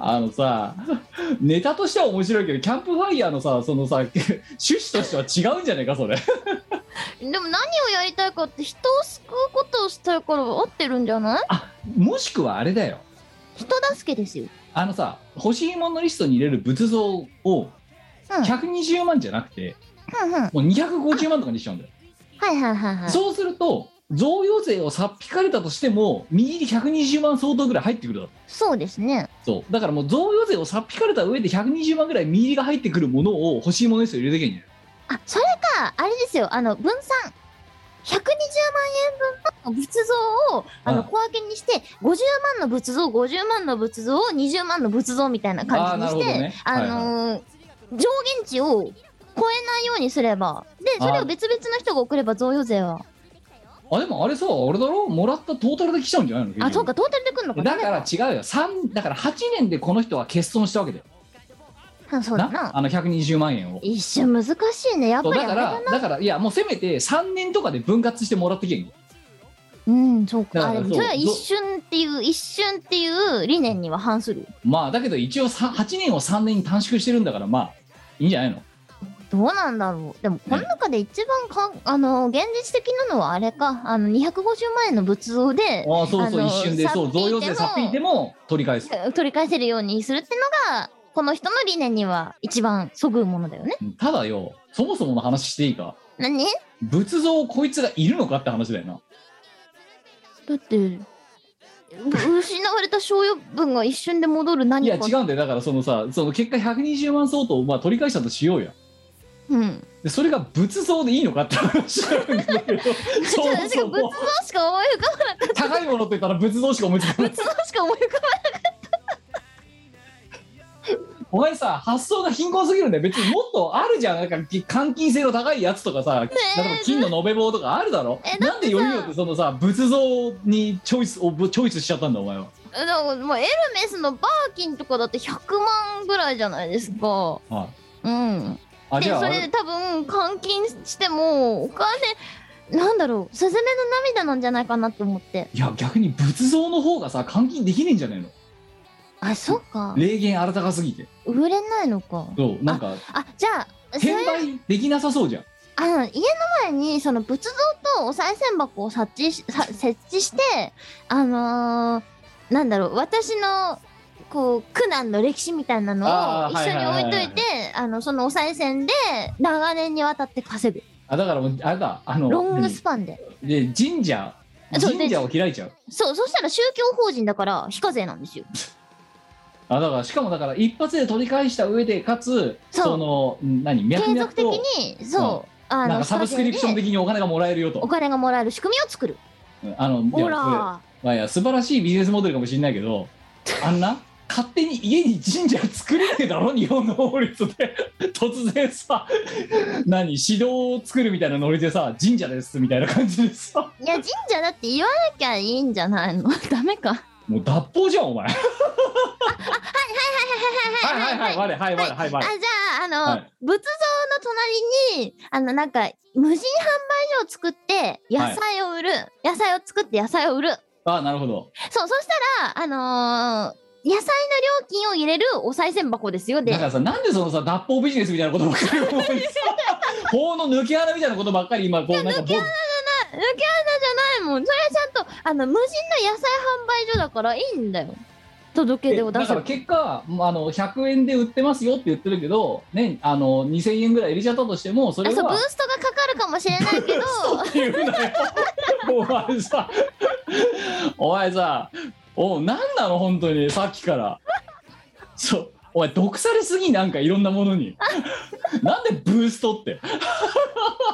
Speaker 3: あのさネタとしては面白いけどキャンプファイヤーのさそのさ趣旨としては違うんじゃないかそれ
Speaker 4: でも何をやりたいかって、人を救うことをしたいから合ってるんじゃない
Speaker 3: もしくはあれだよ
Speaker 4: 人助けですよ。
Speaker 3: あのさ欲しいものリストに入れる仏像を
Speaker 4: うん。
Speaker 3: 120万じゃなくて、
Speaker 4: うんうん。はい
Speaker 3: もう250万とかにしちゃうんだよ、
Speaker 4: はいはいはい。
Speaker 3: そうすると贈与税をさっぴかれたとしても右に120万相当ぐらい入ってくるだろ
Speaker 4: そうですね。
Speaker 3: そうだからもう贈与税をさっぴかれた上で120万ぐらい右が入ってくるものを欲しいものリストに入れてけんじゃない
Speaker 4: あ、それか、あれですよ、あの、分散。120万円分の仏像をあの
Speaker 3: うん
Speaker 4: 小分けにして、50万の仏像、50万の仏像、20万の仏像みたいな感じにして、あ,、
Speaker 3: あーなるほどね
Speaker 4: のー上限値を超えないようにすれば、で、それを別々の人が送れば贈与税は。
Speaker 3: あでもあれさあれだろもらったトータルで来ちゃうんじゃないの結
Speaker 4: あ、
Speaker 3: 局
Speaker 4: そうか、トータルでくんのか
Speaker 3: だから違うよ三だから8年でこの人は欠損したわけだよ
Speaker 4: ら、そうだな。
Speaker 3: あの120万円を
Speaker 4: 一瞬難しいね、やっ
Speaker 3: そう
Speaker 4: ぱり
Speaker 3: だ
Speaker 4: あ
Speaker 3: か
Speaker 4: れ
Speaker 3: ら
Speaker 4: だな。
Speaker 3: だからいやもうせめて3年とかで分割してもらってけんよ
Speaker 4: うん、そう
Speaker 3: だ
Speaker 4: か。
Speaker 3: か
Speaker 4: あ
Speaker 3: ら
Speaker 4: で
Speaker 3: そう
Speaker 4: もそれは一瞬っていう、一瞬っていう理念には反する。
Speaker 3: まあだけど一応さ8年を3年に短縮してるんだからまあいいんじゃないの
Speaker 4: どうなんだろうでもこの中で一番か、あの現実的なのはあれかあの250万円の仏像で
Speaker 3: ああそうそう
Speaker 4: あの
Speaker 3: 一瞬でそう
Speaker 4: さっぴい
Speaker 3: 贈
Speaker 4: ても
Speaker 3: 与税さっぴいても取り返す
Speaker 4: え取り返せるようにするってのがこの人の理念には一番そぐうものだよね。
Speaker 3: ただよそもそもの話していいか
Speaker 4: 何だ
Speaker 3: 仏像こいつがいるのかって話だよな
Speaker 4: ってう失われた商用分が一瞬で戻る
Speaker 3: い
Speaker 4: 何
Speaker 3: や
Speaker 4: か
Speaker 3: 違うんだよだからそのさその結果120万相当まあ取り返したとしようや
Speaker 4: うん、
Speaker 3: でそれが仏像でいいのかって話なんだ けどそ
Speaker 4: ちょ
Speaker 3: も
Speaker 4: っと私
Speaker 3: そ
Speaker 4: が仏
Speaker 3: も
Speaker 4: 像しか思い浮かばな
Speaker 3: 高いものって言ったら仏像しか思いつかない
Speaker 4: 仏像しか思い浮かば
Speaker 3: お前さ発想が貧困すぎるんだよ別にもっとあるじゃんなんかき換金性の高いやつとかさ、
Speaker 4: え
Speaker 3: 例えば金の延べ棒とかあるだろ
Speaker 4: えだ
Speaker 3: な
Speaker 4: っ
Speaker 3: ん
Speaker 4: て
Speaker 3: で
Speaker 4: さ
Speaker 3: よりによってそのさ仏像にチョイスをチョイスしちゃったんだお前は
Speaker 4: えだからもうエルメスのバーキンとかだって100万ぐらいじゃないですか
Speaker 3: はい
Speaker 4: うん
Speaker 3: あ
Speaker 4: で
Speaker 3: じゃあ
Speaker 4: そ
Speaker 3: あ
Speaker 4: れ
Speaker 3: れ
Speaker 4: で多分換金してもお金なんだろうスズメの涙なんじゃないかなって思って
Speaker 3: いや逆に仏像の方がさ換金できねえんじゃね
Speaker 4: あそうか
Speaker 3: えの霊言新たかすぎて
Speaker 4: 売れないのか
Speaker 3: そうなんか
Speaker 4: あじゃあそれ
Speaker 3: 転売できなさそうじゃん
Speaker 4: あの家の前にその仏像とお賽銭箱を設置しさ設置してあのー、なんだろう私のこう苦難の歴史みたいなの
Speaker 3: あー
Speaker 4: を一緒に置いといてあのそのお賽銭で長年にわたって稼ぐ
Speaker 3: あだからもうあれだあの
Speaker 4: ロングスパンで
Speaker 3: 何で神社
Speaker 4: そうで
Speaker 3: 神社を開いちゃう
Speaker 4: そうそしたら宗教法人だから非課税なんですよ
Speaker 3: あだからしかもだから一発で取り返した上でかつ
Speaker 4: そう
Speaker 3: そのん何脈
Speaker 4: 継
Speaker 3: 々
Speaker 4: 続
Speaker 3: と
Speaker 4: 的にそう、
Speaker 3: な
Speaker 4: あ
Speaker 3: ん
Speaker 4: の
Speaker 3: かサブスクリプション
Speaker 4: 非課税で
Speaker 3: 的にお金がもらえるよと
Speaker 4: お金がもらえる仕組みを作る
Speaker 3: うんあのいや
Speaker 4: ほ
Speaker 3: これま
Speaker 4: ら
Speaker 3: あいや素晴らしいビジネスモデルかもしれないけどあんな勝手に家に神社作れねえだろ日本の法律で 突然さ何指導を作るみたいなノリでさ神社ですみたいな感じでさ
Speaker 4: いや神社だって言わなきゃいいんじゃないの ダメか
Speaker 3: もう脱法じゃんお前はいはいはいはいはいはいはい
Speaker 4: あ
Speaker 3: はい
Speaker 4: じゃああの、
Speaker 3: はい
Speaker 4: 仏像の隣にあのなんか無人販売所を作って野菜を売る、野菜を作って野菜を売る
Speaker 3: あなるほど
Speaker 4: そうそしたらあのー野菜の料金を入れるお賽銭箱ですよで
Speaker 3: だからさなんでそのさ脱法ビジネスみたいなことばっかり思いさ 法の抜け穴みたいなことばっかり今こうなんかぼ
Speaker 4: 抜け穴じゃないもんそれはちゃんとあの無人の野菜販売所だからいいんだよ届け出を出
Speaker 3: だ
Speaker 4: せ
Speaker 3: から
Speaker 4: ば
Speaker 3: 結果もうあの100円で売ってますよって言ってるけど、ね、あの2000円ぐらい入れちゃったとしてもそ
Speaker 4: あ
Speaker 3: れ
Speaker 4: そうブー
Speaker 3: は
Speaker 4: ストがかかるかもしれない けど
Speaker 3: っていうなよ お前さお前さおう何なの本当にさっきからそうお前毒されすぎなんかいろんなものになんでブーストって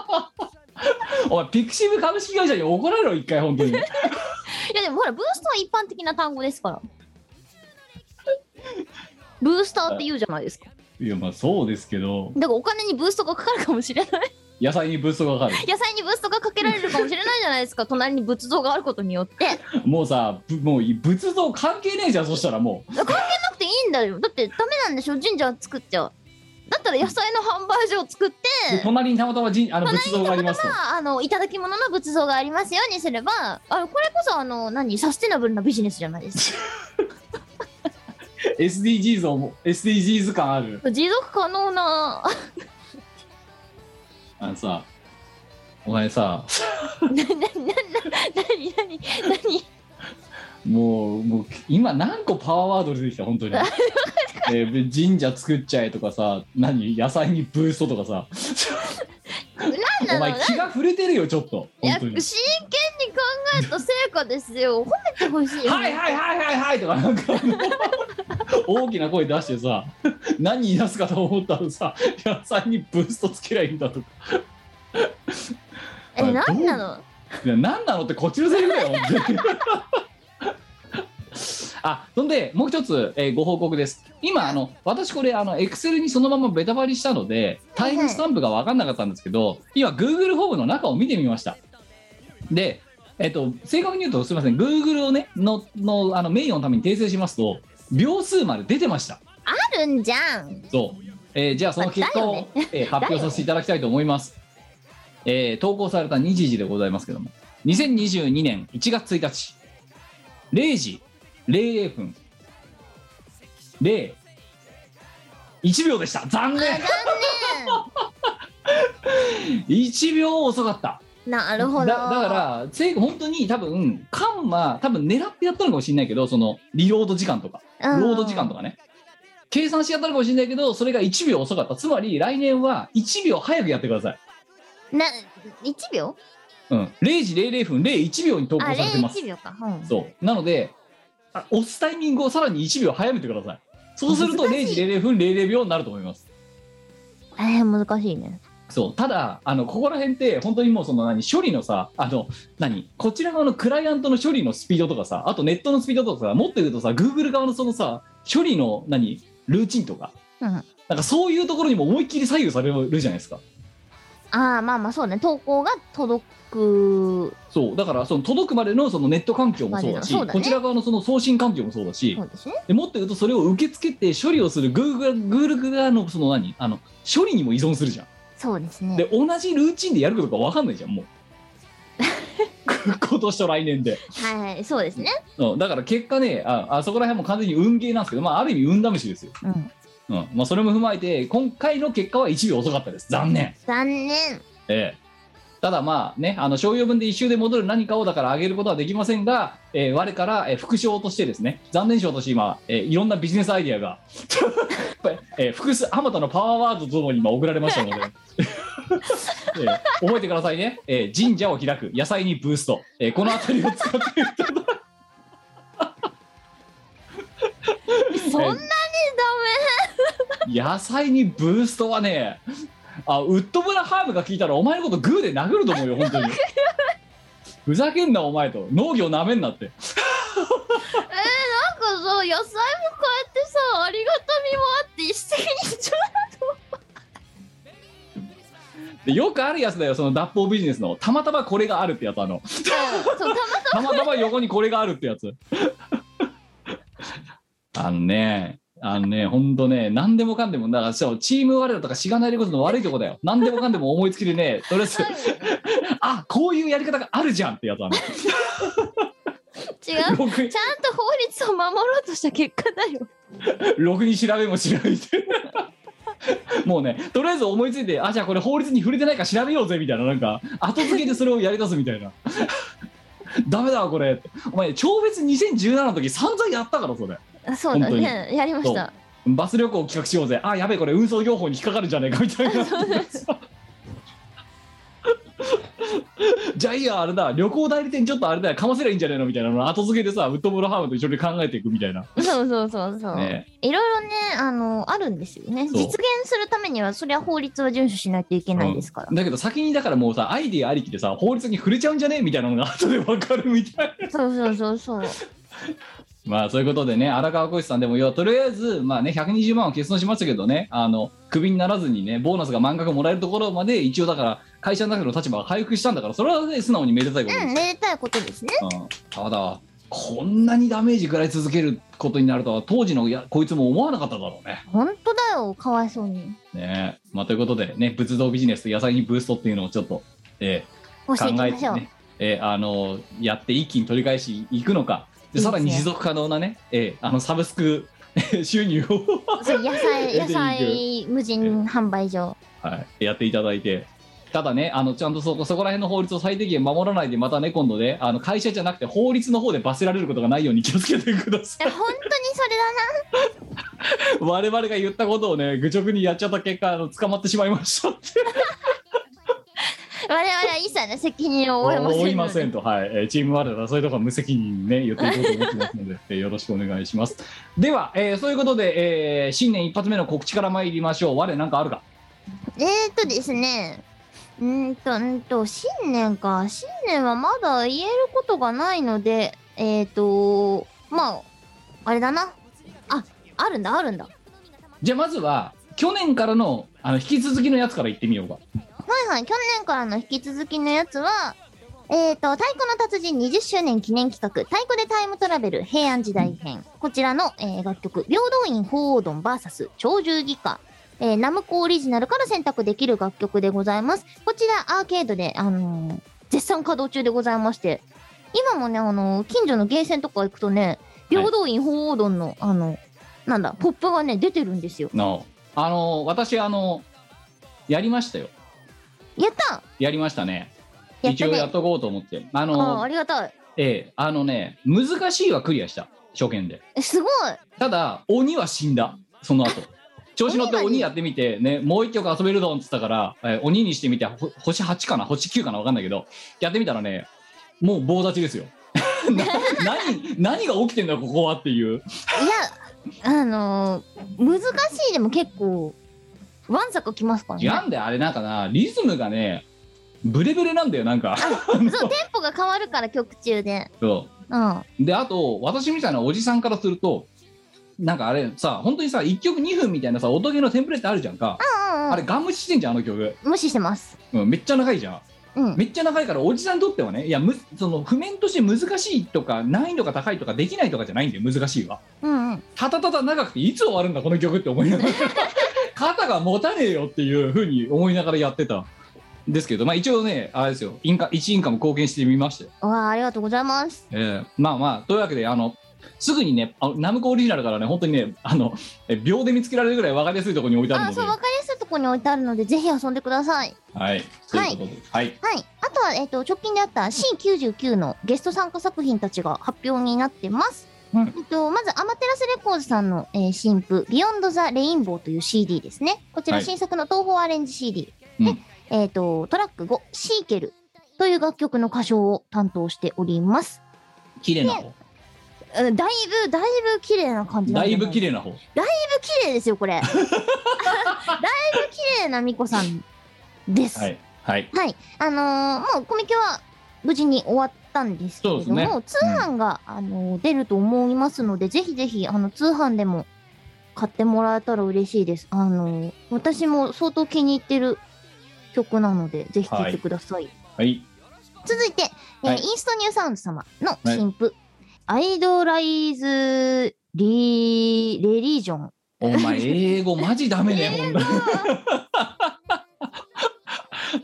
Speaker 3: お前ピクシブ株式会社に怒られろ一回本当に
Speaker 4: いやでもほらブーストは一般的な単語ですからブースターって言うじゃないですか
Speaker 3: いやまあそうですけど
Speaker 4: だからお金にブーストがかかるかもしれない
Speaker 3: 野菜にブーストがかかる
Speaker 4: 野菜にブーストがかけられるかもしれないじゃないですか隣に仏像があることによってな
Speaker 3: もうさぶもう仏像関係ねえじゃんそしたらもう
Speaker 4: くていいんだよだってダメなんでしょ神社作っちゃうだったら野菜の販売所を作って
Speaker 3: で隣にたまたまじあの仏像がありますと
Speaker 4: まああのいただき物の仏像がありますようにすればあのこれこそあの何サステナブルなビジネスじゃないですか
Speaker 3: SDGs をも SDGs 感ある
Speaker 4: 持続可能な
Speaker 3: あのさお前さ
Speaker 4: なななな何何何
Speaker 3: もうもう今何個パワーワード出てきた本当 に、えー神社作っちゃえとかさ何野菜にブーストとかさ
Speaker 4: 何
Speaker 3: お
Speaker 4: なの
Speaker 3: 前気が触れてるよちょっと
Speaker 4: いや
Speaker 3: 本
Speaker 4: 真
Speaker 3: 当
Speaker 4: 剣
Speaker 3: に
Speaker 4: に考えた成果ですよ褒めてほしいよ
Speaker 3: はいはいはいはいはいとかなんかあの大きな声出してさ何言い出すかと思ったらさ野菜にブーストつけりゃいいんだとか
Speaker 4: え何なの
Speaker 3: いや何なのってこっちのセリフだよ本当に あそんでもう一つ、えーご報告です今あの私これあのエクセルにそのままベタバリしたのでタイムスタンプが分かんなかったんですけど今 Google ホームの中を見てみましたでえっと正確に言うとすみません Google をねののあの名誉のために訂正しますと秒数まで出てました
Speaker 4: あるんじゃ ん
Speaker 3: そう、えーじゃあその結果を、えー発表させていただきたいと思います、えー投稿された2時時でございますけども2022年1月1日0時00分01秒でした残念
Speaker 4: 残
Speaker 3: 1秒遅かった
Speaker 4: 念なる
Speaker 3: だ
Speaker 4: ほど
Speaker 3: だからせい本当に多分カンマ多分狙ってやったのかもしれないけどそのリロード時間とか
Speaker 4: うん
Speaker 3: ロード時間とかね、計算しやったのかもしれないけど、それが1秒遅かった、つまり来年は1秒早くやってください。
Speaker 4: な1秒
Speaker 3: うん、0時00分01秒に投稿
Speaker 4: あ
Speaker 3: さ
Speaker 4: れ
Speaker 3: れてます
Speaker 4: 1。秒か、うん、
Speaker 3: そうなので、あ押すタイミングをさらに1秒早めてください。そうすると0時00分00秒になると思います。
Speaker 4: えー、難しいね
Speaker 3: そうただあのここら辺って本当にもうその何処理のさあの何こちら側のクライアントの処理のスピードとかさあとネットのスピードとかさ持ってるとさ Google 側のそのさ処理の何ルーチンとか
Speaker 4: うん、
Speaker 3: なんかそういうところにも思いっきり左右されるじゃないですか
Speaker 4: ああまあまあそうね投稿が届く
Speaker 3: そうだからその届くまでのそのネット環境もそうだし
Speaker 4: まあねそうだね
Speaker 3: こちら側のその送信環境もそうだし
Speaker 4: そうですね
Speaker 3: でもっと言うとそれを受け付けて処理をする Google, Google 側のその何あの処理にも依存するじゃん
Speaker 4: そうですね
Speaker 3: で同じルーチンでやることが分かんないじゃんも う今年と来年で、
Speaker 4: はいはいそうですね
Speaker 3: うん、だから結果ねああそこら辺も完全に運ゲーなんですけど、まあ、ある意味運試しですよ、
Speaker 4: うん
Speaker 3: うんまあ、それも踏まえて今回の結果は1秒遅かったです残念
Speaker 4: 残念
Speaker 3: ええ、ただまあねあの商用分で一周で戻る何かをだから上げることはできませんが、えー我から、えー副賞としてですね残念賞として今、えーいろんなビジネスアイディアが えー複数浜田のパワーワードとともに今送られましたので、 えー覚えてくださいね、えー神社を開く野菜にブースト、えーこの辺りを使っていただ
Speaker 4: そんなにダメ
Speaker 3: 野菜にブーストはねあウッドブラハーブが聞いたらお前のことグーで殴ると思うよ本当にふざけんなお前と農業なめんなって
Speaker 4: なんかさ野菜も変えてさありがたみもあって一石二鳥
Speaker 3: でよくあるやつだよその脱法ビジネスのたまたまこれがあるってやつあの
Speaker 4: そうたま
Speaker 3: たまたま横にこれがあるってやつ あのねあのねほんとね何でもかんでもだからそうチーム我らとかしがないことの悪いとこだよ何でもかんでも思いつきでねとりあえず
Speaker 4: たま
Speaker 3: あこういうやり方があるじゃんってやつあの
Speaker 4: 違う
Speaker 3: ろく
Speaker 4: ちゃんと法律を守ろうとした結果だよ
Speaker 3: ろくに調べもしないでもうねとりあえず思いついてあじゃあこれ法律に触れてないか調べようぜみたいななんか後付けでそれをやり出すみたいなダメだわこれお前超別2017の時散々やったからそれ
Speaker 4: あそうだ
Speaker 3: 本
Speaker 4: ねやりました
Speaker 3: バス旅行を企画しようぜあやべえこれ運送業法に引っかかるんじゃねえかみたいなじゃあいいやあれだ旅行代理店ちょっとあれだよかませりゃいいんじゃねえのみたいなの後付けでさウッドブロハームと一緒に考えていくみたいな
Speaker 4: そうそうそうそう、
Speaker 3: ね
Speaker 4: いろいろねあのあるんですよね
Speaker 3: そう
Speaker 4: 実現するためにはそりゃ法律は遵守しないといけないですから、
Speaker 3: だけど先にだからもうさアイディアありきでさ法律に触れちゃうんじゃねみたいなのが 後で分かるみたいな
Speaker 4: そうそうそうそう
Speaker 3: まあそういうことでね荒川浩司さんでも要はとりあえずまあね120万は欠損しましたけどねあのクビにならずにねボーナスが満額もらえるところまで一応だから会社の中の立場が回復したんだからそれはね素直にめでたいことです
Speaker 4: うん、めでたいことですね。
Speaker 3: うんただこんなにダメージ食らい続けることになるとは当時のいやこいつも思わなかっただろうね。
Speaker 4: 本当だよ、かわいそうに。
Speaker 3: ねえまあ、ということでね仏像ビジネスと野菜にブーストっていうのをちょっと、え
Speaker 4: 教
Speaker 3: ー
Speaker 4: えていき
Speaker 3: 考え
Speaker 4: ましてょう。
Speaker 3: ね、えーあのやって一気に取り返しいくのかでさらに
Speaker 4: いいで
Speaker 3: 持
Speaker 4: すね
Speaker 3: 続可能なねえーあのサブスク 収入を、
Speaker 4: そう野菜、
Speaker 3: やっ
Speaker 4: 野
Speaker 3: ていく
Speaker 4: 菜無人販売所。
Speaker 3: はい、やっていただいて。ただねあのちゃんとそこそこら辺の法律を最低限守らないでまたね今度ねあの会社じゃなくて法律の方で罰せられることがないように気をつけてください
Speaker 4: いや、本当にそれだな。
Speaker 3: 我々が言ったことをね愚直にやっちゃった結果あの捕まってしまいましたって
Speaker 4: 我々は一切ね、責任を負えませんの
Speaker 3: 思
Speaker 4: で。
Speaker 3: いませんと、はいえーチーム我らはそういうところは無責任にね言っていこうと思ってますので、 えーよろしくお願いしますでは、えーそういうことで、えー新年一発目の告知から参りましょう我なんかあるか
Speaker 4: えーとですね。うーんと、うーんと、新年か。新年はまだ言えることがないので、えーと、まあ、あれだな。あ、あるんだ、あるんだ。は
Speaker 3: じゃあまずは去年からのあの引き続きのやつから言ってみようか
Speaker 4: いはい、去年からの引き続きのやつは、えーと、太鼓の達人20周年記念企画、太鼓でタイムトラベル平安時代編。こちらの、えー楽曲、平等院鳳凰丼 VS 鳥獣戯歌。えーナムコオリジナルから選択できる楽曲でございます。こちらアーケードで、あのー絶賛稼働中でございまして、今もね、あのー近所のゲーセンとか行くとね、平等院鳳凰丼の、あの、なんだ、ポップがね、出てるんですよ。
Speaker 3: のあの私あのやりましたよ
Speaker 4: やった
Speaker 3: やりましたね
Speaker 4: やっ
Speaker 3: 一
Speaker 4: た
Speaker 3: 応
Speaker 4: ね。
Speaker 3: やっとこうと思ってあ
Speaker 4: あー
Speaker 3: の
Speaker 4: ありがたい。
Speaker 3: えーあのね難しいはクリアした初見で
Speaker 4: えすごい
Speaker 3: ただ鬼は死んだその後調子乗って
Speaker 4: 鬼は
Speaker 3: 鬼やってみてねもう一曲遊べるぞんっつったから、えー鬼にしてみてほ星8かな星9かな分かんないけどやってみたらねもう棒立ちですよ な何何が起きてんだここはっていう
Speaker 4: いや、あのー難しいでも結構、わんさかきますからね。
Speaker 3: なんであれなんかなリズムがねブレブレなんだよなん か
Speaker 4: そう、テンポが変わるから曲中で。
Speaker 3: そ
Speaker 4: うん。
Speaker 3: うであと私みたいなおじさんからするとなんかあれさ本当にさ1曲2分みたいなさ音ゲーのテンプレってあるじゃんか、
Speaker 4: うん
Speaker 3: あれガン無視してんじゃんあの曲、
Speaker 4: 無視してます
Speaker 3: うん、めっちゃ長いじゃん
Speaker 4: うん
Speaker 3: めっちゃ長いからおじさんにとってはねいやむその譜面として難しいとか難易度が高いとかできないとかじゃないんだよ難しいは
Speaker 4: うんうん
Speaker 3: ただただ長くていつ終わるんだこの曲って思い ながら肩が持たねえよっていうふうに思いながらやってたんですけどまあ一応ねあれですよインカ1インカも貢献してみましたよ
Speaker 4: わあありがとうございます
Speaker 3: えーまあまあというわけであのすぐにねあのナムコオリジナルからね本当にねあのえ秒で見つけられるぐらい分かりやすいところに置いてあ
Speaker 4: あ
Speaker 3: るので
Speaker 4: そうわかりやすいとこに置いてあるのでぜひ遊んでください
Speaker 3: はいということではい、
Speaker 4: はいあとは、えっと直近であった C99 のゲスト参加作品たちが発表になってます、
Speaker 3: うん
Speaker 4: えっと、まずアマテラスレコーズさんの、えー新譜「ビヨンド・ザ・レインボー」という CD ですねこちら
Speaker 3: はい
Speaker 4: 新作の東宝アレンジ CD、
Speaker 3: うん
Speaker 4: で、えっとトラック5「シーケル」という楽曲の歌唱を担当しております
Speaker 3: 綺麗な方
Speaker 4: うんだいぶだいぶ綺麗な感じ
Speaker 3: だいぶ綺
Speaker 4: 綺麗
Speaker 3: 麗な方
Speaker 4: だいぶ綺麗ですよ これだいぶ綺麗なミコさんです、
Speaker 3: はいはい
Speaker 4: はい、あのーもうコミケは無事に終わったんですけれども、
Speaker 3: そう
Speaker 4: 通販が、あのー出ると思いますので、ぜひぜひあの通販でも買ってもらえたら嬉しいです。あのー私も相当気に入ってる曲なので、ぜひ聴いてください。
Speaker 3: はい
Speaker 4: 続いて、えー
Speaker 3: はい
Speaker 4: インストニューサウンド様の新譜、アイドライズリーレリジョン。
Speaker 3: お前英語マジダメ ね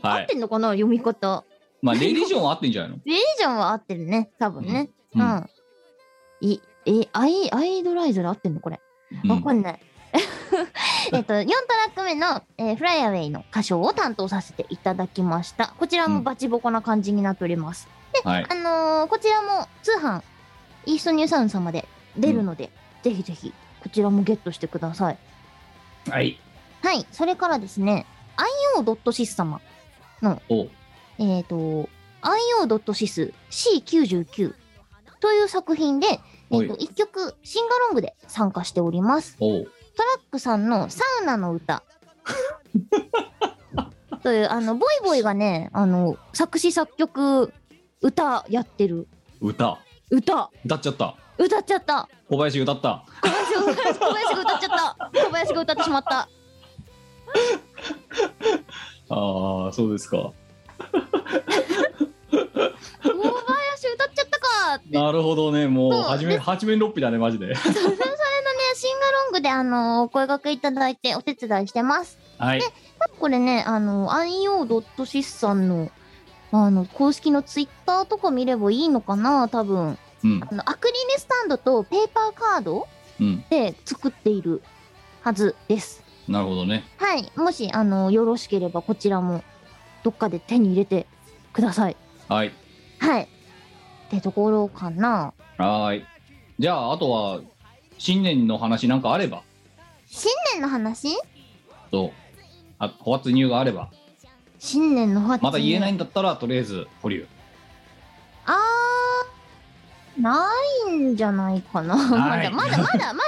Speaker 3: ほんとには
Speaker 4: 合っ
Speaker 3: い
Speaker 4: てんのかな読み方。
Speaker 3: まあレリジョンは合ってんじゃないの
Speaker 4: レリジョンは合ってるね、多分ね。
Speaker 3: うん
Speaker 4: うん。い、え、アイ、アイドライズで合ってんのこれ。
Speaker 3: うん
Speaker 4: わかんない。 えっと、4トラック目の、えーフライアウェイの歌唱を担当させていただきました。こちらもバチボコな感じになっております。
Speaker 3: はい
Speaker 4: あのーこちらも通販、イーストニューサウンド様で出るので、ぜひぜひ、こちらもゲットしてください。
Speaker 3: はい
Speaker 4: はい、それからですね、io.sys 様
Speaker 3: お
Speaker 4: えっ、と、io.sys C99 という作品で、え
Speaker 3: お
Speaker 4: ー、
Speaker 3: い
Speaker 4: と1曲シンガロングで参加しております。
Speaker 3: お
Speaker 4: トラックさんのサウナの歌。という、あの、ボイボイがね、あの、作詞作曲、歌やってる。
Speaker 3: 歌
Speaker 4: 歌
Speaker 3: 歌っちゃった
Speaker 4: 歌っちゃった
Speaker 3: 小林歌った
Speaker 4: 小林が歌っ小林が歌っちゃった小林が歌ってしまった
Speaker 3: ああそうですか
Speaker 4: 小林歌っちゃったかって
Speaker 3: なるほどねもう
Speaker 4: そう
Speaker 3: 初め初め六匹だねマジで
Speaker 4: シンガロングであのお声掛けいただいてお手伝いしてます
Speaker 3: はい
Speaker 4: これね、あの、io.sys さんの、あの、公式のツイッターとか見ればいいのかな、多分。
Speaker 3: うん
Speaker 4: あの、アクリルスタンドとペーパーカード
Speaker 3: うん
Speaker 4: で作っているはずです。
Speaker 3: なるほどね
Speaker 4: はい。もし、あの、よろしければこちらも、どっかで手に入れてください。
Speaker 3: はい
Speaker 4: はい。ってところかな。
Speaker 3: はーいじゃああとは新年の話なんかあれば
Speaker 4: 新年の話
Speaker 3: とあホワッツニューがあれば
Speaker 4: 新年の話。。
Speaker 3: まだ言えないいんだったらとりあえず保留
Speaker 4: あー、ないんじゃないかな。ま
Speaker 3: は
Speaker 4: だ、
Speaker 3: い
Speaker 4: まだ、まだ、まだ、ま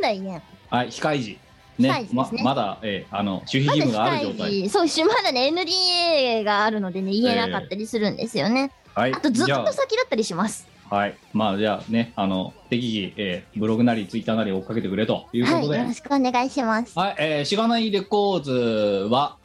Speaker 4: だ言えん。
Speaker 3: はい非開示ね
Speaker 4: 非開示ですね
Speaker 3: ままだ、えーあの守秘
Speaker 4: ま
Speaker 3: 義務
Speaker 4: だ非
Speaker 3: がある
Speaker 4: 開
Speaker 3: 状態
Speaker 4: 示そうしまだね NDA があるのでね言えなかったりするんですよね、
Speaker 3: はい
Speaker 4: あとずっ
Speaker 3: じゃ
Speaker 4: と先だったりします
Speaker 3: あはいまあじゃあねあの適宜、えーブログなりツイッターなり追っかけてくれというこ
Speaker 4: は
Speaker 3: と
Speaker 4: い
Speaker 3: で、
Speaker 4: よろしくお願いします
Speaker 3: はい、えー、しがないレコーズは、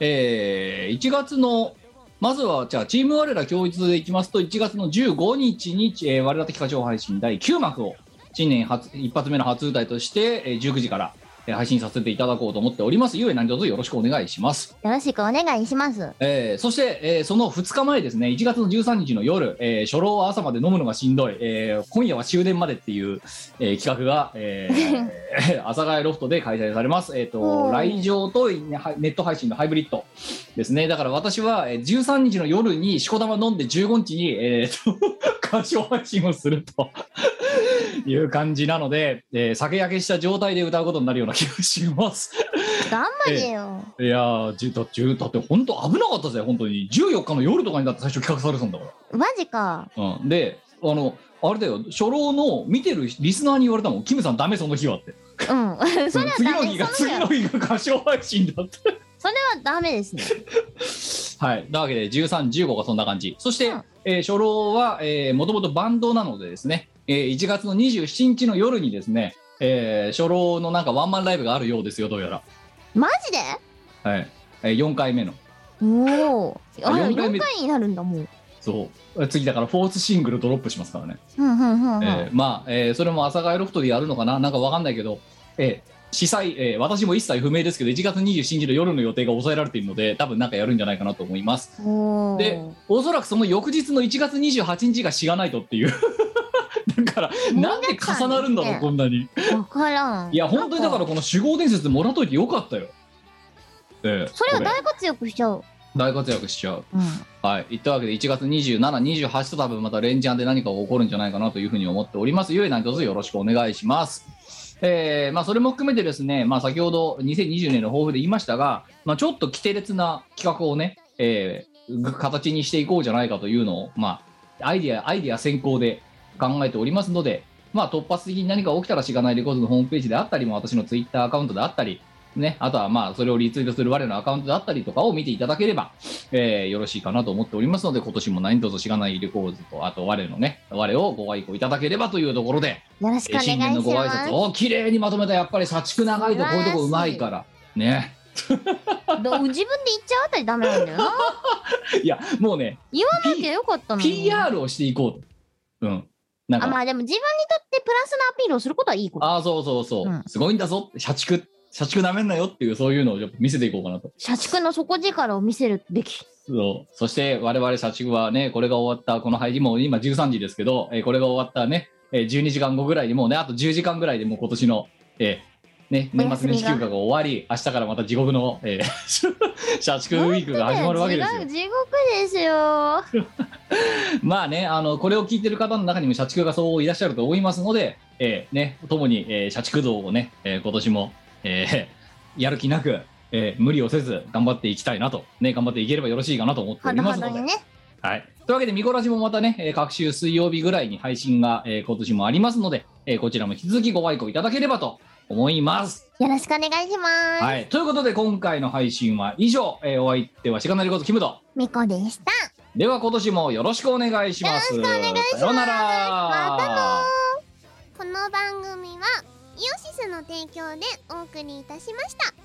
Speaker 3: えー、1月の、まずは、じゃあ、チーム我ら教室でいきますと、1月の15日に、えー、我ら的歌唱配信第9幕を、新年初、一発目の初歌いとして、えー、19時から、えー配信させていただこうと思っております。ゆえ、何卒よろしくお願いします。
Speaker 4: よろしくお願いします
Speaker 3: えーそして、えーその2日前ですね、1月の13日の夜、えー初老は朝まで飲むのがしんどい、えー今夜は終電までっていう、えー企画が、えーえー阿佐ヶ谷ロフトで開催されます。えっ、
Speaker 4: お
Speaker 3: と、
Speaker 4: ー
Speaker 3: 来場とねはネット配信のハイブリッドですね。だから私は、えー13日の夜にしこたま飲んで15日に、えー と、歌唱配信をするという感じなので、えー酒焼けした状態で歌うことになるような気がします。
Speaker 4: 頑張れよ、
Speaker 3: いやー、じだじゅだって本当危なかったぜ、本当に。14日の夜とかにだって最初企画されてたんだか。
Speaker 4: マジから
Speaker 3: うん、で、あの、あれだよ、初老の見てるリスナーに言われたもん、キムさん、ダメ その日はって。
Speaker 4: うんそれはダメそれ
Speaker 3: 次の日が、次の
Speaker 4: は
Speaker 3: 日が歌唱配信だって。
Speaker 4: ダメですね
Speaker 3: はい、なわけで、13、15がそんな感じ。そして、
Speaker 4: うん
Speaker 3: えー初老は、えー、もともとバンドなのでですね、えー1月の27日の夜にですね、えー初老のなんかワンマンライブがあるようですよどうやら、
Speaker 4: マジで
Speaker 3: はいえー4回目の
Speaker 4: おお
Speaker 3: あ
Speaker 4: あら
Speaker 3: 四回目
Speaker 4: 4回になるんだもう
Speaker 3: そうえ次だからフォースシングルドロップしますからね、
Speaker 4: うんうんうんうん、
Speaker 3: えーまあ、えーそれも朝佐ヶ谷ロフトでやるのかななんかわかんないけど、えー司祭、えー私も一切不明ですけど1月27日の夜の予定が抑えられているので多分なんかやるんじゃないかなと思います
Speaker 4: おー
Speaker 3: でおそらくその翌日の1月28日がしがないとっていう だからなんで重なるんだろうこんなに
Speaker 4: わからん
Speaker 3: いや本当にだから
Speaker 4: なん
Speaker 3: この守護伝説もらっといてよかったよええ
Speaker 4: それは
Speaker 3: こ
Speaker 4: 大活躍しちゃう
Speaker 3: 大活躍しちゃう
Speaker 4: うん
Speaker 3: はいいったわけで1月2728と多分またレンジャーで何かが起こるんじゃないかなというふうに思っておりますゆえ何卒よろしくお願いしますえーまあ、それも含めてですね、まあ、先ほど2020年の抱負で言いましたが、まあ、ちょっと規定列な企画をね、えーぐ形にしていこうじゃないかというのを、まあ、アイディアアイディア先行で考えておりますので、まあ、突発的に何か起きたらしがないレコードのホームページであったりも私のツイッターアカウントであったり、ね、あとはまあそれをリツイートする我のアカウントであったりとかを見ていただければ、えーよろしいかなと思っておりますので今年も何卒しがないレコードとあと我のね我をご愛顧いただければというところで。
Speaker 4: よろしくお願いし
Speaker 3: 新
Speaker 4: ま
Speaker 3: 年の
Speaker 4: す
Speaker 3: ご挨拶を綺麗にまとめたやっぱり社畜長いとこういうとこうまいからね
Speaker 4: ど自分で言っちゃうあたりダメなんだよな
Speaker 3: いやもうね
Speaker 4: 言わなきゃよかったのに
Speaker 3: PR をしていこうとうんなん
Speaker 4: あ
Speaker 3: か
Speaker 4: まあでも自分にとってプラスのアピールをすることはいいこと
Speaker 3: ああそうそうそう、
Speaker 4: うん
Speaker 3: すごいんだぞ社畜社畜なめんなよっていうそういうのをちょっと見せていこうかなと
Speaker 4: 社畜の底力を見せるべき
Speaker 3: そうそして我々社畜はねこれが終わったこの配信も今13時ですけど、えーこれが終わったね、えー12時間後ぐらいにもうねあと10時間ぐらいでもう今年の、えーね、
Speaker 4: お休みが
Speaker 3: 年末年始休暇が終わり明日からまた地獄の、えー 社畜ウィークが始まるわけですよ
Speaker 4: 違う。地獄ですよ
Speaker 3: まあね、あのこれを聞いてる方の中にも社畜がそういらっしゃると思いますので、えーね、共に、えー社畜道をね、えー今年も、えーやる気なく、えー無理をせず頑張っていきたいなと、ね、頑張っていければよろしいかなと思ってお
Speaker 4: は
Speaker 3: り
Speaker 4: だ
Speaker 3: ま
Speaker 4: は
Speaker 3: す
Speaker 4: だ
Speaker 3: ので
Speaker 4: に。ね
Speaker 3: はい、というわけで、ミコラジもまたね、えー各週水曜日ぐらいに配信が、えー今年もありますので、えーこちらも引き続きご愛顧いただければと思います。
Speaker 4: よろしくお願いします、
Speaker 3: はい、ということで、今回の配信は以上、えーお相手はしがなりことキムと。
Speaker 1: みこでした
Speaker 3: では今年もよろしくお願いします。よろしくお願いします。さようなら。
Speaker 1: またこの番組はイオシスの提供でお送りいたしました